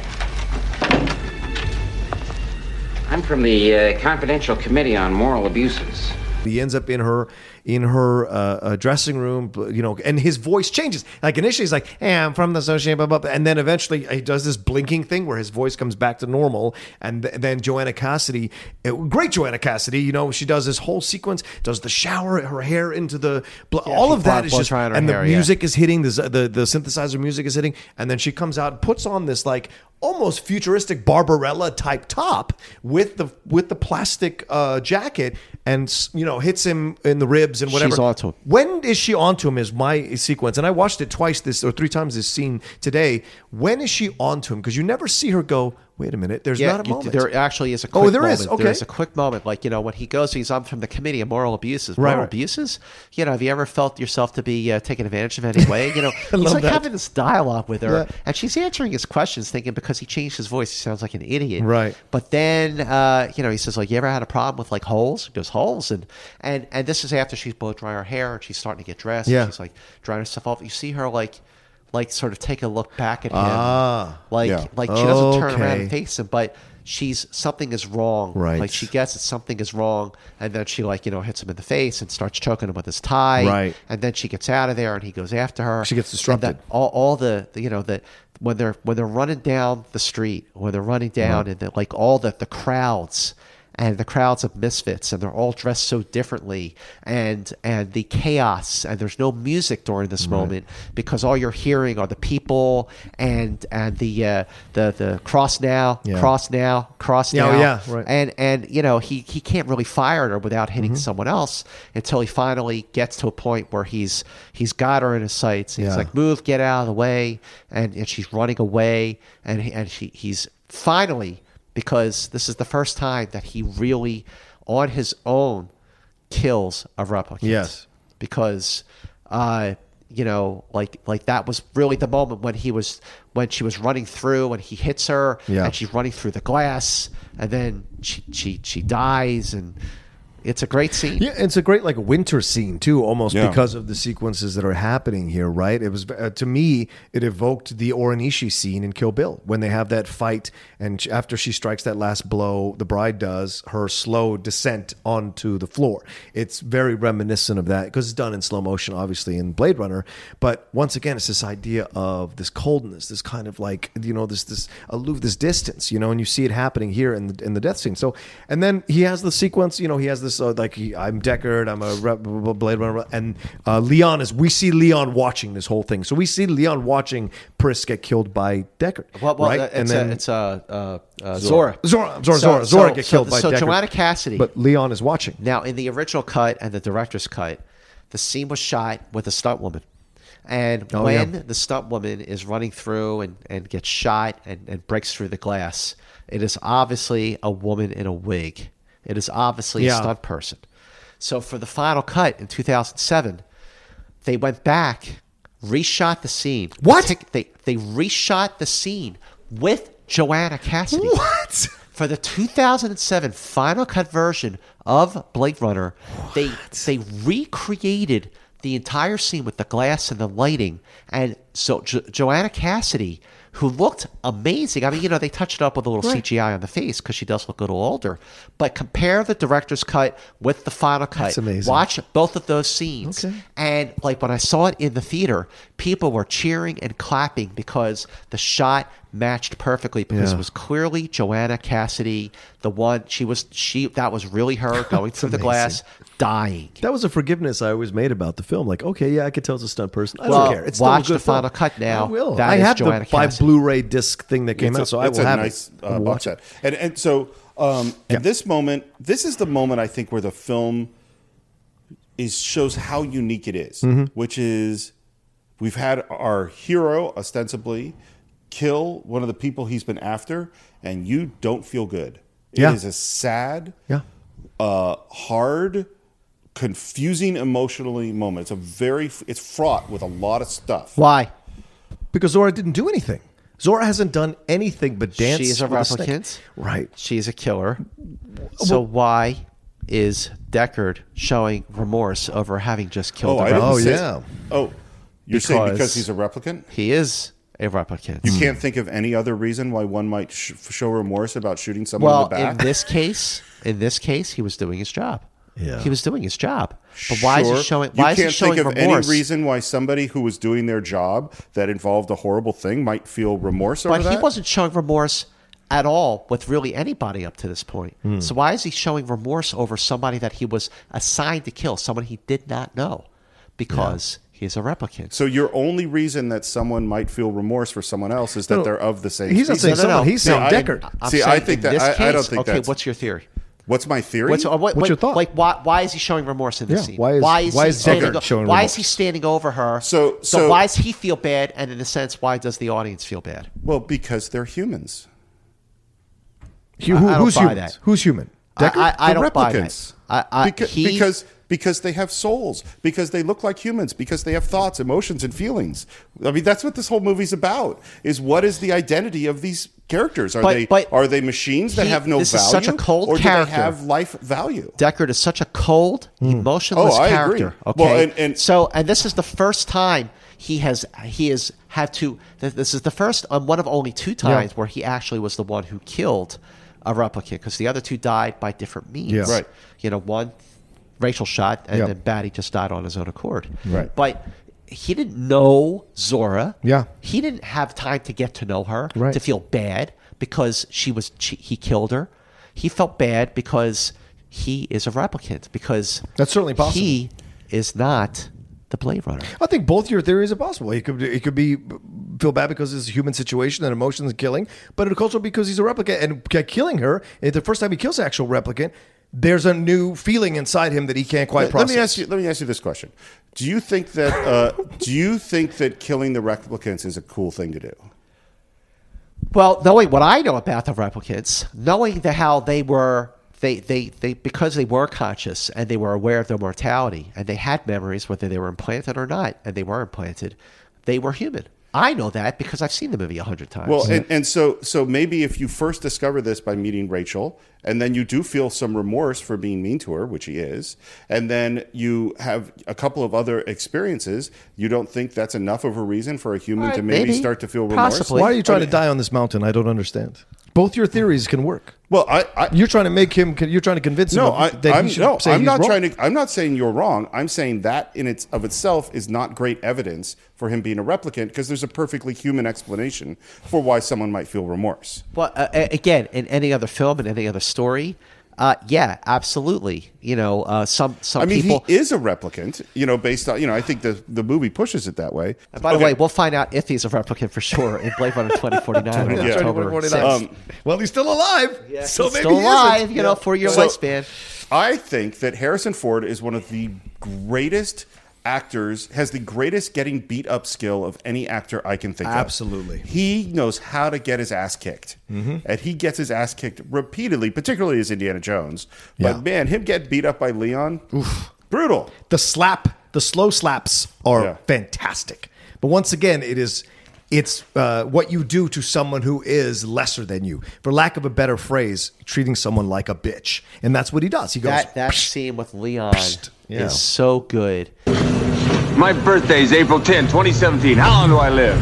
Speaker 23: I'm from the uh, Confidential Committee on Moral Abuses.
Speaker 3: He ends up in her in her uh, uh, dressing room, b- you know, and his voice changes. Like initially, he's like, "Hey, I'm from the association," blah, blah, blah. and then eventually he does this blinking thing where his voice comes back to normal. And th- then Joanna Cassidy, uh, great Joanna Cassidy, you know, she does this whole sequence, does the shower, her hair into the bl- all
Speaker 6: she
Speaker 3: of that
Speaker 6: blow-
Speaker 3: is
Speaker 6: blow
Speaker 3: just,
Speaker 6: dry on her
Speaker 3: and
Speaker 6: hair,
Speaker 3: the
Speaker 6: yeah.
Speaker 3: music is hitting the, z- the the synthesizer music is hitting, and then she comes out, and puts on this like almost futuristic Barbarella type top with the with the plastic uh, jacket, and s- you know hits him in the ribs and whatever.
Speaker 6: She's onto him.
Speaker 3: When is she onto him? Is my sequence, and I watched it twice this or three times this scene today. When is she onto him? Because you never see her go. Wait a minute. There's
Speaker 6: Yeah,
Speaker 3: not a
Speaker 6: you-
Speaker 3: moment.
Speaker 6: There actually is a quick
Speaker 3: Oh, there
Speaker 6: moment.
Speaker 3: is, okay.
Speaker 6: There is a quick moment. Like, you know, when he goes, he's, I'm from the Committee of Moral Abuses.
Speaker 3: Right,
Speaker 6: Moral
Speaker 3: right.
Speaker 6: abuses? You know, have you ever felt yourself to be uh, taken advantage of in any way? You know, he's
Speaker 3: love
Speaker 6: like
Speaker 3: that.
Speaker 6: having this dialogue with her,
Speaker 3: Yeah.
Speaker 6: and she's answering his questions thinking because he changed his voice, he sounds like an idiot.
Speaker 3: Right.
Speaker 6: But then, uh, you know, he says, like, you ever had a problem with like holes? He goes, holes. And, and, and this is after she's blow drying her hair and she's starting to get dressed. and
Speaker 3: Yeah.
Speaker 6: She's like drying herself off. You see her like, like sort of take a look back at him.
Speaker 3: Ah.
Speaker 6: like,
Speaker 3: Yeah.
Speaker 6: like she doesn't turn around
Speaker 3: Okay.
Speaker 6: and face him, but she's something is wrong.
Speaker 3: Right.
Speaker 6: Like she gets that something is wrong, and then she like you know hits him in the face and starts choking him with his tie.
Speaker 3: Right.
Speaker 6: And then she gets out of there, and he goes after her.
Speaker 3: She gets
Speaker 6: And
Speaker 3: disrupted.
Speaker 6: that- all, all the the, you know that when
Speaker 25: Uh-huh.
Speaker 6: they're when they're running down the street, when they're running down, and that like all the the crowds. and the crowds of misfits, and they're all dressed so differently, and and the chaos, and there's no music during this
Speaker 25: Right.
Speaker 6: moment because all you're hearing are the people and and the uh, the the cross now,
Speaker 25: Yeah.
Speaker 6: cross now, cross
Speaker 25: Yeah,
Speaker 6: now,
Speaker 25: oh, yeah, right.
Speaker 6: and and you know he he can't really fire her without hitting someone else until he finally gets to a point where he's he's got her in his sights. He's
Speaker 25: Yeah.
Speaker 6: like, move, get out of the way, and and she's running away, and he- and she he's finally because this is the first time that he really on his own kills a replicant.
Speaker 3: Yes.
Speaker 6: because. Uh, you know, like like that was really the moment when he was when she was running through and he hits her
Speaker 3: Yeah.
Speaker 6: and she's running through the glass and then she she she dies and it's a great scene.
Speaker 3: Yeah, it's a great like winter scene too, almost
Speaker 6: Yeah.
Speaker 3: because of the sequences that are happening here. Right? It was uh, to me, it evoked the Oranishi scene in Kill Bill when they have that fight, and sh- after she strikes that last blow, the bride does her slow descent onto the floor. It's very reminiscent of that because it's done in slow motion, obviously in Blade Runner. But once again, it's this idea of this coldness, this kind of like you know this this aloof, this distance, you know, and you see it happening here in the, in the death scene. So, and then he has the sequence, you know, he has this uh, like he, I'm Deckard, I'm a rep, blah, blah, Blade Runner, and uh, Leon is. We see Leon watching this whole thing, so we see Leon watching Priss get killed by Deckard,
Speaker 6: Well, well
Speaker 3: right?
Speaker 6: uh, it's
Speaker 3: and then
Speaker 6: a, it's a, uh, uh,
Speaker 3: Zora.
Speaker 6: Zora.
Speaker 3: Zora, Zora,
Speaker 6: So-
Speaker 3: Zora, Zora
Speaker 6: so-
Speaker 3: get
Speaker 6: so-
Speaker 3: killed by
Speaker 6: So
Speaker 3: Deckard.
Speaker 6: Joanna Cassidy.
Speaker 3: but Leon is watching.
Speaker 6: Now, in the original cut and the director's cut, the scene was shot with a stunt woman. And
Speaker 3: Oh,
Speaker 6: when
Speaker 3: yeah.
Speaker 6: the stunt woman is running through and, and gets shot and, and breaks through the glass, it is obviously a woman in a wig. It is obviously
Speaker 3: Yeah.
Speaker 6: a stunt person. So for the final cut in 2007, they went back, reshot the scene. What? they, they reshot the scene with Joanna Cassidy. What? For the 2007 final cut version of Blade Runner, they they recreated the entire scene with the glass and the lighting, and so jo- Joanna Cassidy, who looked amazing. I mean, you know, they touched it up with a little
Speaker 25: Right.
Speaker 6: CGI on the face because she does look a little older. But compare the director's cut with the final cut.
Speaker 3: That's amazing.
Speaker 6: Watch both of those scenes. And like when I saw it in the theater, people were cheering and clapping because the shot matched perfectly because
Speaker 25: Yeah.
Speaker 6: it was clearly Joanna Cassidy, the one she was she that was really her going through the glass, dying.
Speaker 3: That was a forgiveness I always made about the film. Like, okay, yeah, I could tell it's a stunt person. I
Speaker 6: Well,
Speaker 3: don't care. It's
Speaker 6: watch
Speaker 3: still a good
Speaker 6: the final
Speaker 3: film.
Speaker 6: cut now.
Speaker 3: I will.
Speaker 6: That
Speaker 3: I
Speaker 6: is
Speaker 3: have
Speaker 6: Joanna
Speaker 3: the by
Speaker 6: Cassidy.
Speaker 3: Blu-ray disc thing that came
Speaker 1: It's
Speaker 3: out,
Speaker 1: a-
Speaker 3: so I
Speaker 1: it's
Speaker 3: will
Speaker 1: a
Speaker 3: have
Speaker 1: nice,
Speaker 3: it.
Speaker 1: Uh,
Speaker 3: We'll
Speaker 1: box set. And and so um, and this moment, this is the moment I think where the film is shows how unique it is,
Speaker 3: Mhm.
Speaker 1: which is we've had our hero ostensibly kill one of the people he's been after, and you don't feel good. It is
Speaker 3: Yeah.
Speaker 1: a sad,
Speaker 3: Yeah.
Speaker 1: uh, hard, confusing emotionally moment. It's a very it's fraught with a lot of stuff.
Speaker 6: Why?
Speaker 3: Because Zora didn't do anything. Zora hasn't done anything but dance.
Speaker 6: She is a
Speaker 3: with snake.
Speaker 6: replicant.
Speaker 3: Right.
Speaker 6: She is a killer. So why is Deckard showing remorse over having just killed
Speaker 1: Oh,
Speaker 6: the
Speaker 1: I didn't
Speaker 6: replicant?
Speaker 1: say- Oh, you're saying because he's a replicant?
Speaker 6: He is a replicant.
Speaker 1: You can't think of any other reason why one might sh- show remorse about shooting someone
Speaker 6: well,
Speaker 1: in the back.
Speaker 6: in this case, in this case, he was doing his job.
Speaker 1: Yeah.
Speaker 6: he was doing his job. But why is
Speaker 1: Sure.
Speaker 6: he showing? Why
Speaker 1: you
Speaker 6: is he
Speaker 1: can't
Speaker 6: showing
Speaker 1: think of
Speaker 6: remorse?
Speaker 1: any reason why somebody who was doing their job that involved a horrible thing might feel remorse over
Speaker 6: but
Speaker 1: that.
Speaker 6: he wasn't showing remorse at all with really anybody up to this point.
Speaker 1: Hmm.
Speaker 6: So why is he showing remorse over somebody that he was assigned to kill, someone he did not know, because he's a replicant?
Speaker 1: so your only reason that someone might feel remorse for someone else is that
Speaker 6: No,
Speaker 1: they're of the same.
Speaker 6: he's not
Speaker 1: species.
Speaker 6: saying No, no, someone, no. he's
Speaker 1: See,
Speaker 6: saying
Speaker 1: I-
Speaker 6: Deckard. I'm
Speaker 1: See, I
Speaker 6: saying
Speaker 1: think
Speaker 6: in
Speaker 1: that
Speaker 6: this
Speaker 1: I, I don't
Speaker 6: case-
Speaker 1: think
Speaker 6: okay,
Speaker 1: that's.
Speaker 6: what's your theory?
Speaker 1: What's my theory?
Speaker 6: What's, uh, what- what- Like why, why is he showing remorse in this
Speaker 1: Yeah,
Speaker 6: scene?
Speaker 1: why is-
Speaker 6: he
Speaker 1: why is
Speaker 6: standing
Speaker 1: Deckard showing
Speaker 6: Why
Speaker 1: remorse?
Speaker 6: is he standing over her?
Speaker 1: So- so-
Speaker 6: why does he feel bad? And in a sense, why does the audience feel bad?
Speaker 1: Well, because they're humans.
Speaker 3: Hu-
Speaker 6: I-
Speaker 3: who-
Speaker 6: I don't
Speaker 3: who's
Speaker 6: buy
Speaker 3: human?
Speaker 6: that.
Speaker 3: Who's human?
Speaker 6: I-
Speaker 3: Deckard?
Speaker 6: I- I
Speaker 3: The
Speaker 6: don't buy that.
Speaker 1: replicants.
Speaker 6: I- I-
Speaker 1: Beca-
Speaker 6: he-
Speaker 1: because because they have souls, because they look like humans, because they have thoughts, emotions, and feelings. I mean, that's what this whole movie's about. Is what is the identity of these characters? Are
Speaker 6: But-
Speaker 1: they
Speaker 6: but
Speaker 1: are they machines that
Speaker 6: he-
Speaker 1: have no
Speaker 6: this
Speaker 1: value?
Speaker 6: is such a cold
Speaker 1: or
Speaker 6: character.
Speaker 1: do they have life value?
Speaker 6: Deckard is such a cold, emotionless
Speaker 1: Oh, I agree.
Speaker 6: character. Okay,
Speaker 1: Well, and- and-
Speaker 6: so and this is the first time he has he has had to. th- This is the first um, one of only two times where he actually was the one who killed a replicant because the other two died by different means.
Speaker 25: Yeah. Right.
Speaker 6: You know, one Rachel shot, and
Speaker 25: Yeah.
Speaker 6: then Batty just died on his own accord.
Speaker 25: Right.
Speaker 6: but. He didn't know Zora.
Speaker 25: Yeah.
Speaker 6: He didn't have time to get to know her
Speaker 25: Right.
Speaker 6: to feel bad because she was she, he killed her. he felt bad because he is a replicant because
Speaker 3: that's certainly possible.
Speaker 6: He is not the Blade Runner.
Speaker 3: I think both your theories are possible. It could it could be feel bad because it's a human situation and emotions and killing, but it could also be because he's a replicant and k- killing her. and The first time he kills an actual replicant, there's a new feeling inside him that he can't quite
Speaker 1: Let-
Speaker 3: process.
Speaker 1: Let me ask you. Let me ask you this question: Do you think that uh, do you think that killing the replicants is a cool thing to do?
Speaker 6: Well, knowing what I know about the replicants, knowing the, how they were, they, they, they, because they were conscious and they were aware of their mortality and they had memories, whether they were implanted or not, and they were implanted, they were human. I know that because I've seen the movie a hundred times.
Speaker 1: Well, and, and so so maybe if you first discover this by meeting Rachel, and then you do feel some remorse for being mean to her, which he is, and then you have a couple of other experiences, you don't think that's enough of a reason for a human
Speaker 3: All
Speaker 1: to
Speaker 3: right,
Speaker 1: maybe,
Speaker 3: maybe.
Speaker 1: start to feel remorse.
Speaker 3: Why are you trying to die on this mountain? I don't understand. Both your theories can work.
Speaker 1: Well, I, I
Speaker 3: you're trying to make him. You're trying to convince
Speaker 1: No,
Speaker 3: him.
Speaker 1: I,
Speaker 3: that he
Speaker 1: I'm,
Speaker 3: should
Speaker 1: no,
Speaker 3: say
Speaker 1: I'm
Speaker 3: he's
Speaker 1: not
Speaker 3: wrong.
Speaker 1: trying to. I'm not saying you're wrong. I'm saying that in its of itself is not great evidence for him being a replicant because there's a perfectly human explanation for why someone might feel remorse.
Speaker 6: Well, uh, a- again, in any other film, in any other story, uh, yeah, absolutely. You know, uh, some some
Speaker 1: I mean,
Speaker 6: people.
Speaker 1: he is a replicant, you know, based on you know. I think the the movie pushes it that way.
Speaker 6: And by the way, we'll find out if he's a replicant for sure in Blade Runner 2049 on
Speaker 1: Yeah.
Speaker 6: October 6th.
Speaker 1: 2049. Um,
Speaker 3: well, he's still alive. so
Speaker 6: he's
Speaker 3: maybe
Speaker 6: still
Speaker 3: he
Speaker 6: alive,
Speaker 3: isn't.
Speaker 6: you know, four-year
Speaker 1: So,
Speaker 6: lifespan.
Speaker 1: I think that Harrison Ford is one of the greatest actors, has the greatest getting beat up skill of any actor I can think
Speaker 3: Absolutely.
Speaker 1: of. He knows how to get his ass kicked.
Speaker 6: Mm-hmm.
Speaker 3: Mhm.
Speaker 1: And he gets his ass kicked repeatedly, particularly as Indiana Jones.
Speaker 3: Yeah.
Speaker 1: But man, him get beat up by Leon, brutal.
Speaker 3: The slap, the slow slaps are
Speaker 1: Yeah.
Speaker 3: fantastic. But once again, it is it's uh, what you do to someone who is lesser than you, for lack of a better phrase, treating someone like a bitch, and that's what he does. He goes,
Speaker 6: That that scene with Leon
Speaker 3: Yeah.
Speaker 6: is so good.
Speaker 25: My birthday's April 10, 2017. How long do I live?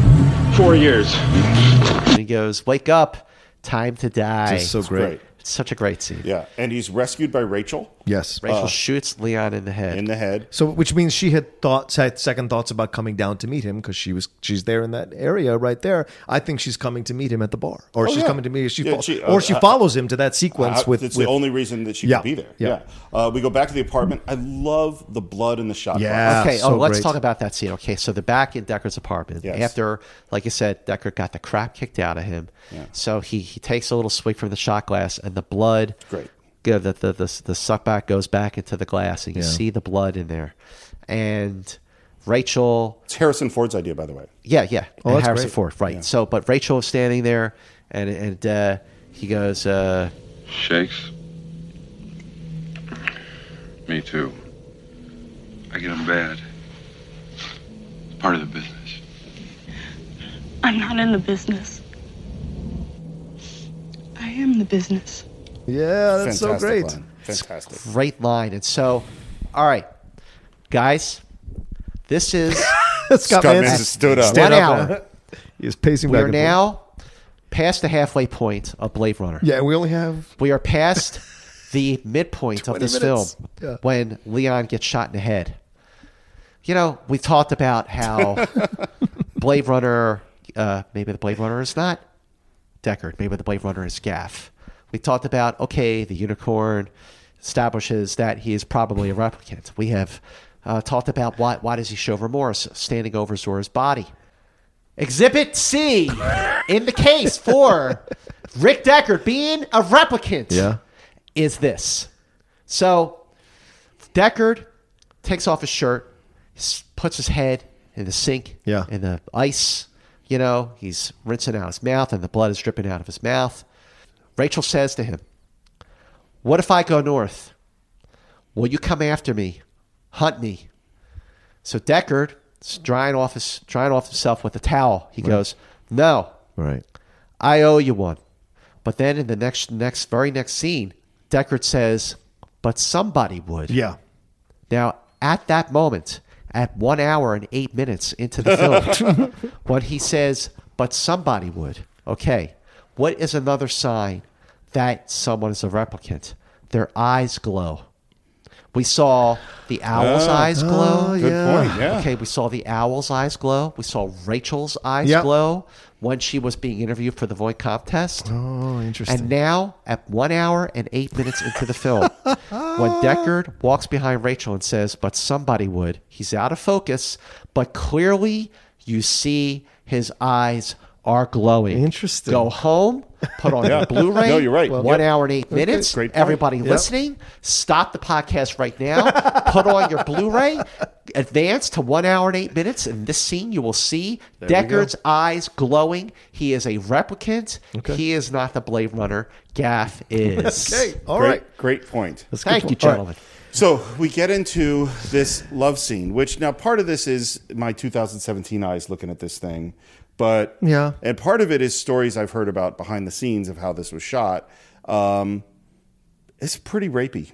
Speaker 25: Four years.
Speaker 6: And he goes, "Wake up, time to die."
Speaker 1: Just so It's great. great.
Speaker 6: It's such a great scene.
Speaker 1: Yeah. And he's rescued by Rachel
Speaker 3: yes, Uh,
Speaker 6: Rachel shoots Leon in the head.
Speaker 1: in the head.
Speaker 3: So, which means she had thoughts, had second thoughts about coming down to meet him because she was she's there in that area right there. I think she's coming to meet him at the bar, or
Speaker 1: Oh,
Speaker 3: she's
Speaker 1: yeah.
Speaker 3: coming to meet. She,
Speaker 1: Yeah,
Speaker 3: fo-
Speaker 1: she-
Speaker 3: or she
Speaker 1: uh,
Speaker 3: follows him to that sequence
Speaker 1: Uh,
Speaker 3: with.
Speaker 1: That's
Speaker 3: with-
Speaker 1: the only reason that she
Speaker 3: Yeah,
Speaker 1: could be there.
Speaker 3: yeah.
Speaker 1: Yeah. Uh, we go back to the apartment. I love the blood and the shotgun.
Speaker 6: okay. oh, let's talk about that scene. Okay. So they're back in Decker's apartment
Speaker 1: Yes.
Speaker 6: after, like I said, Decker got the crap kicked out of him. So he, he takes a little swig from the shot glass, and the blood.
Speaker 1: Great.
Speaker 6: Yeah, the the the, the suck back goes back into the glass, and you
Speaker 1: Yeah.
Speaker 6: see the blood in there, and Rachel.
Speaker 1: It's Harrison Ford's idea, by the way.
Speaker 6: Yeah, yeah.
Speaker 1: Oh,
Speaker 6: and
Speaker 1: that's
Speaker 6: Harrison
Speaker 1: great.
Speaker 6: Ford, right?
Speaker 1: Yeah.
Speaker 6: So, but Rachel is standing there, and and uh, he goes, uh,
Speaker 14: Shakes. Me too. I get them bad. It's part of the business.
Speaker 24: I'm not in the business. I am the business.
Speaker 3: Yeah,
Speaker 6: that's so Fantastic great. line.
Speaker 1: Fantastic.
Speaker 6: great line. And so, all right, guys, this is
Speaker 3: Scott Manson Manson stood up. stood
Speaker 6: One
Speaker 3: up,
Speaker 6: hour.
Speaker 3: He is pacing
Speaker 6: We
Speaker 3: back
Speaker 6: are
Speaker 3: and
Speaker 6: now past the halfway point of Blade Runner.
Speaker 3: Yeah, we only have.
Speaker 6: We are past the midpoint of
Speaker 3: 20
Speaker 6: this
Speaker 3: minutes.
Speaker 6: film
Speaker 3: Yeah.
Speaker 6: when Leon gets shot in the head. You know, we talked about how Blade Runner, uh, maybe the Blade Runner is not Deckard. Maybe the Blade Runner is Gaff. We talked about, okay, the unicorn establishes that he is probably a replicant. We have uh, talked about why, why does he show remorse standing over Zora's body. Exhibit C in the case for Rick Deckard being a replicant
Speaker 3: Yeah.
Speaker 6: is this. So Deckard takes off his shirt, s- puts his head in the sink,
Speaker 3: Yeah.
Speaker 6: in the ice. You know, he's rinsing out his mouth and the blood is dripping out of his mouth. Rachel says to him, What if I go north? Will you come after me? Hunt me. So Deckard is drying off his drying off himself with a towel. He goes, No.
Speaker 3: Right.
Speaker 6: I owe you one. But then in the next next very next scene, Deckard says, But somebody would.
Speaker 3: Yeah.
Speaker 6: Now, at that moment, at one hour and eight minutes into the film, when he says, But somebody would, okay, what is another sign that someone is a replicant? Their eyes glow. We saw the owl's
Speaker 8: Oh,
Speaker 6: eyes glow.
Speaker 8: oh, Good yeah. point, yeah.
Speaker 6: Okay, we saw the owl's eyes glow. We saw Rachel's eyes
Speaker 8: Yep.
Speaker 6: glow when she was being interviewed for the Voight Comp test.
Speaker 3: Oh, interesting.
Speaker 6: And now, at one hour and eight minutes into the film, when Deckard walks behind Rachel and says, But somebody would, he's out of focus, but clearly you see his eyes are glowing. Interesting. Go home, put on
Speaker 1: Yeah.
Speaker 6: your Blu ray.
Speaker 1: No, you're right.
Speaker 6: One
Speaker 1: Yep.
Speaker 6: hour and eight
Speaker 1: Okay.
Speaker 6: minutes.
Speaker 1: Great point.
Speaker 6: Everybody
Speaker 1: Yep.
Speaker 6: listening, stop the podcast right now, put on your Blu ray. Advance to one hour and eight minutes. In this scene, you will see
Speaker 3: There we go.
Speaker 6: Deckard's eyes glowing. He is a replicant.
Speaker 3: Okay.
Speaker 6: He is not the Blade Runner. Gaff is.
Speaker 3: Okay.
Speaker 6: All
Speaker 1: great,
Speaker 6: right.
Speaker 1: Great point.
Speaker 6: That's a good Thank point. you,
Speaker 1: All right.
Speaker 6: gentlemen.
Speaker 1: So we get into this love scene, which now part of this is my 2017 eyes looking at this thing, but
Speaker 3: Yeah.
Speaker 1: and part of it is stories I've heard about behind the scenes of how this was shot. Um, it's pretty rapey.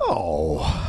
Speaker 3: Oh.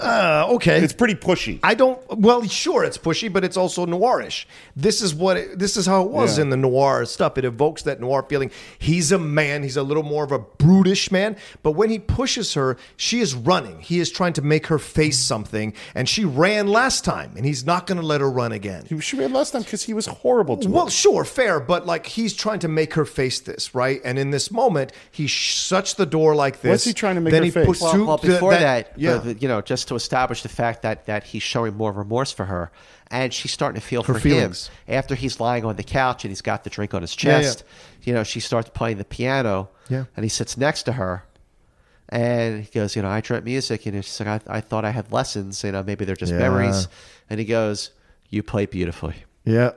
Speaker 3: Uh, okay. It's
Speaker 1: pretty pushy.
Speaker 3: I don't. Well, sure, it's pushy, but it's also noirish. This is what. It, this is how it was
Speaker 1: Yeah.
Speaker 3: in the noir stuff. It evokes that noir feeling. He's a man. He's a little more of a brutish man. But when he pushes her, she is running. He is trying to make her face something, and she ran last time, and he's not going to let her run again.
Speaker 1: She ran last time because he was horrible to her.
Speaker 3: Well, sure, fair, but like he's trying to make her face this, right? And in this moment, he shuts the door like this.
Speaker 1: What's he trying to make
Speaker 3: then
Speaker 1: her
Speaker 3: he
Speaker 1: face?
Speaker 3: puts
Speaker 6: Well,
Speaker 3: two-
Speaker 6: well, before that,
Speaker 3: yeah.
Speaker 6: the- the- you know, just to establish the fact that that he's showing more remorse for her, and she's starting to feel
Speaker 3: Her
Speaker 6: for
Speaker 3: feelings.
Speaker 6: him after he's lying on the couch and he's got the drink on his
Speaker 3: Yeah, yeah.
Speaker 6: chest. You know, she starts playing the piano,
Speaker 3: Yeah.
Speaker 6: and he sits next to her, and he goes, "You know, I dreamt music," and she's like, "I, I thought I had lessons, you know, maybe they're just
Speaker 3: Yeah.
Speaker 6: memories," and he goes, "You play beautifully,"
Speaker 3: yeah.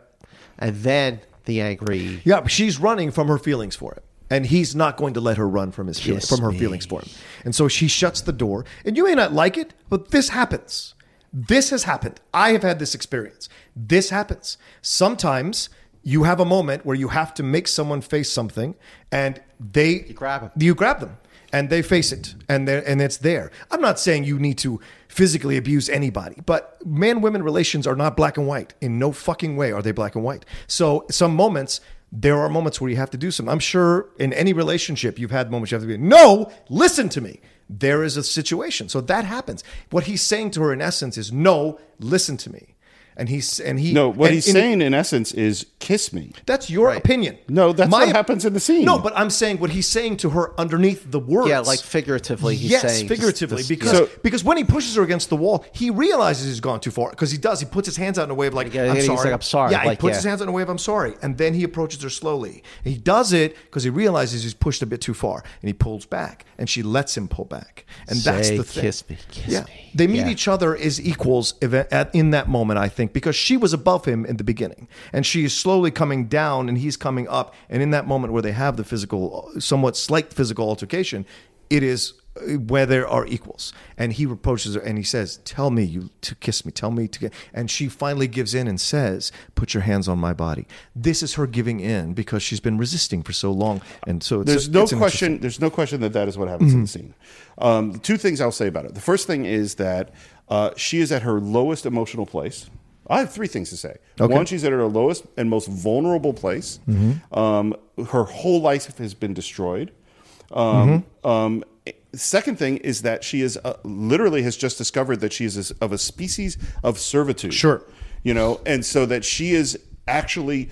Speaker 6: and then the angry
Speaker 3: Yeah, but she's running from her feelings for it. And he's not going to let her run from his feelings,
Speaker 6: Kiss
Speaker 3: from her
Speaker 6: me.
Speaker 3: feelings for him. And so she shuts the door. And you may not like it, but this happens. This has happened. I have had this experience. This happens. Sometimes you have a moment where you have to make someone face something and they you
Speaker 6: grab them.
Speaker 3: You grab them and they face it and they and it's there. I'm not saying you need to physically abuse anybody, but man women relations are not black and white. In no fucking way are they black and white. So some moments there are moments where you have to do something. I'm sure in any relationship you've had moments you have to be no, listen to me. There is a situation. So that happens. What he's saying to her in essence is no, listen to me. And he's and he
Speaker 1: no, what
Speaker 3: and-
Speaker 1: he's
Speaker 3: and-
Speaker 1: saying in essence is kiss me.
Speaker 3: that's your opinion.
Speaker 1: No, that's
Speaker 3: My
Speaker 1: what
Speaker 3: op-
Speaker 1: happens in the scene.
Speaker 3: No, but I'm saying what he's saying to her underneath the words.
Speaker 6: Yeah, like figuratively, he's
Speaker 3: yes,
Speaker 6: saying just
Speaker 3: figuratively,
Speaker 6: this-
Speaker 3: because
Speaker 6: So-
Speaker 3: because when he pushes her against the wall, he realizes he's gone too far. Because he does, he puts his hands out in a way of like,
Speaker 6: Yeah,
Speaker 3: I'm
Speaker 6: he's
Speaker 3: sorry,
Speaker 6: like, "I'm sorry,"
Speaker 3: Yeah, he
Speaker 6: like,
Speaker 3: puts
Speaker 6: yeah.
Speaker 3: his hands out in a way of I'm sorry, and then he approaches her slowly. And he does it because he realizes he's pushed a bit too far, and he pulls back, and she lets him pull back, and that's
Speaker 6: Say,
Speaker 3: the thing.
Speaker 6: "Kiss me, kiss
Speaker 3: yeah.
Speaker 6: me."
Speaker 3: They meet
Speaker 6: Yeah.
Speaker 3: each other as equals eve- at, in that moment, I think, because she was above him in the beginning, and she is slowly coming down, and he's coming up. And in that moment where they have the physical, somewhat slight physical altercation, it is uh, where there are equals. And he reproaches her, and he says, "Tell me you to kiss me. Tell me to." Get. And she finally gives in and says, "Put your hands on my body." This is her giving in because she's been resisting for so long, and so it's,
Speaker 1: there's no
Speaker 3: it's an interesting-
Speaker 1: question. There's no question that that is what happens in the
Speaker 3: Mhm.
Speaker 1: scene. Um, two things I'll say about it. The first thing is that uh, she is at her lowest emotional place. I have three things to say.
Speaker 3: Okay.
Speaker 1: One, she's at her lowest and most vulnerable place.
Speaker 3: Mm-hmm.
Speaker 1: Um, her whole life has been destroyed. Um,
Speaker 3: Mm-hmm.
Speaker 1: um, second thing is that she is uh, literally has just discovered that she is of a species of servitude. Sure, you know, and so that she is actually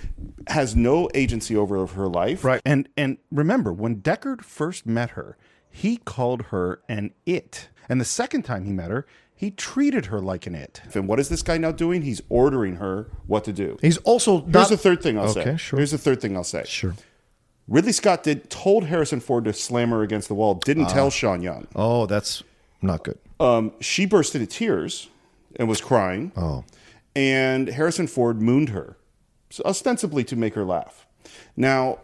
Speaker 1: has no agency over her life. Right, and and remember when Deckard first met her, he called her an it, and the second time he met her. He treated her like an it. And what is this guy now doing? He's ordering her what to do.
Speaker 3: He's also
Speaker 1: Here's
Speaker 3: not-
Speaker 1: the third thing I'll say.
Speaker 3: Okay, sure.
Speaker 1: Here's the third thing I'll say. Sure. Ridley Scott did told Harrison Ford to slam her against the wall. Didn't
Speaker 3: Ah.
Speaker 1: tell Sean Young.
Speaker 3: Oh, that's not good.
Speaker 1: Um, she burst into tears and was crying. Oh. And Harrison Ford mooned her, so ostensibly to make her laugh. Now,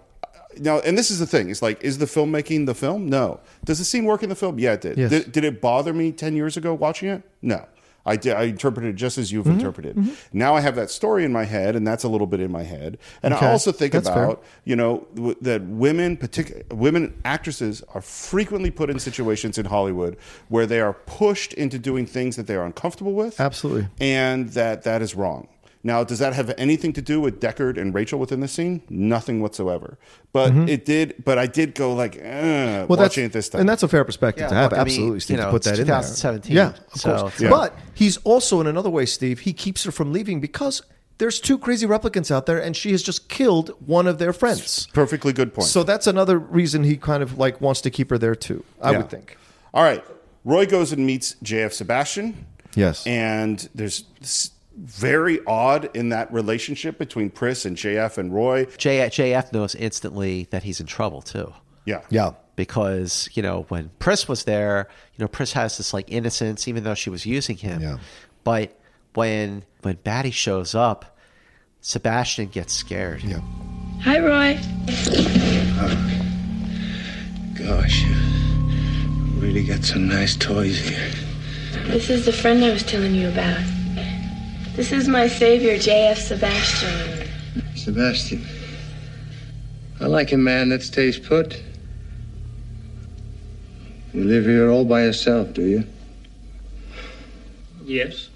Speaker 1: now, and this is the thing: it's like, is the filmmaking the film? No. Does the scene work in the film? Yeah, it did.
Speaker 3: Yes.
Speaker 1: Did, did it bother me ten years ago watching it? No. I did. I interpreted it just as you've interpreted.
Speaker 3: mhm.
Speaker 1: Now I have that story in my head, and that's a little bit in my head. And
Speaker 3: Okay,
Speaker 1: I also think
Speaker 3: that's fair.
Speaker 1: about you know w- that women particular women actresses are frequently put in situations in Hollywood where they are pushed into doing things that they are uncomfortable with
Speaker 3: Absolutely.
Speaker 1: and that that is wrong Now, does that have anything to do with Deckard and Rachel within this scene? Nothing whatsoever. But
Speaker 3: Mhm.
Speaker 1: it did. But I did go like, eh,
Speaker 3: well, that's
Speaker 1: watching it this time,
Speaker 3: and that's a fair perspective
Speaker 1: Yeah,
Speaker 3: to have.
Speaker 1: look, I mean,
Speaker 3: Absolutely, Steve,
Speaker 1: you
Speaker 3: to
Speaker 1: know,
Speaker 3: put that
Speaker 1: it's
Speaker 3: in there.
Speaker 6: 2017,
Speaker 3: Yeah, of
Speaker 6: so
Speaker 3: course.
Speaker 6: it's Yeah.
Speaker 3: But he's also in another way, Steve. He keeps her from leaving because there's two crazy replicants out there, and she has just killed one of their friends.
Speaker 1: Perfectly good point.
Speaker 3: So that's another reason he kind of like wants to keep her there too. I
Speaker 1: Yeah.
Speaker 3: would think.
Speaker 1: All right. Roy goes and meets JF Sebastian.
Speaker 3: Yes.
Speaker 1: And there's s- very odd in that relationship between Pris and JF and Roy.
Speaker 6: J- JF knows instantly that he's in trouble too.
Speaker 1: Yeah.
Speaker 3: Yeah.
Speaker 6: Because, you know, when Pris was there, you know, Pris has this like innocence, even though she was using him. Yeah. But when when Batty shows up, Sebastian gets scared. Yeah.
Speaker 24: Hi, Roy.
Speaker 26: Gosh, you really got some nice toys here.
Speaker 24: This is the friend I was telling you about. This is my savior, J.F. Sebastian.
Speaker 26: Sebastian, I like a man that stays put. You live here all by yourself, do you?
Speaker 24: Yes.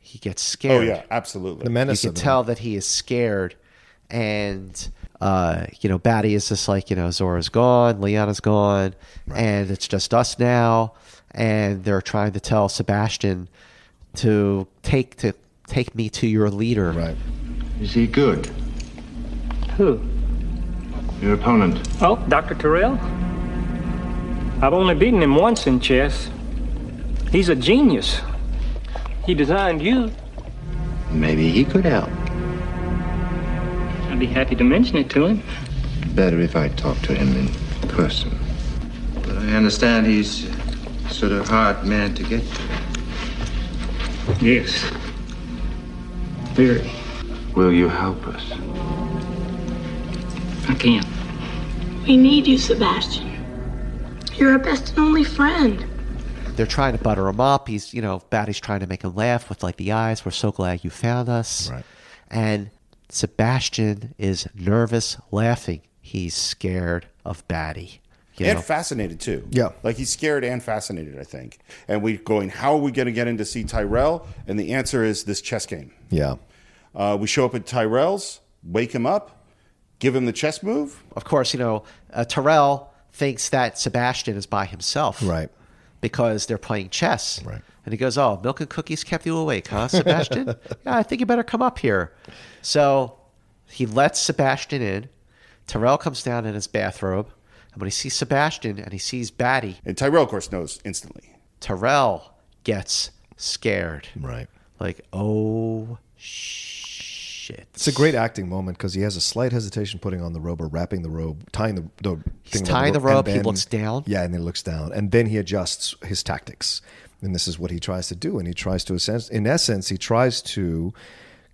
Speaker 6: He gets scared.
Speaker 1: Oh, yeah, absolutely.
Speaker 3: The menace
Speaker 6: You
Speaker 3: of
Speaker 6: can
Speaker 3: it.
Speaker 6: tell that he is scared. And, uh, you know, Batty is just like, you know, Zora's gone, Liana's gone, and it's just us now. And they're trying to tell Sebastian to take to take me to your leader. Right.
Speaker 26: Is he good?
Speaker 27: Who?
Speaker 26: Your opponent.
Speaker 27: Oh, Dr. Terrell? I've only beaten him once in chess. He's a genius. He designed you.
Speaker 26: Maybe he could help.
Speaker 27: I'd be happy to mention it to him.
Speaker 26: Better if I talk to him in person. But I understand he's sort of hard man to get to.
Speaker 27: Yes. Very.
Speaker 26: Will you help us?
Speaker 27: I can't.
Speaker 24: We need you, Sebastian. You're our best and only friend.
Speaker 6: They're trying to butter him up. He's, you know, Batty's trying to make him laugh with like the eyes. We're so glad you found us. Right. And Sebastian is nervous, laughing. He's scared of Batty. You
Speaker 1: and
Speaker 6: know?
Speaker 1: fascinated too.
Speaker 6: Yeah.
Speaker 1: Like he's scared and fascinated, I think. And we're going, how are we going to get in to see Tyrell? And the answer is this chess game.
Speaker 3: Yeah.
Speaker 1: Uh, we show up at Tyrell's, wake him up, give him the chess move.
Speaker 6: of course, you know, uh, Terrell thinks that Sebastian is by himself. Right. Because they're playing chess. Right. And he goes, Oh, milk and cookies kept you awake, huh, Sebastian? yeah, I think you better come up here. So he lets Sebastian in. Terrell comes down in his bathrobe. And when he sees Sebastian and he sees Batty.
Speaker 1: And Tyrell, of course, knows instantly.
Speaker 6: Terrell gets scared.
Speaker 3: Right.
Speaker 6: Like, oh, shit.
Speaker 3: It's a great acting moment because he has a slight hesitation putting on the robe or wrapping the robe, tying the, the thing around
Speaker 6: tying the
Speaker 3: and
Speaker 6: rope, he looks down.
Speaker 3: Yeah, and then he looks down, and then he adjusts his tactics, and this is what he tries to do. And he tries to, essence- in essence, he tries to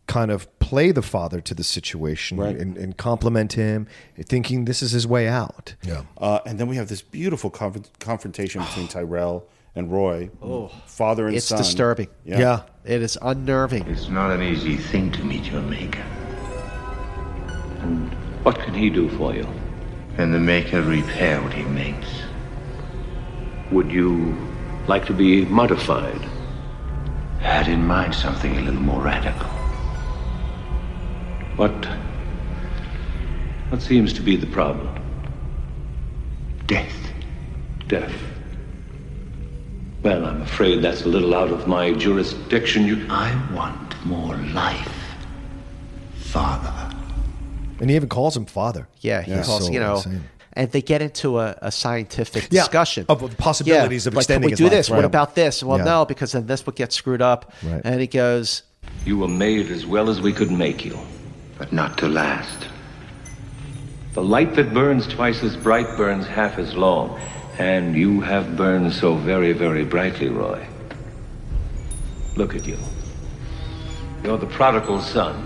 Speaker 3: kind of play the father to the situation
Speaker 1: Right.
Speaker 3: and, and compliment him, thinking this is his way out. Yeah.
Speaker 1: Uh, and then we have this beautiful conf- confrontation between Tyrell and Roy,
Speaker 6: Oh.
Speaker 1: father and
Speaker 6: It's
Speaker 1: son.
Speaker 6: disturbing.
Speaker 26: Yeah.
Speaker 6: It is unnerving.
Speaker 26: It's not an easy thing to meet your maker.
Speaker 14: What can he do for you?
Speaker 26: And the maker repair what he makes.
Speaker 14: Would you like to be modified?
Speaker 26: Had in mind something a little more radical.
Speaker 14: What? What seems to be the problem?
Speaker 26: Death.
Speaker 14: Death. Well, I'm afraid that's a little out of my jurisdiction. You.
Speaker 26: I want more life. Father.
Speaker 3: And he even calls him father.
Speaker 6: Yeah, he
Speaker 3: It's
Speaker 6: calls
Speaker 3: so
Speaker 6: you know,
Speaker 3: insane.
Speaker 6: and they get into a, a scientific
Speaker 3: Yeah,
Speaker 6: discussion
Speaker 3: of the possibilities of
Speaker 6: like,
Speaker 3: extending
Speaker 6: Can we
Speaker 3: his
Speaker 6: do
Speaker 3: life,
Speaker 6: this?
Speaker 3: right.
Speaker 6: What about this? Well,
Speaker 14: Yeah.
Speaker 6: no, because then this would get screwed up.
Speaker 14: Right.
Speaker 6: And he goes,
Speaker 14: You were made as well as we could make you.
Speaker 26: But not to last.
Speaker 14: The light that burns twice as bright burns half as long. And you have burned so very, very brightly, Roy. Look at you. You're the prodigal son.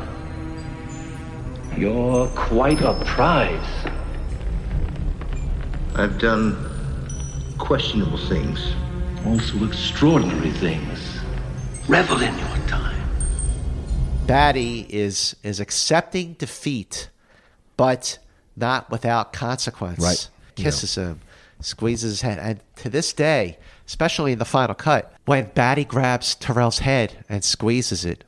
Speaker 14: You're quite a prize.
Speaker 26: I've done questionable things, also extraordinary things. Revel in your time.
Speaker 6: Batty is is accepting defeat, but not without consequence.
Speaker 3: Right.
Speaker 6: Kisses him, squeezes his head, and to this day, especially in the final cut, when Batty grabs Terrell's head and squeezes it,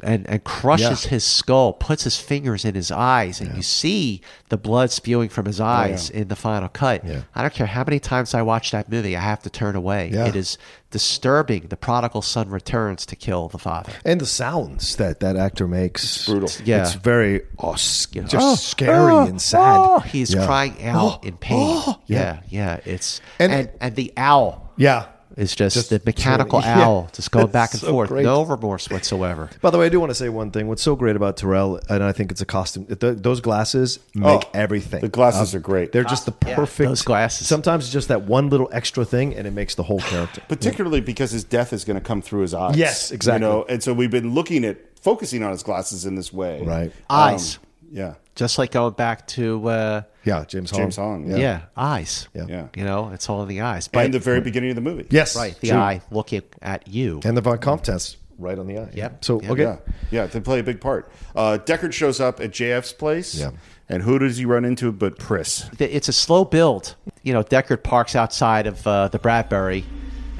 Speaker 6: and, and crushes his skull, puts his fingers in his eyes, and you see the blood spewing from his eyes in the final cut. I don't care how many times I watch that movie, I have to turn away.
Speaker 3: Yeah.
Speaker 6: It is disturbing. The prodigal son returns to kill the father.
Speaker 3: And the sounds that that actor makes. It's
Speaker 1: brutal.
Speaker 6: Yeah.
Speaker 3: It's very oh, s-
Speaker 6: You know,
Speaker 3: just
Speaker 6: "Oh,
Speaker 3: scary
Speaker 6: oh,
Speaker 3: and sad.
Speaker 6: oh." He's
Speaker 3: Yeah.
Speaker 6: crying out in pain.
Speaker 3: oh.
Speaker 6: yeah, yeah. It's
Speaker 3: And-
Speaker 6: and, and the owl
Speaker 3: Yeah.
Speaker 6: is just, the mechanical
Speaker 3: Yeah.
Speaker 6: owl just going back and
Speaker 3: So
Speaker 6: forth,
Speaker 3: great.
Speaker 6: no remorse whatsoever.
Speaker 3: By the way, I do want to say one thing. What's so great about Terrell, and I think it's a costume. Th- those glasses make
Speaker 1: Oh,
Speaker 3: everything. Uh,
Speaker 1: the glasses are great.
Speaker 3: They're just the
Speaker 1: Yeah,
Speaker 3: perfect
Speaker 6: Ah, those glasses.
Speaker 3: Sometimes it's just that one little extra thing, and it makes the whole character.
Speaker 1: particularly because his death is going to come through his eyes.
Speaker 3: Yes, exactly.
Speaker 1: You know, and so we've been looking at focusing on his glasses in this way. Um,
Speaker 3: Right.
Speaker 6: Eyes.
Speaker 1: Yeah.
Speaker 6: Just like going back to uh,
Speaker 3: Yeah, James Hong.
Speaker 1: James Hong.
Speaker 6: yeah.
Speaker 1: Yeah.
Speaker 6: eyes.
Speaker 3: Yeah.
Speaker 1: Yeah.
Speaker 6: You know, it's all in the eyes.
Speaker 1: And the very beginning of the movie.
Speaker 3: Yes.
Speaker 6: right, the
Speaker 3: True.
Speaker 6: eye looking at you.
Speaker 3: And the Von Kampf test right on the eye.
Speaker 6: Yep.
Speaker 3: So
Speaker 6: Yep.
Speaker 3: okay.
Speaker 1: Yeah. Yeah. They play a big part. Uh, Deckard shows up at JF's place.
Speaker 3: Yeah.
Speaker 1: And who does he run into but Priss?
Speaker 6: Th- It's a slow build. You know, Deckard parks outside of uh, the Bradbury,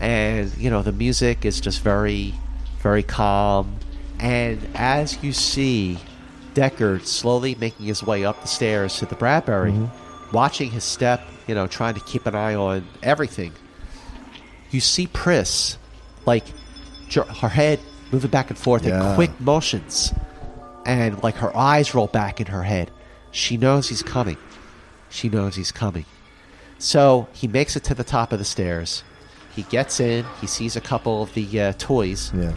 Speaker 6: and you know the music is just very, very calm. And as you see Deckard slowly making his way up the stairs to the Bradbury, watching his step, you know, trying to keep an eye on everything. You see Priss, like jer- her head moving back and forth
Speaker 3: Yeah.
Speaker 6: in quick motions, and like her eyes roll back in her head. She knows he's coming. She knows he's coming. So he makes it to the top of the stairs. He gets in. He sees a couple of the uh, toys.
Speaker 3: Yeah.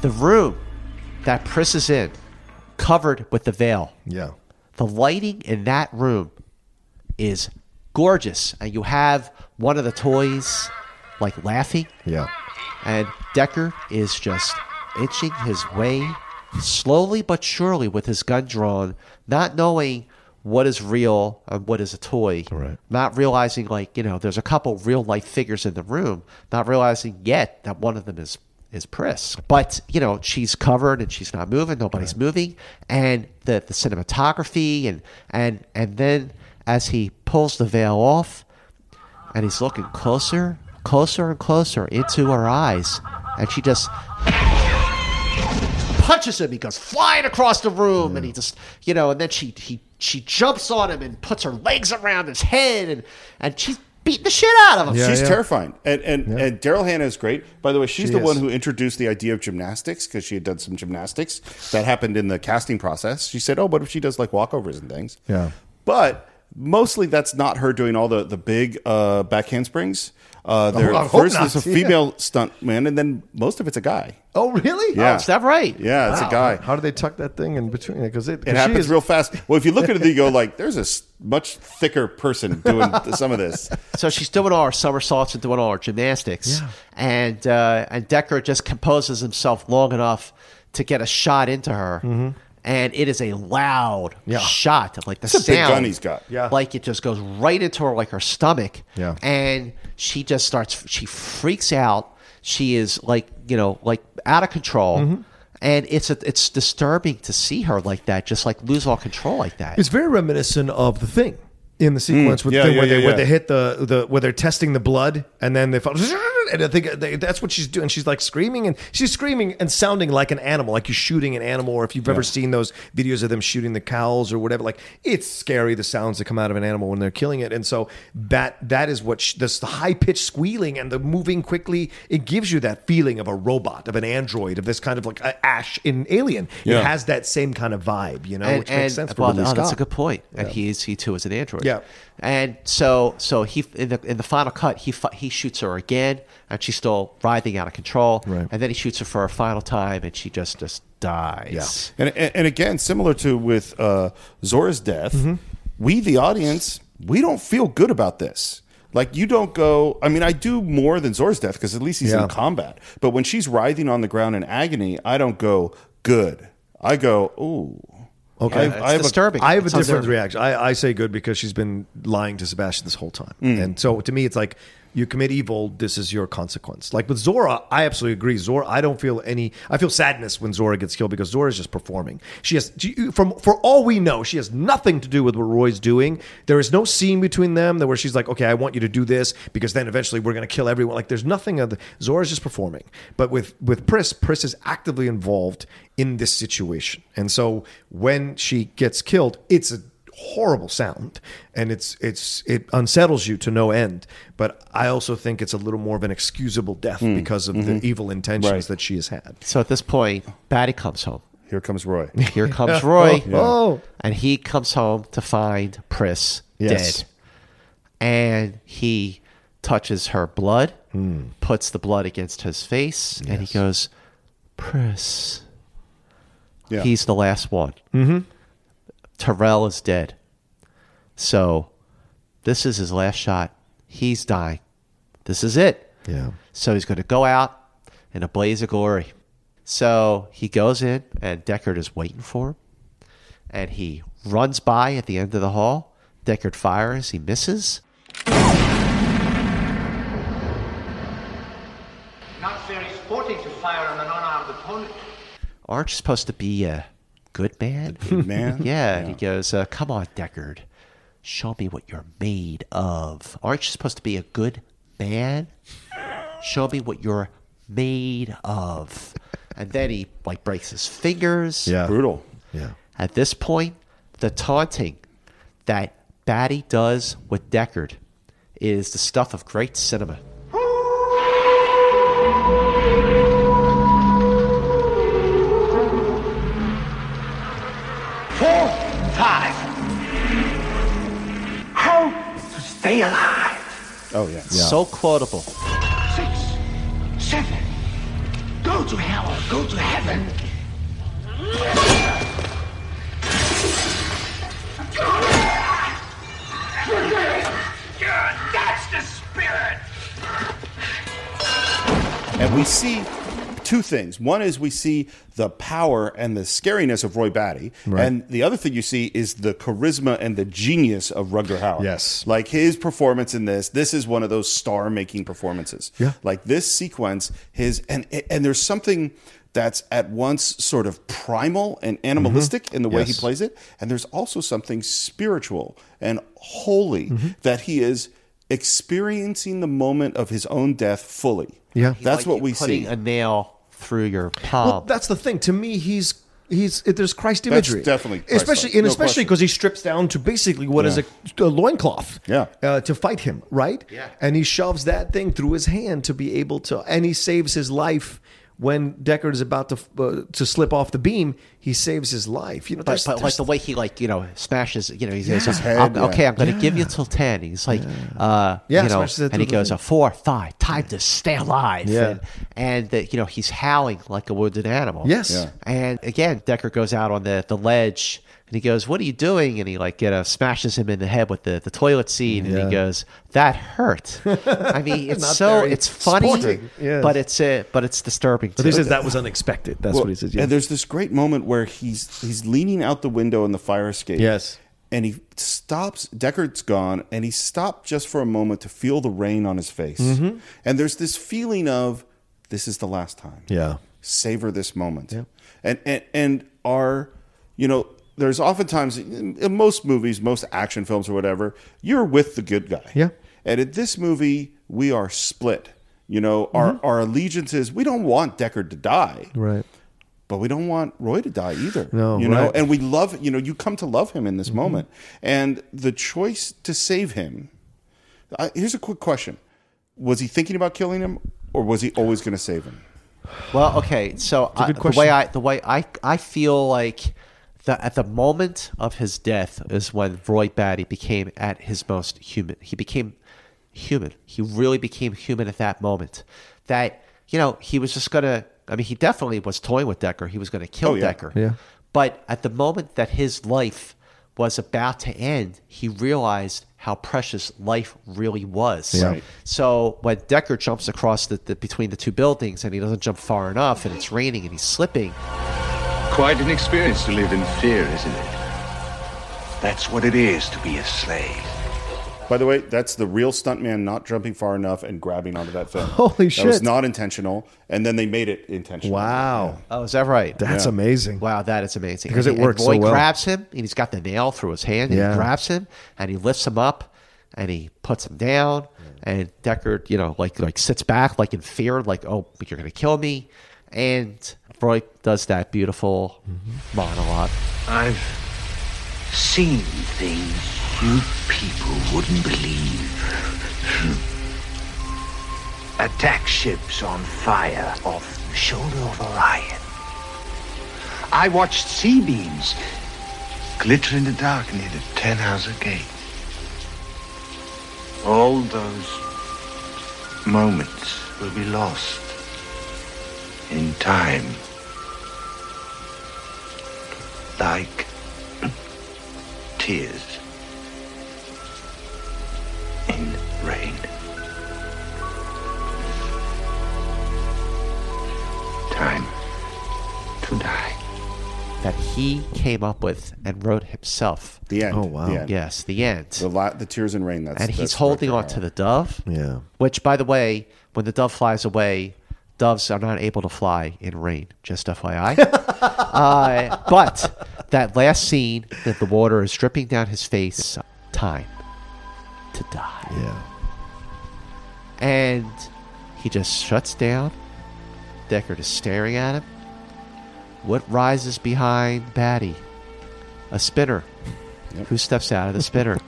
Speaker 6: The room that Priss is in, covered with the veil.
Speaker 3: Yeah.
Speaker 6: The lighting in that room is gorgeous. And you have one of the toys like laughing.
Speaker 3: Yeah.
Speaker 6: And Decker is just inching his way slowly but surely with his gun drawn, not knowing what is real and what is a toy.
Speaker 3: Right.
Speaker 6: Not realizing, like, you know, there's a couple real life figures in the room, not realizing yet that one of them is is Priss. But, you know, she's covered and she's not moving, nobody's moving. And the, the cinematography and and and then as he pulls the veil off, and he's looking closer, closer, and closer into her eyes, and she just punches him. He goes flying across the room, and he just, you know, and then she he she jumps on him and puts her legs around his head, and and she's beating the shit out of him.
Speaker 1: she's terrifying. And and, and Daryl Hannah is great. By the way, she's
Speaker 3: She
Speaker 1: the
Speaker 3: is.
Speaker 1: one who introduced the idea of gymnastics because she had done some gymnastics that happened in the casting process. She said, "Oh, what if she does like walkovers and things?"
Speaker 3: Yeah.
Speaker 1: But mostly that's not her doing all the the big uh, back handsprings. Uh, there,
Speaker 3: Oh, I hope
Speaker 1: first
Speaker 3: not.
Speaker 1: there's a
Speaker 3: Yeah.
Speaker 1: female stunt man, and then most of it's a guy.
Speaker 3: Oh really?
Speaker 1: Yeah.
Speaker 6: Oh, is that right?
Speaker 1: Yeah, it's a guy.
Speaker 3: How do they tuck that thing in between? Because it, 'cause
Speaker 1: It
Speaker 3: she
Speaker 1: happens
Speaker 3: is-
Speaker 1: real fast. Well, if you look at it, you go like, "There's a s- much thicker person doing some of this."
Speaker 6: So she's doing all her somersaults and doing all her gymnastics, and uh, and Decker just composes himself long enough to get a shot into her. And it is a loud shot, like the
Speaker 1: It's a big
Speaker 6: sound.
Speaker 1: gun he's got.
Speaker 3: Yeah.
Speaker 6: like it just goes right into her, like her stomach.
Speaker 3: Yeah.
Speaker 6: and she just starts. She freaks out. She is like you know, like out of control. And it's a, it's disturbing to see her like that, just like lose all control like that.
Speaker 3: It's very reminiscent of the thing in the sequence with
Speaker 1: Mm. Yeah,
Speaker 3: the thing
Speaker 1: yeah,
Speaker 3: where,
Speaker 1: yeah,
Speaker 3: they, where
Speaker 1: yeah.
Speaker 3: they hit the, the where they're testing the blood and then they fall, and I think they, that's what she's doing. She's like screaming and she's screaming and sounding like an animal, like you're shooting an animal. Or if you've ever seen those videos of them shooting the cows or whatever, like it's scary the sounds that come out of an animal when they're killing it. And so that that is what she, this the high pitched squealing and the moving quickly. It gives you that feeling of a robot, of an android, of this kind of like uh, Ash in Alien.
Speaker 1: Yeah.
Speaker 3: It has that same kind of vibe, you know, which makes sense for
Speaker 6: well,
Speaker 3: Ridley
Speaker 6: oh, that's a
Speaker 3: Scott.
Speaker 6: good point. And he's he too is an android.
Speaker 3: Yeah.
Speaker 6: And so so he in the in the final cut he fi- he shoots her again and she's still writhing out of control.
Speaker 3: Right.
Speaker 6: And then he shoots her for a final time and she just just dies.
Speaker 1: And, and, and again, similar to with uh, Zora's death,
Speaker 3: Mm-hmm.
Speaker 1: we, the audience, we don't feel good about this. Like, you don't go, I mean, I do more than Zora's death because at least he's
Speaker 3: Yeah.
Speaker 1: in combat. But when she's writhing on the ground in agony, I don't go, good. I go, ooh.
Speaker 3: Okay.
Speaker 1: I- I have a-
Speaker 6: Uh, disturbing.
Speaker 3: I have a
Speaker 6: It's
Speaker 3: different
Speaker 6: unnerving.
Speaker 3: reaction. I, I say good because she's been lying to Sebastian this whole time. And so to me, it's like you commit evil, this is your consequence. Like with Zora, I absolutely agree. Zora, I don't feel any. I feel sadness when Zora gets killed because Zora is just performing. She has, she- from for all we know, she has nothing to do with what Roy's doing. There is no scene between them that where she's like, okay, I want you to do this because then eventually we're going to kill everyone. Like there's nothing of the Zora's just performing. But with with Pris, Pris is actively involved in this situation, and so when she gets killed, it's a horrible sound and it's it's it unsettles you to no end but i also think it's a little more of an excusable death
Speaker 1: Hmm.
Speaker 3: because of
Speaker 1: Mm-hmm.
Speaker 3: the evil intentions that she has had
Speaker 6: So at this point, Batty comes home.
Speaker 1: Here comes Roy.
Speaker 6: Here comes Roy.
Speaker 3: Oh, Yeah. oh.
Speaker 6: And he comes home to find Pris
Speaker 3: Yes.
Speaker 6: dead. And he touches her blood,
Speaker 3: Hmm.
Speaker 6: puts the blood against his face, and he goes, Pris.
Speaker 1: Yeah.
Speaker 6: He's the last one.
Speaker 3: Mhm.
Speaker 6: Terrell is dead. So this is his last shot. He's dying. This is it.
Speaker 3: Yeah.
Speaker 6: So he's going to go out in a blaze of glory. So he goes in, and Deckard is waiting for him. And he runs by at the end of the hall. Deckard fires. He misses.
Speaker 13: Not very sporting to fire on an unarmed opponent.
Speaker 6: Aren't you supposed to be a good man?
Speaker 13: good man?
Speaker 6: yeah. And he goes, uh, Come on, Deckard. Show me what you're made of. Aren't you supposed to be a good man? Show me what you're made of. And then he like breaks his fingers.
Speaker 3: Yeah.
Speaker 1: Brutal.
Speaker 3: Yeah.
Speaker 6: At this point, the taunting that Batty does with Deckard is the stuff of great cinema.
Speaker 13: Four, five. How to stay alive?
Speaker 1: Oh yeah.
Speaker 6: So quotable.
Speaker 13: Six, seven. Go to hell or go to heaven. That's the spirit.
Speaker 1: And we see two things. One is we see the power and the scariness of Roy Batty.
Speaker 3: Right.
Speaker 1: And the other thing you see is the charisma and the genius of Rugger Hauer.
Speaker 3: Yes.
Speaker 1: Like his performance in this, this is one of those star making performances.
Speaker 3: Yeah.
Speaker 1: Like this sequence, his and and there's something that's at once sort of primal and animalistic in the way he
Speaker 3: Mm-hmm. Yes.
Speaker 1: plays it. And there's also something spiritual and holy
Speaker 3: Mm-hmm.
Speaker 1: that he is experiencing the moment of his own death fully.
Speaker 3: Yeah.
Speaker 1: That's
Speaker 6: Like
Speaker 1: what
Speaker 6: you
Speaker 1: we
Speaker 6: putting
Speaker 1: see.
Speaker 6: a nail through your palm.
Speaker 3: well that's the thing to me he's he's there's christ
Speaker 1: That's
Speaker 3: imagery
Speaker 1: definitely Christ-like.
Speaker 3: especially and
Speaker 1: No
Speaker 3: especially
Speaker 1: question.
Speaker 3: because he strips down to basically what is
Speaker 1: Yeah.
Speaker 3: a, a loincloth
Speaker 1: Yeah.
Speaker 3: uh, to fight him right
Speaker 1: Yeah.
Speaker 3: and he shoves that thing through his hand to be able to and he saves his life when Deckard is about to uh, to slip off the beam, he saves his life. You know,
Speaker 6: but,
Speaker 3: there's-
Speaker 6: but like
Speaker 3: there's-
Speaker 6: the way he like you know smashes you know he
Speaker 3: Yeah.
Speaker 6: says
Speaker 3: His head,
Speaker 6: I'm,
Speaker 3: yeah.
Speaker 6: okay I'm going to give you
Speaker 3: Yeah.
Speaker 6: till ten he's like uh
Speaker 3: Yeah,
Speaker 6: you know
Speaker 3: smashes it
Speaker 6: and
Speaker 3: through
Speaker 6: he
Speaker 3: the
Speaker 6: goes
Speaker 3: thing.
Speaker 6: a four five time to stay alive
Speaker 3: Yeah.
Speaker 6: and and that you know he's howling like a wounded animal
Speaker 3: Yes. Yeah.
Speaker 6: and again Decker goes out on the the ledge and he goes what are you doing and he like you know smashes him in the head with the the toilet seat and
Speaker 3: Yeah.
Speaker 6: he goes that hurt I mean it's
Speaker 3: Not
Speaker 6: so
Speaker 3: very
Speaker 6: it's funny
Speaker 3: sporting. Yes.
Speaker 6: but it's uh, but it's disturbing
Speaker 3: But he
Speaker 6: too.
Speaker 3: says that was unexpected. That's
Speaker 1: Well,
Speaker 3: what he says.
Speaker 1: And there's this great moment where he's he's leaning out the window in the fire escape.
Speaker 3: Yes.
Speaker 1: And he stops. Deckard's gone, and he stopped just for a moment to feel the rain on his face.
Speaker 6: Mm-hmm.
Speaker 3: Mhm.
Speaker 1: And there's this feeling of this is the last time.
Speaker 3: Yeah.
Speaker 1: Savor this moment. And and and our, you know. There's oftentimes in in most movies, most action films or whatever, you're with the good guy.
Speaker 3: Yeah.
Speaker 1: And in this movie, we are split. You know, our
Speaker 3: Mm-hmm.
Speaker 1: our allegiances. We don't want Deckard to die
Speaker 3: Right.
Speaker 1: but we don't want Roy to die either.
Speaker 3: No,
Speaker 1: you know,
Speaker 3: right. Mm-hmm.
Speaker 1: and we love you know you come to love him in this moment, and the choice to save him. I, here's a quick question: Was he thinking about killing him, or was he always going to save him?
Speaker 6: Well, okay. So
Speaker 1: a
Speaker 6: I,
Speaker 1: good
Speaker 6: the way I the way I I feel like the, at the moment of his death is when Roy Batty became at his most human. He became human. He really became human at that moment. That you know he was just gonna. I mean, he definitely was toying with Decker. He was gonna kill
Speaker 1: Oh, yeah.
Speaker 6: Decker.
Speaker 1: Yeah.
Speaker 6: But at the moment that his life was about to end, he realized how precious life really was.
Speaker 3: Yeah. Right.
Speaker 6: So when Decker jumps across the, the between the two buildings and he doesn't jump far enough and it's raining and he's slipping,
Speaker 28: Quite an experience to live in fear, isn't it? That's what it is to be a slave.
Speaker 1: By the way, that's the real stuntman not jumping far enough and grabbing onto that film.
Speaker 3: Holy
Speaker 1: that
Speaker 3: shit.
Speaker 1: was not intentional, and then they made it intentional.
Speaker 3: Wow.
Speaker 6: Oh, is that right?
Speaker 3: That's amazing.
Speaker 6: Wow, that is amazing.
Speaker 3: Because
Speaker 6: And
Speaker 3: it
Speaker 6: he- and
Speaker 3: works so
Speaker 6: Boyd
Speaker 3: well.
Speaker 6: grabs him, and he's got the nail through his hand. And
Speaker 3: Yeah.
Speaker 6: He grabs him, and he lifts him up, and he puts him down. And Deckard, you know, like like sits back, like in fear, like oh, but you're gonna kill me. And Boyd does that beautiful
Speaker 3: Mm-hmm.
Speaker 6: monologue.
Speaker 12: I've seen things you people wouldn't believe. Attack ships on fire off the shoulder of Orion. I watched sea beams glitter in the dark near the Ten Hauser Gate. All those moments will be lost in time. Like tears in rain. Time to die.
Speaker 6: that he came up with and wrote himself.
Speaker 1: The end. Oh, wow. The end.
Speaker 6: Yes, the end.
Speaker 1: The, la- the tears and rain. That's
Speaker 6: and he's
Speaker 1: that's
Speaker 6: holding
Speaker 1: Rutger
Speaker 6: on
Speaker 1: Hauer.
Speaker 6: to the dove.
Speaker 1: Yeah.
Speaker 6: Which, by the way, when the dove flies away, doves are not able to fly in rain. Just FYI. uh, but that last scene that the water is dripping down his face, time to die.
Speaker 3: Yeah.
Speaker 6: And he just shuts down. Deckard is staring at him. What rises behind Batty? A spinner. Who steps out of the spinner?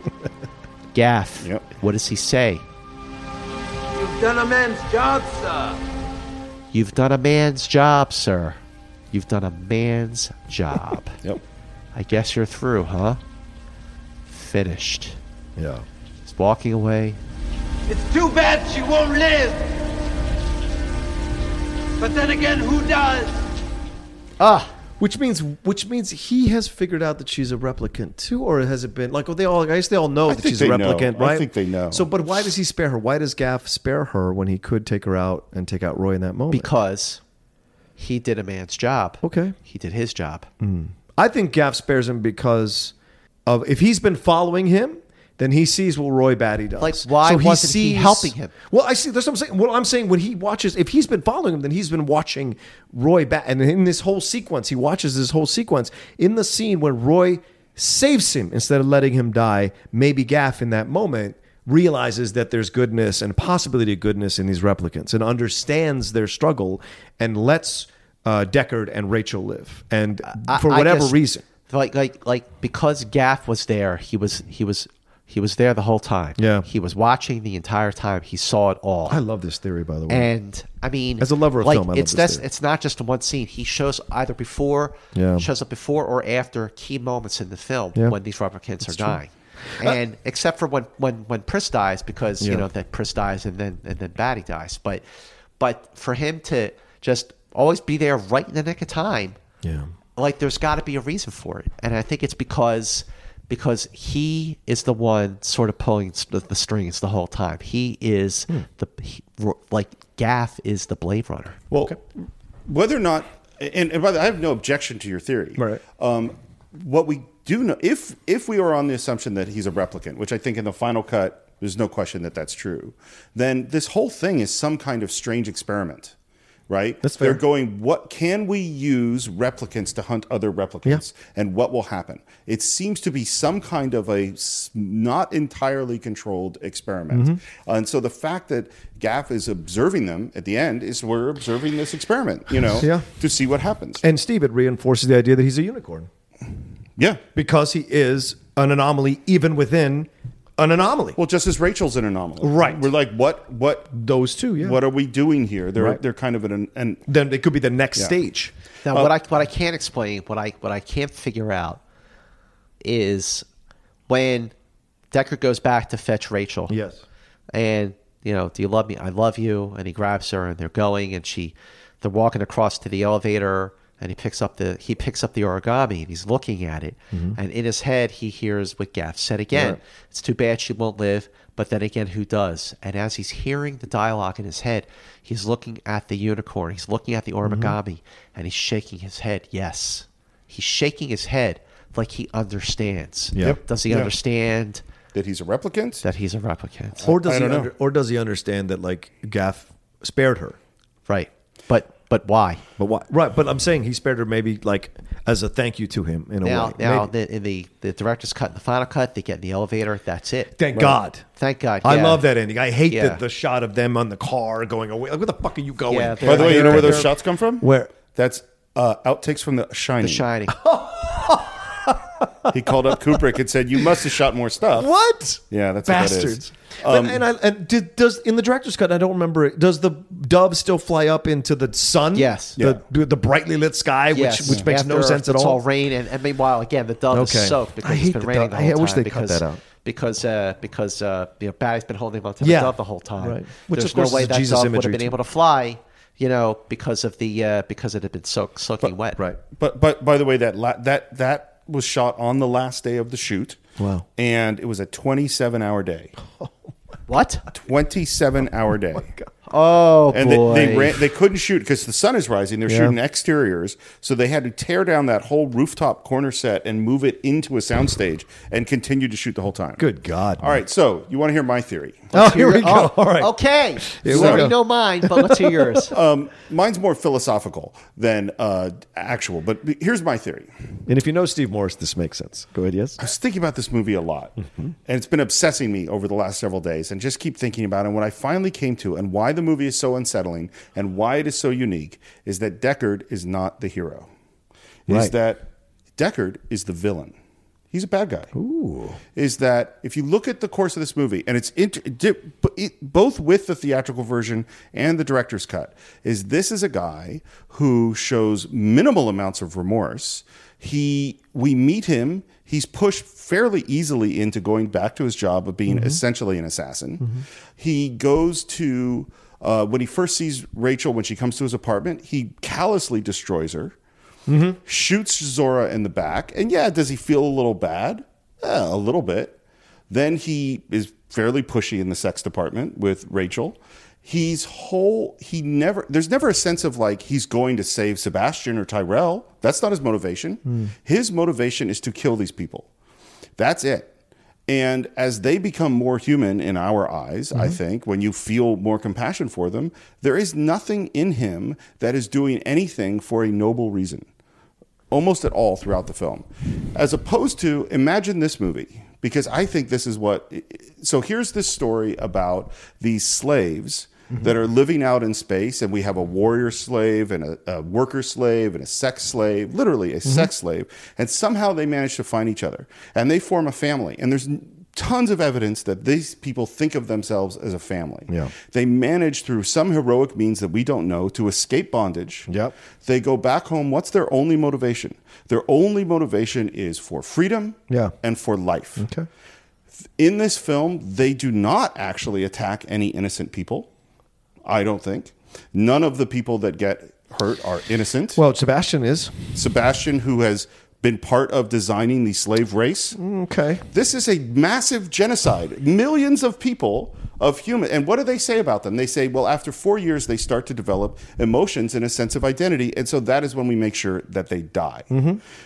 Speaker 6: Gaff. What does he say?
Speaker 13: You've done a man's job, sir.
Speaker 6: You've done a man's job, sir. You've done a man's job.
Speaker 1: yep.
Speaker 6: I guess you're through, huh? Finished.
Speaker 3: Yeah.
Speaker 6: He's walking away.
Speaker 13: It's too bad she won't live. But then again, who does?
Speaker 6: Ah.
Speaker 3: Which means, which means he has figured out that she's a replicant too, or has it been like? Oh, they all, I guess they all know that
Speaker 1: think
Speaker 3: she's a
Speaker 1: they know.
Speaker 3: replicant,
Speaker 1: I
Speaker 3: right?
Speaker 1: think they know.
Speaker 3: So, but why does he spare her? Why does Gaff spare her when he could take her out and take out Roy in that moment?
Speaker 6: Because he did a man's job.
Speaker 3: Okay.
Speaker 6: He did his job.
Speaker 3: Mm. I think Gaff spares him because of if he's been following him, then he sees what Roy Batty does.
Speaker 6: Like, why wasn't he helping him?
Speaker 3: Well, I see. That's what I'm saying. What I'm saying when he watches, if he's been following him, then he's been watching Roy Batty. And in this whole sequence, he watches this whole sequence in the scene where Roy saves him instead of letting him die. Maybe Gaff in that moment realizes that there's goodness and possibility of goodness in these replicants and understands their struggle and lets uh, Deckard and Rachel live. And
Speaker 6: I-
Speaker 3: for
Speaker 6: I
Speaker 3: whatever
Speaker 6: guess,
Speaker 3: reason.
Speaker 6: Like like like because Gaff was there, he was he was he was there the whole time. Yeah. He was watching the entire time. He saw it all.
Speaker 3: I love this theory, by the way.
Speaker 6: And I mean,
Speaker 3: As a lover of
Speaker 6: like,
Speaker 3: film, I love
Speaker 6: it's
Speaker 3: this
Speaker 6: that's-
Speaker 3: theory.
Speaker 6: it's not just in one scene. He shows either before,
Speaker 3: Yeah.
Speaker 6: shows up before or after key moments in the film
Speaker 3: Yeah.
Speaker 6: when these replicants
Speaker 3: That's
Speaker 6: are
Speaker 3: true. Uh,
Speaker 6: dying, and except for when when when Pris dies because you
Speaker 3: Yeah.
Speaker 6: know that Pris dies and then and then Batty dies. But but for him to just always be there right in the nick of time,
Speaker 3: Yeah.
Speaker 6: like there's got to be a reason for it, and I think it's because. Because he is the one sort of pulling the, the strings the whole time. He is the he, like Gaff is the Blade Runner.
Speaker 1: Well, whether or not, and, and by the, I have no objection to your theory. Right. Um, what we do know, if if we are on the assumption that he's a replicant, which I think in the final cut, there's no question that that's true, then this whole thing is some kind of strange experiment. Right? That's
Speaker 3: fair.
Speaker 1: They're going, what can we use replicants to hunt other replicants and what will happen? It seems to be some kind of a s- not entirely controlled experiment.
Speaker 3: Mhm.
Speaker 1: And so the fact that Gaff is observing them at the end is we're observing this experiment, you know,
Speaker 3: Yeah.
Speaker 1: to see what happens.
Speaker 3: And Steve, it reinforces the idea that he's a unicorn.
Speaker 1: Yeah.
Speaker 3: Because he is an anomaly even within an anomaly.
Speaker 1: Well, just as Rachel's an anomaly.
Speaker 3: Right.
Speaker 1: We're like, what, what,
Speaker 3: those two, yeah.
Speaker 1: What are we doing here? They're,
Speaker 3: Right.
Speaker 1: they're kind of an, and
Speaker 3: then it could be the next stage.
Speaker 2: Uh,
Speaker 6: Now, what I what I can't explain, what I what I can't figure out, is when Decker goes back to fetch Rachel.
Speaker 3: Yes.
Speaker 6: And you know, do you love me? I love you. And he grabs her, and they're going, and she, they're walking across to the elevator, and he picks up the he picks up the origami, and he's looking at it,
Speaker 3: Mm-hmm.
Speaker 29: Mhm.
Speaker 6: and in his head he hears what Gaff said again.
Speaker 29: Right.
Speaker 6: It's too bad she won't live, but then again, who does? And as he's hearing the dialogue in his head, he's looking at the unicorn, he's looking at the
Speaker 3: Mm-hmm.
Speaker 6: origami, and he's shaking his head. Yes, he's shaking his head like he understands.
Speaker 3: Yep.
Speaker 6: Does he
Speaker 3: Yeah.
Speaker 6: understand
Speaker 1: That he's a replicant?
Speaker 6: That he's a replicant.
Speaker 2: Or does
Speaker 1: I
Speaker 2: he
Speaker 1: don't know.
Speaker 2: under, or does he understand that like Gaff spared her?
Speaker 6: Right. But but why?
Speaker 2: But why? Right. But I'm saying he spared her maybe like as a thank you to him in a
Speaker 6: now,
Speaker 2: way.
Speaker 6: now
Speaker 2: Maybe.
Speaker 6: the, in the the director's cut, and the final cut, they get in the elevator. That's it.
Speaker 2: Thank God.
Speaker 6: Thank God.
Speaker 2: I
Speaker 6: yeah.
Speaker 2: love that ending. I hate
Speaker 6: Yeah.
Speaker 2: the, the shot of them on the car going away. Like, where the fuck are you going?
Speaker 6: Yeah,
Speaker 1: By the way, you know where those
Speaker 2: They're-
Speaker 1: shots come from?
Speaker 2: Where?
Speaker 1: That's uh, outtakes from The Shining.
Speaker 6: The Shining.
Speaker 2: Oh,
Speaker 1: he called up Kubrick and said, "You must have shot more stuff."
Speaker 2: What?
Speaker 1: Yeah, that's What that is.
Speaker 2: bastards. But-
Speaker 1: Um,
Speaker 2: and I and did, does in the director's cut I don't remember it. Does the dove still fly up into the sun?
Speaker 6: Yes.
Speaker 2: The the brightly lit sky,
Speaker 6: Yes.
Speaker 2: which which makes no
Speaker 6: After
Speaker 2: sense at
Speaker 6: it's
Speaker 2: all.
Speaker 6: rain, and, and meanwhile, again, the dove
Speaker 2: Okay.
Speaker 6: is soaked because
Speaker 2: I
Speaker 6: it's
Speaker 2: hate
Speaker 6: been
Speaker 2: the
Speaker 6: raining
Speaker 2: dove.
Speaker 6: the
Speaker 2: I
Speaker 6: whole time.
Speaker 2: wish they cut
Speaker 6: because,
Speaker 2: that out.
Speaker 6: Because uh, because uh, you know, Batty's been holding on to
Speaker 2: Yeah.
Speaker 6: the dove the whole time.
Speaker 2: Right. Which,
Speaker 6: There's
Speaker 2: of course,
Speaker 6: no way
Speaker 2: is a
Speaker 6: that
Speaker 2: Jesus
Speaker 6: dove would
Speaker 2: imagery,
Speaker 6: have been
Speaker 2: too.
Speaker 6: able to fly. You know, because of the uh, because it had been soak, soaking wet.
Speaker 2: Right.
Speaker 1: But but by the way, that la- that that was shot on the last day of the shoot.
Speaker 2: Wow.
Speaker 1: And it was a 27 hour day.
Speaker 6: What?
Speaker 1: 27 hour day.
Speaker 6: Oh
Speaker 1: and they,
Speaker 6: boy.
Speaker 1: they ran. They couldn't shoot because the sun is rising. They're
Speaker 6: Yeah.
Speaker 1: shooting exteriors, so they had to tear down that whole rooftop corner set and move it into a soundstage and continue to shoot the whole time.
Speaker 2: Good God.
Speaker 1: All right, so you want to hear my theory?
Speaker 2: Oh, here we go.
Speaker 6: Oh,
Speaker 2: All right.
Speaker 6: Okay.
Speaker 1: Here
Speaker 6: you
Speaker 1: we
Speaker 6: already
Speaker 1: go.
Speaker 6: know mine, but let's hear yours.
Speaker 1: Um, mine's more philosophical than uh, actual, but here's my theory.
Speaker 2: And if you know Steve Morris, this makes sense. Go ahead, yes.
Speaker 1: I was thinking about this movie a lot,
Speaker 2: Mm-hmm.
Speaker 1: and it's been obsessing me over the last several days, and just keep thinking about it. And what I finally came to, and why the movie is so unsettling, and why it is so unique, is that Deckard is not the hero. Is
Speaker 2: Right.
Speaker 1: that Deckard is the villain? He's a bad guy.
Speaker 2: Ooh.
Speaker 1: Is that if you look at the course of this movie, and it's inter- di- b- it- both with the theatrical version and the director's cut, is this is a guy who shows minimal amounts of remorse. He, we meet him. He's pushed fairly easily into going back to his job of being essentially an assassin. He goes to uh, when he first sees Rachel when she comes to his apartment. He callously destroys her shoots Zora in the back. And yeah, does he feel a little bad? Yeah, a little bit. Then he is fairly pushy in the sex department with Rachel. He's whole, he never, there's never a sense of like he's going to save Sebastian or Tyrell. That's not his motivation. His motivation is to kill these people. That's it. And as they become more human in our eyes, I think, when you feel more compassion for them, there is nothing in him that is doing anything for a noble reason almost at all throughout the film. As opposed to, imagine this movie, because I think this is what. So here's this story about these slaves.
Speaker 2: Mm-hmm.
Speaker 1: That are living out in space, and we have a warrior slave and a, a worker slave and a sex slave, literally
Speaker 2: Mm-hmm.
Speaker 1: a sex slave, and somehow they manage to find each other and they form a family. And there's n- tons of evidence that these people think of themselves as a family.
Speaker 2: Yeah.
Speaker 1: They manage through some heroic means that we don't know to escape bondage.
Speaker 2: Yep.
Speaker 1: They go back home. What's their only motivation? Their only motivation is for freedom
Speaker 2: Yeah.
Speaker 1: and for life.
Speaker 2: Okay.
Speaker 1: In this film, they do not actually attack any innocent people, I don't think. None of the people that get hurt are innocent.
Speaker 2: Well, Sebastian is.
Speaker 1: Sebastian, who has been part of designing the slave race,
Speaker 2: Okay.
Speaker 1: this is a massive genocide. Millions of people of human and what do they say about them? They say, well, after four years they start to develop emotions and a sense of identity, and so that is when we make sure that they die.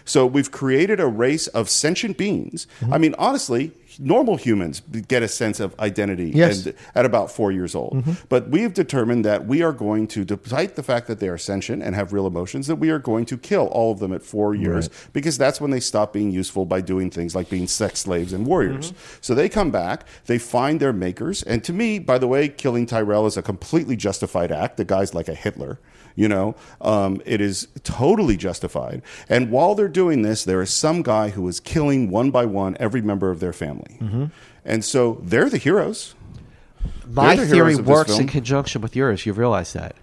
Speaker 1: So we've created a race of sentient beings. I mean, honestly, normal humans get a sense of identity
Speaker 2: Yes.
Speaker 1: and at about four years old. But we have determined that we are going to, despite the fact that they are sentient and have real emotions, that we are going to kill all of them at four years because that's when they stop being useful by doing things like being sex slaves and warriors. So they come back, they find their makers. And to me, by the way, killing Tyrell is a completely justified act. The guy's like a Hitler. You know, um, it is totally justified. And while they're doing this, there is some guy who is killing one by one every member of their family. And so they're the heroes.
Speaker 6: My
Speaker 1: They're the
Speaker 6: theory
Speaker 1: heroes of this
Speaker 6: works in
Speaker 1: film.
Speaker 6: conjunction with yours. You realize that.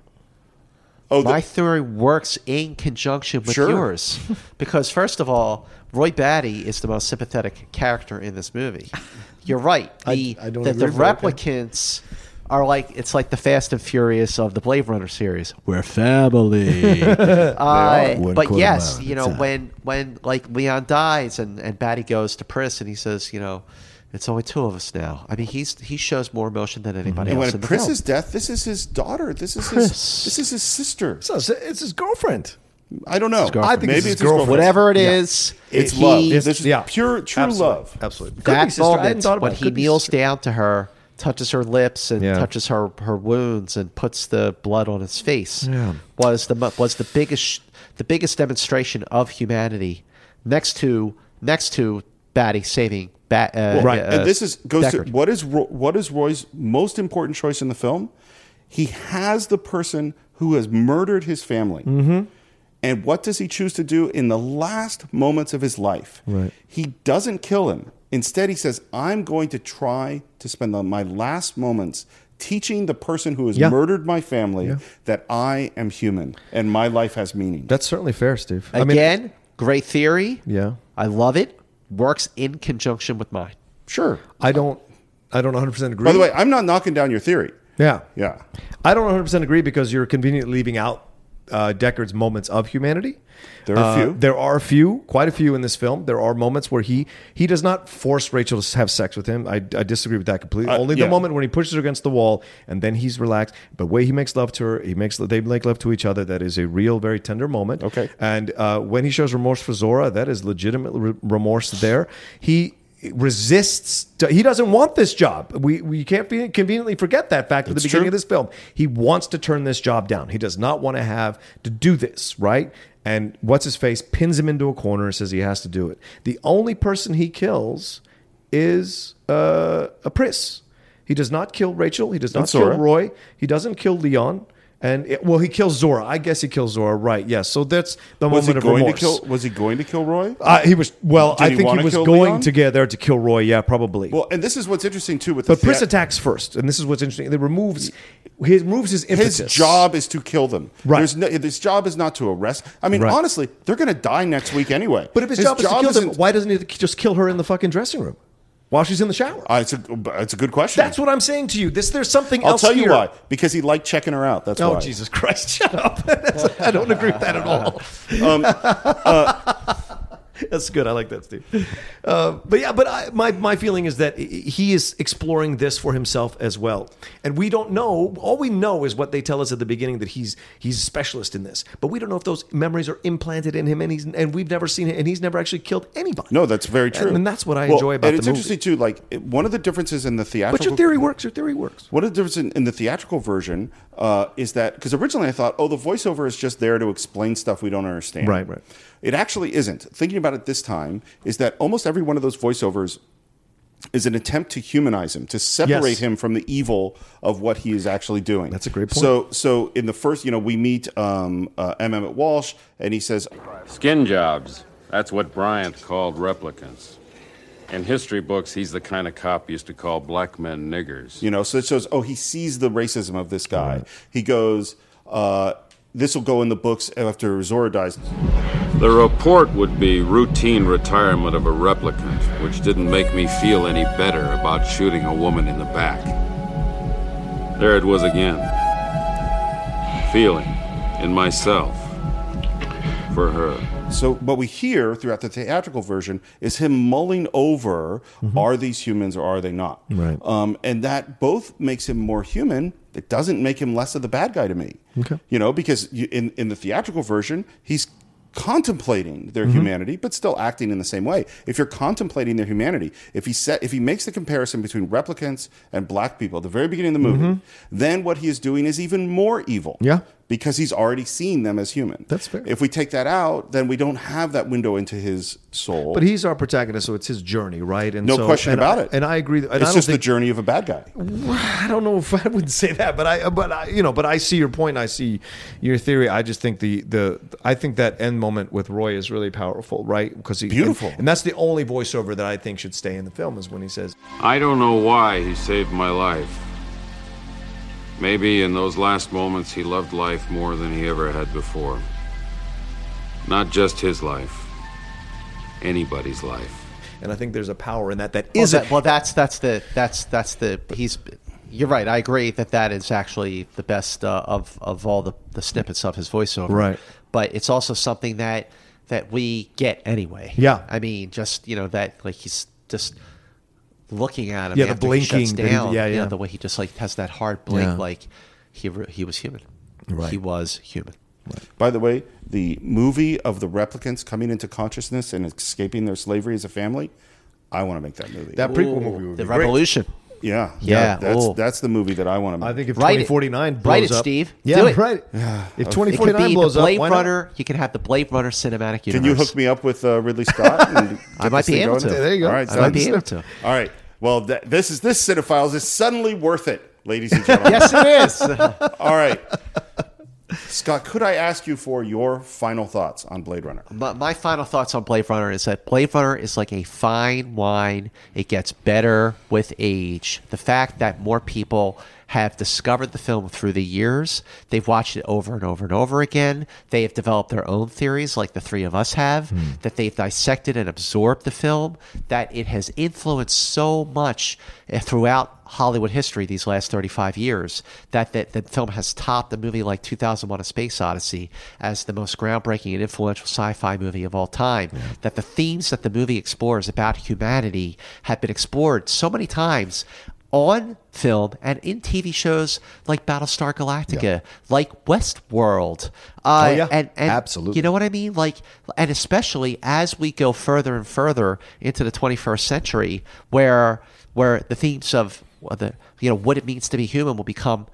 Speaker 1: Oh, the-
Speaker 6: My theory works in conjunction with
Speaker 1: Sure.
Speaker 6: yours. Because, first of all, Roy Batty is the most sympathetic character in this movie. You're right. The,
Speaker 2: I don't
Speaker 6: the, the
Speaker 2: agree, but okay.
Speaker 6: replicants are like, it's like the Fast and Furious of the Blade Runner series. We're family.
Speaker 2: are.
Speaker 6: uh,
Speaker 2: One
Speaker 6: but
Speaker 2: quarter
Speaker 6: yes,
Speaker 2: mile
Speaker 6: you
Speaker 2: at
Speaker 6: know,
Speaker 2: a time.
Speaker 6: when, when like Leon dies and, and Batty goes to Pris and he says, you know, it's only two of us now. I mean, he's he shows more emotion than anybody
Speaker 1: And
Speaker 6: else.
Speaker 1: when
Speaker 6: in the
Speaker 1: Pris
Speaker 6: film.
Speaker 1: is death, this is his daughter. This is his.
Speaker 6: Chris.
Speaker 1: This is his sister.
Speaker 2: So it's it's his girlfriend.
Speaker 1: I don't know.
Speaker 6: I think it's his girlfriend. Whatever it is,
Speaker 1: Yeah. it's
Speaker 6: he-
Speaker 1: love. This is
Speaker 6: Yeah.
Speaker 1: pure, true
Speaker 6: Absolutely.
Speaker 1: love.
Speaker 3: Absolutely.
Speaker 6: that moment when he kneels down to her, touches her lips, and
Speaker 3: Yeah.
Speaker 6: touches her her wounds, and puts the blood on his face
Speaker 3: Yeah.
Speaker 6: was the mo- was the biggest the biggest demonstration of humanity next to next to Batty saving Bat. Uh,
Speaker 1: Well,
Speaker 6: uh,
Speaker 1: and this is goes
Speaker 6: Deckard.
Speaker 1: to what is Ro- what is Roy's most important choice in the film? He has the person who has murdered his family.
Speaker 3: Mm-hmm.
Speaker 1: And what does he choose to do in the last moments of his life?
Speaker 3: Right.
Speaker 1: He doesn't kill him. Instead, he says, "I'm going to try to spend the- my last moments teaching the person who has
Speaker 3: Yeah.
Speaker 1: murdered my family
Speaker 3: Yeah.
Speaker 1: that I am human and my life has meaning."
Speaker 3: That's certainly fair, Steve.
Speaker 6: Again, great theory.
Speaker 3: Yeah.
Speaker 6: I love it. Works in conjunction with mine.
Speaker 1: Sure.
Speaker 3: I don't. I don't 100 percent agree.
Speaker 1: By the way, I'm not knocking down your theory.
Speaker 3: yeah,
Speaker 1: Yeah.
Speaker 3: I don't 100 percent agree because you're conveniently leaving out uh, Deckard's moments of humanity.
Speaker 1: There are a
Speaker 3: Uh,
Speaker 1: few.
Speaker 3: There are a few, quite a few in this film. There are moments where he he does not force Rachel to have sex with him. I, I disagree with that completely.
Speaker 1: Uh,
Speaker 3: Only the
Speaker 1: yeah.
Speaker 3: moment when he pushes her against the wall and then he's relaxed. But way he makes love to her, he makes they make love to each other. That is a real, very tender moment.
Speaker 1: Okay.
Speaker 3: And uh, when he shows remorse for Zora, that is legitimate re- remorse. There, he resists. He doesn't want this job. We we can't be- conveniently forget that fact at the
Speaker 1: It's
Speaker 3: beginning
Speaker 1: true.
Speaker 3: of this film. He wants to turn this job down. He does not want to have to do this, right? And what's his face pins him into a corner and says he has to do it. The only person he kills is uh, a Pris. He does not kill Rachel. He does not
Speaker 1: And
Speaker 3: kill
Speaker 1: Zora.
Speaker 3: Roy. He doesn't kill Leon. And it- well, he kills Zora. I guess he kills Zora, right? Yes. So that's the
Speaker 1: Was he
Speaker 3: moment of
Speaker 1: going to
Speaker 3: remorse.
Speaker 1: kill was he going to kill Roy?
Speaker 3: Uh, he was well.
Speaker 1: Did
Speaker 3: I
Speaker 1: he
Speaker 3: think he,
Speaker 1: wanna
Speaker 3: was
Speaker 1: kill
Speaker 3: going
Speaker 1: Leon?
Speaker 3: to get there to kill Roy. Yeah, probably.
Speaker 1: Well, and this is what's interesting too with
Speaker 3: but
Speaker 1: the
Speaker 3: Pris
Speaker 1: thea-
Speaker 3: attacks first, and this is what's interesting. It removes he removes his impetus.
Speaker 1: His job is to kill them.
Speaker 3: Right.
Speaker 1: There's no, his job is not to arrest. I mean,
Speaker 3: Right.
Speaker 1: honestly, they're going to die next week anyway.
Speaker 3: But if his, job, is to kill them,
Speaker 1: isn't-
Speaker 3: why doesn't he just kill her in the fucking dressing room while she's in the shower?
Speaker 1: Uh, it's a it's a good question.
Speaker 3: That's what I'm saying to you. This there's something
Speaker 1: I'll
Speaker 3: else.
Speaker 1: tell you
Speaker 3: here.
Speaker 1: why. Because he liked checking her out. That's
Speaker 3: Oh
Speaker 1: why.
Speaker 3: Jesus Christ! Shut up. That's- I don't agree with that at all.
Speaker 1: Um, uh,
Speaker 3: That's good. I like that, Steve. Uh, but yeah, but I, my my feeling is that he is exploring this for himself as well, and we don't know. All we know is what they tell us at the beginning that he's he's a specialist in this, but we don't know if those memories are implanted in him, and he's and we've never seen it, and he's never actually killed anybody.
Speaker 1: No, that's very true.
Speaker 3: and, and that's what I
Speaker 1: Well,
Speaker 3: enjoy about
Speaker 1: And
Speaker 3: the
Speaker 1: it's
Speaker 3: movie.
Speaker 1: interesting too. Like it- one of the differences in the theatrical.
Speaker 3: But your theory works. Your theory works.
Speaker 1: What is the difference in, in the theatrical version uh, is that because originally I thought, oh, the voiceover is just there to explain stuff we don't understand.
Speaker 3: Right, right.
Speaker 1: It actually isn't. Thinking about it this time is that almost every one of those voiceovers is an attempt to humanize him, to separate
Speaker 3: Yes.
Speaker 1: him from the evil of what he is actually doing.
Speaker 3: That's a great point.
Speaker 1: So, so in the first, you know, we meet um, uh, M. Emmett Walsh, and he says,
Speaker 7: Skin jobs. That's what Bryant called replicants. In history books, he's the kind of cop used to call black men niggers.
Speaker 1: You know, so it shows, oh, he sees the racism of this guy. He goes, uh, this will go in the books after Zora dies.
Speaker 7: The report would be routine retirement of a replicant, which didn't make me feel any better about shooting a woman in the back. There it was again. Feeling in myself for her.
Speaker 1: So, what we hear throughout the theatrical version is him mulling over are these humans or are they not?
Speaker 3: Mm-hmm. Right.
Speaker 1: Um, and that both makes him more human. It doesn't make him less of the bad guy to me.
Speaker 3: Okay.
Speaker 1: You know, because you, in, in the theatrical version, he's contemplating their
Speaker 3: Mm-hmm.
Speaker 1: humanity, but still acting in the same way. If you're contemplating their humanity, if he set, if he makes the comparison between replicants and black people at the very beginning of the movie, then what he is doing is even more evil.
Speaker 3: Mm-hmm. Yeah.
Speaker 1: Because he's already seen them as human.
Speaker 3: That's fair.
Speaker 1: If we take that out, then we don't have that window into his soul.
Speaker 3: But he's our protagonist, so it's his journey, right? And
Speaker 1: no
Speaker 3: so-
Speaker 1: question
Speaker 3: and
Speaker 1: about
Speaker 3: I-
Speaker 1: it.
Speaker 3: And I agree. And I
Speaker 1: it's
Speaker 3: don't
Speaker 1: just
Speaker 3: think,
Speaker 1: the journey of a bad guy.
Speaker 3: I don't know if I would say that, but I, but I, you know, but I see your point. I see your theory. I just think the the I think that end moment with Roy is really powerful, right? Because he
Speaker 1: Beautiful.
Speaker 3: and, and that's the only voiceover that I think should stay in the film is when he says,
Speaker 7: I don't know why he saved my life. Maybe in those last moments he loved life more than he ever had before. Not just his life, anybody's life.
Speaker 3: and I think there's a power in that that
Speaker 6: Well,
Speaker 3: is
Speaker 6: that- well, that's that's the that's that's the he's. You're right. I agree that that is actually the best uh, of of all the, the snippets of his voiceover.
Speaker 3: Right.
Speaker 6: But it's also something that that we get anyway.
Speaker 3: Yeah.
Speaker 6: I mean, just you know that like he's just looking at him.
Speaker 3: Yeah, the
Speaker 6: after he shuts
Speaker 3: blinking that he-
Speaker 6: down.
Speaker 3: yeah,
Speaker 6: you know,
Speaker 3: yeah.
Speaker 6: the way he just like has that hard blink.
Speaker 3: Yeah.
Speaker 6: Like he re- he was human.
Speaker 3: Right.
Speaker 6: He was human.
Speaker 1: By the way, the movie of the replicants coming into consciousness and escaping their slavery as a family, I want to make that movie.
Speaker 2: That prequel Ooh, movie would
Speaker 6: The be great. Revolution.
Speaker 1: Yeah,
Speaker 6: Yeah,
Speaker 1: that- that's
Speaker 6: ooh.
Speaker 1: that's the movie that I want to make.
Speaker 6: I think if Write it. 2049 blows Write it, up- Steve.
Speaker 2: Yeah,
Speaker 6: Do it.
Speaker 2: right.
Speaker 1: If
Speaker 6: It could
Speaker 1: 2049
Speaker 6: be
Speaker 1: blows
Speaker 6: the
Speaker 1: up,
Speaker 6: Blade
Speaker 1: why not?
Speaker 6: Runner, you could have the Blade Runner cinematic universe.
Speaker 1: Can you hook me up with uh, Ridley Scott? And
Speaker 6: I
Speaker 1: get
Speaker 6: might
Speaker 1: this
Speaker 6: be
Speaker 1: thing
Speaker 6: able
Speaker 1: going?
Speaker 6: to. There you go.
Speaker 1: All right,
Speaker 6: I might be
Speaker 1: sounds-
Speaker 6: able to.
Speaker 1: All right. Well, th- this is this cinephiles is suddenly worth it, ladies and gentlemen.
Speaker 6: Yes, it is.
Speaker 1: All right. Scott, could I ask you for your final thoughts on Blade Runner?
Speaker 6: My, my final thoughts on Blade Runner is that Blade Runner is like a fine wine. It gets better with age. The fact that more people have discovered the film through the years, they've watched it over and over and over again. They have developed their own theories, like the three of us have, that they've dissected and absorbed the film, that it has influenced so much eh, throughout Hollywood history these last 35 years that that the film has topped a movie like 2001 A Space Odyssey as the most groundbreaking and influential sci-fi movie of all time that the themes that the movie explores about humanity have been explored so many times on film and in TV shows like Battlestar Galactica, like Westworld. Uh,
Speaker 2: Oh, yeah.
Speaker 6: and, and
Speaker 2: Absolutely.
Speaker 6: You know what I mean? Like, and especially as we go further and further into the 21st century, where where the themes of well, the you know what it means to be human will become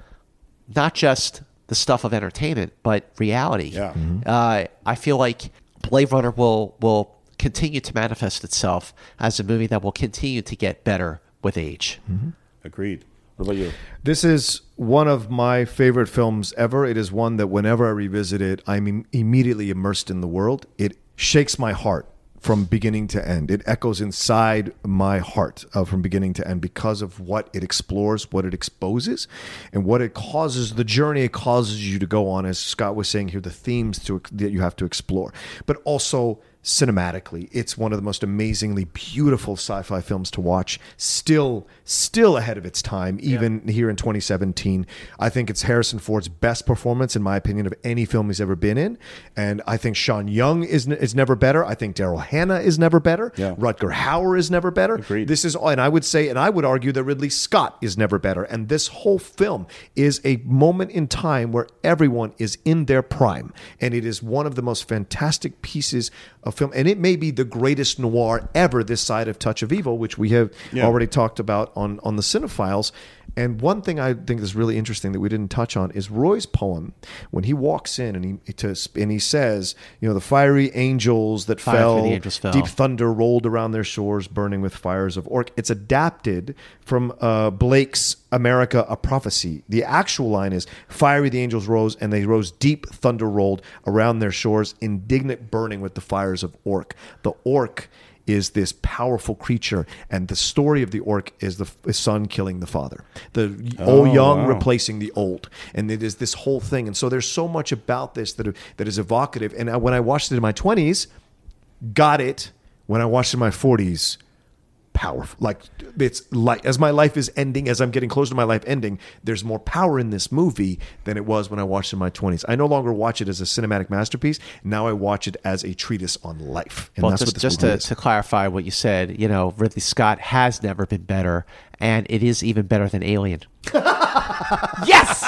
Speaker 6: not just the stuff of entertainment, but reality. Yeah.
Speaker 3: Mm-hmm.
Speaker 6: Uh, I feel like Blade Runner will will continue to manifest itself as a movie that will continue to get better with age.
Speaker 3: Mm-hmm.
Speaker 1: Agreed. What about you?
Speaker 3: This is one of my favorite films ever. It is one that whenever I revisit it, I'm im- immediately immersed in the world. It shakes my heart from beginning to end. It echoes inside my heart uh, from beginning to end because of what it explores, what it exposes, and what it causes the journey it causes you to go on as Scott was saying here the themes to that you have to explore. But also cinematically. It's one of the most amazingly beautiful sci-fi films to watch. Still, still ahead of its time, even here in 2017. I think it's Harrison Ford's best performance, in my opinion, of any film he's ever been in. And I think Sean Young is n- is never better. I think Daryl Hannah is never better. Rutger Hauer is never better. This is, and I would say, and I would argue that Ridley Scott is never better. And this whole film is a moment in time where everyone is in their prime, and it is one of the most fantastic pieces of film. And it may be the greatest noir ever. This side of Touch of Evil, which we have
Speaker 1: Yeah.
Speaker 3: already talked about on on the Cinephiles. And one thing I think is really interesting that we didn't touch on is Roy's poem when he walks in and he to, and he says, you know, the fiery angels that
Speaker 6: Fire
Speaker 3: fell,
Speaker 6: through the angels fell.
Speaker 3: deep thunder rolled around their shores, burning with fires of orc. It's adapted from uh, Blake's America, a prophecy. The actual line is Fiery the angels rose, and they rose deep thunder rolled around their shores, indignant burning with the fires of orc. The orc is this powerful creature, and the story of the orc is the f- son killing the father. The
Speaker 2: Oh,
Speaker 3: old young
Speaker 2: wow.
Speaker 3: replacing the old, and it is this whole thing. And so there's so much about this that that is evocative. And I, when I watched it in my 20s, got it when I watched it in my 40s. Powerful, like it's like as my life is ending, as I'm getting close to my life ending. There's more power in this movie than it was when I watched it in my 20s. I no longer watch it as a cinematic masterpiece. Now I watch it as a treatise on life, and
Speaker 6: well,
Speaker 3: that's
Speaker 6: just,
Speaker 3: what this
Speaker 6: just
Speaker 3: movie
Speaker 6: to,
Speaker 3: is.
Speaker 6: to clarify what you said, you know, Ridley Scott has never been better, and it is even better than Alien. yes,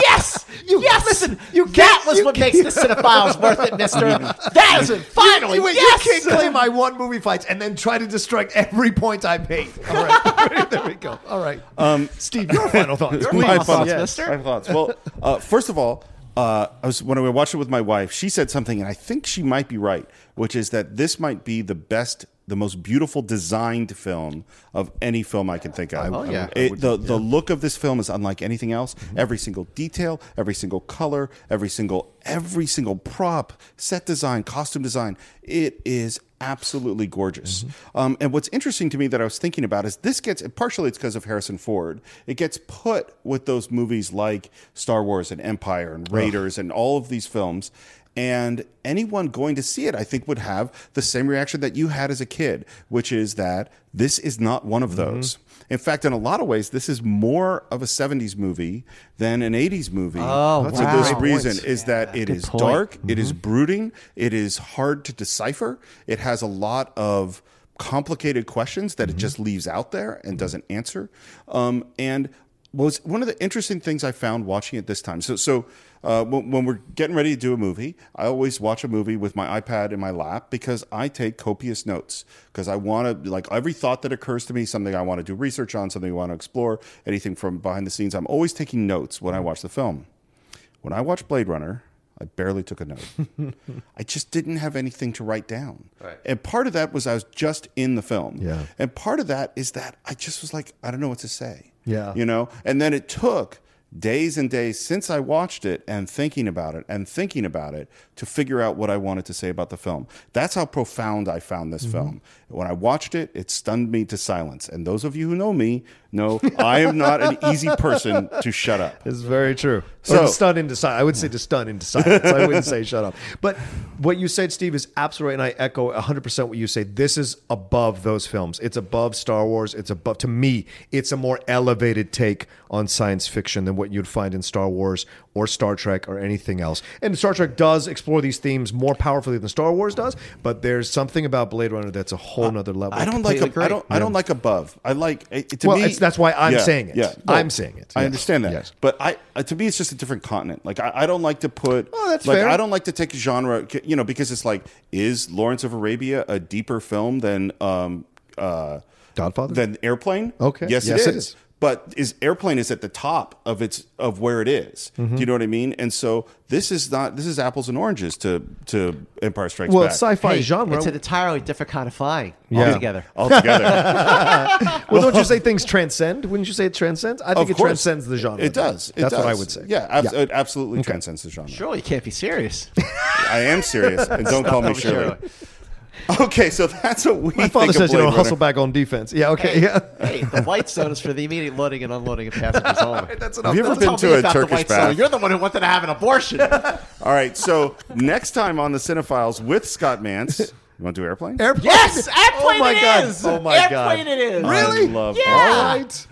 Speaker 6: yes, you yes. Listen, you that was what makes the cinephiles worth it, Mister. That is it. Finally,
Speaker 3: you, wait,
Speaker 6: yes.
Speaker 3: you can't claim my one movie fights and then try to distract every point I made. All right, there we go. All right,
Speaker 1: Um,
Speaker 3: Steve, your final thoughts.
Speaker 1: My thoughts, my thoughts. Well, uh, first of all, uh, I was when I watched it with my wife. She said something, and I think she might be right, which is that this might be the best, the most beautiful designed film of any film I can think of.
Speaker 2: Oh, yeah.
Speaker 1: It- the the look of this film is unlike anything else. Every single detail, every single color, every single every single prop, set design, costume design. It is absolutely gorgeous. Um, and what's interesting to me that I was thinking about is this gets partially it's because of Harrison Ford. It gets put with those movies like Star Wars and Empire and Raiders and all of these films. And anyone going to see it, I think, would have the same reaction that you had as a kid, which is that this is not one of those. In fact, in a lot of ways, this is more of a 70s movie than an 80s movie.
Speaker 2: Oh,
Speaker 1: for
Speaker 2: That's a wow.
Speaker 1: this
Speaker 2: great
Speaker 1: reason
Speaker 2: point.
Speaker 1: is that it
Speaker 2: Good
Speaker 1: is
Speaker 2: point. Mm-hmm.
Speaker 1: dark, it is brooding, it is hard to decipher, it has a lot of
Speaker 2: Mm-hmm.
Speaker 1: complicated questions that it just leaves out there and doesn't answer. Um, and was one of the interesting things I found watching it this time. So, so uh, when, when we're getting ready to do a movie, I always watch a movie with my iPad in my lap because I take copious notes because I want to like every thought that occurs to me, something I want to do research on, something I want to explore, anything from behind the scenes. I'm always taking notes when I
Speaker 2: Mm-hmm.
Speaker 1: watch the film. When I watched Blade Runner, I barely took a note. I just didn't have anything to write down.
Speaker 11: Right.
Speaker 1: And part of that was I was just in the film.
Speaker 11: Yeah.
Speaker 1: And part of that is that I just was like, I don't know what to say.
Speaker 11: Yeah.
Speaker 1: You know? And then it took days and days since I watched it and thinking about it and thinking about it to figure out what I wanted to say about the film. That's how profound I found this
Speaker 11: Mhm.
Speaker 1: film. When I watched it, it stunned me to silence. And those of you who know me know I am not an easy person to shut up.
Speaker 3: It's very true.
Speaker 1: So-
Speaker 3: So or to stun into silence. I would say to stun into silence. I wouldn't say shut up. But what you said, Steve, is absolutely, right, and I echo 100 percent what you say. This is above those films. It's above Star Wars. It's above to me. It's a more elevated take on science fiction than what you'd find in Star Wars or Star Trek or anything else. And Star Trek does explore these themes more powerfully than Star Wars does. But there's something about Blade Runner that's a whole nother level.
Speaker 1: I don't like. ab- I don't. I don't
Speaker 3: Yeah.
Speaker 1: like above. I like. It, it- to
Speaker 3: Well,
Speaker 1: me,
Speaker 3: it's- that's why I'm
Speaker 1: Yeah,
Speaker 3: saying it.
Speaker 1: Yeah,
Speaker 3: I'm saying it,
Speaker 1: I
Speaker 3: yes,
Speaker 1: understand that. But I, uh, to me, it's just a different continent. Like I, I don't like to put.
Speaker 3: Oh, that's
Speaker 1: like,
Speaker 3: fair.
Speaker 1: I don't like to take genre. You know, because it's like, is Lawrence of Arabia a deeper film than um uh
Speaker 3: Godfather
Speaker 1: than Airplane?
Speaker 3: Okay.
Speaker 1: Yes,
Speaker 3: Yes,
Speaker 1: it, is.
Speaker 3: it is.
Speaker 1: But is Airplane is at the top of its of where it is. Do you
Speaker 3: Mhm.
Speaker 1: know what I mean? And so this is not this is apples and oranges to to Empire Strikes Back.
Speaker 6: Hey, It's an entirely different kind of flying
Speaker 1: Yeah.
Speaker 6: altogether.
Speaker 3: well, don't you say things transcend? Wouldn't you say it transcends? I think
Speaker 1: Oh. Of
Speaker 3: it
Speaker 1: course.
Speaker 3: transcends the genre.
Speaker 1: It does. It
Speaker 3: That's what I
Speaker 1: does.
Speaker 3: would say.
Speaker 1: Yeah, abs- it absolutely transcends the genre.
Speaker 6: Surely you can't be serious.
Speaker 1: I am serious, and don't call me
Speaker 6: Stop,
Speaker 1: Shirley. Okay, so that's what we.
Speaker 3: My father
Speaker 1: think of
Speaker 3: says you
Speaker 1: Blade
Speaker 3: don't hustle
Speaker 1: Runner.
Speaker 3: back on defense. Yeah, okay,
Speaker 6: Hey,
Speaker 3: yeah.
Speaker 6: hey, the white zone is for the immediate loading and unloading of passengers only. That's
Speaker 1: enough. Have you ever been to a Turkish bath?
Speaker 6: You're the one who wanted to have an abortion.
Speaker 1: All right, so next time on the Cinephiles with Scott Mance, you want to do airplane?
Speaker 3: Airplane.
Speaker 6: Yes, airplane
Speaker 3: Oh my
Speaker 6: it
Speaker 3: God.
Speaker 6: is.
Speaker 3: Oh my God.
Speaker 6: Airplane it is.
Speaker 1: Really? I love
Speaker 6: yeah.
Speaker 1: Airplane. All
Speaker 3: right.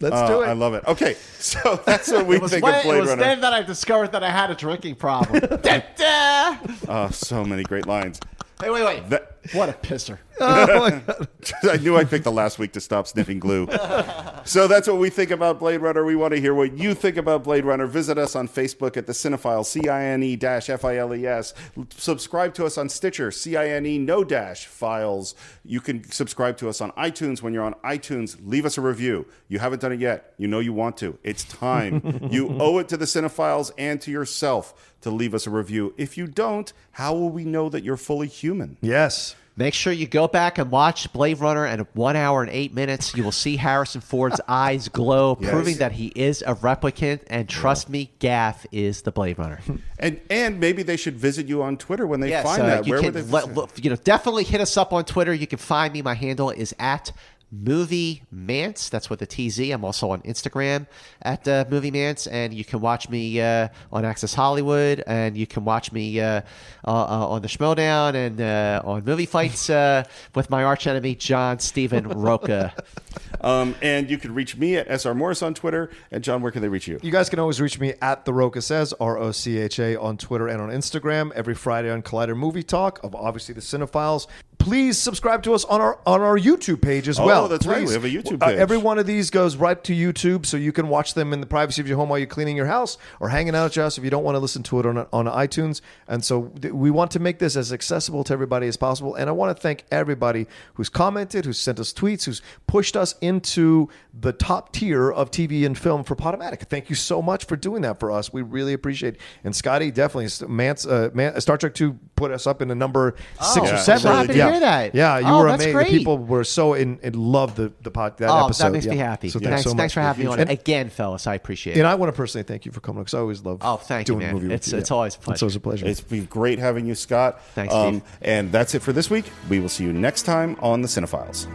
Speaker 3: Let's
Speaker 1: Uh,
Speaker 6: do it.
Speaker 1: I love it. Okay, so that's what we
Speaker 6: it was
Speaker 1: think
Speaker 6: when-
Speaker 1: of Blade
Speaker 6: It was
Speaker 1: Runner.
Speaker 6: then that I discovered that I had a drinking problem. Da- da.
Speaker 1: Oh, so many great lines.
Speaker 6: Hey, wait, wait.
Speaker 1: That-
Speaker 6: What a pisser.
Speaker 1: I knew I picked the last week to stop sniffing glue. so that's what we think about Blade Runner. We want to hear what you think about Blade Runner. Visit us on Facebook at the Cinephile, C I N E dash F I L E S. Subscribe to us on Stitcher, C I N E no dash files. You can subscribe to us on iTunes. When you're on iTunes, leave us a review. You haven't done it yet. You know you want to. It's time. you owe it to the Cinephiles and to yourself to leave us a review. If you don't, how will we know that you're fully human?
Speaker 3: Yes.
Speaker 6: Make sure you go back and watch Blade Runner and one hour and eight minutes. You will see Harrison Ford's eyes glow,
Speaker 1: Yes.
Speaker 6: proving that he is a replicant. And trust me, Gaff is the Blade Runner.
Speaker 1: And and maybe they should visit you on Twitter when they
Speaker 6: Yeah,
Speaker 1: find
Speaker 6: so
Speaker 1: that.
Speaker 6: uh, You
Speaker 1: Where
Speaker 6: can
Speaker 1: would they?
Speaker 6: let- look, you know, definitely hit us up on Twitter. You can find me. My handle is at Movie Mance. That's with the TZ. I'm also on Instagram at uh, Movie Mance, and you can watch me uh, on Access Hollywood, and you can watch me uh, uh, uh, on the Schmodown and uh, on Movie Fights uh, with my arch enemy John Stephen Roca.
Speaker 1: um, and you can reach me at sr morris on Twitter. And John, where can they reach you?
Speaker 3: You guys can always reach me at The Roca Says, R O C H A, on Twitter and on Instagram, every Friday on Collider Movie Talk of obviously the Cinephiles. Please subscribe to us on our on our YouTube page as
Speaker 1: Oh,
Speaker 3: well.
Speaker 1: that's right.
Speaker 3: Please.
Speaker 1: We have a YouTube
Speaker 3: Uh,
Speaker 1: page.
Speaker 3: every one of these goes right to YouTube, so you can watch them in the privacy of your home while you're cleaning your house or hanging out at your house if you don't want to listen to it on, on iTunes. And so th- we want to make this as accessible to everybody as possible. And I want to thank everybody who's commented, who's sent us tweets, who's pushed us into the top tier of TV and film for Potomatic. Thank you so much for doing that for us. We really appreciate it. And Scotty, definitely, Mance, uh, Man, Star Trek 2 put us up into number six
Speaker 6: Oh,
Speaker 3: or seven.
Speaker 6: I'm happy to
Speaker 3: yeah.
Speaker 6: hear that.
Speaker 3: Yeah, you
Speaker 6: Oh,
Speaker 3: were
Speaker 6: that's
Speaker 3: amazing.
Speaker 6: great.
Speaker 3: The people were so in, in love the, the podcast that
Speaker 6: oh,
Speaker 3: episode.
Speaker 6: that makes me
Speaker 3: yeah.
Speaker 6: happy.
Speaker 3: So
Speaker 6: thanks,
Speaker 3: so much.
Speaker 6: thanks for having me on
Speaker 3: And,
Speaker 6: again, fellas. I appreciate it.
Speaker 3: and I want to personally thank you for coming because I always love
Speaker 6: Oh, thank you,
Speaker 3: doing
Speaker 6: man.
Speaker 3: movie with
Speaker 6: It's-
Speaker 3: you.
Speaker 6: it's always a
Speaker 3: It's always a pleasure.
Speaker 1: It's been great having you, Scott. Um,
Speaker 6: Thanks, Steve.
Speaker 1: and that's it for this week. We will see you next time on the Cinephiles.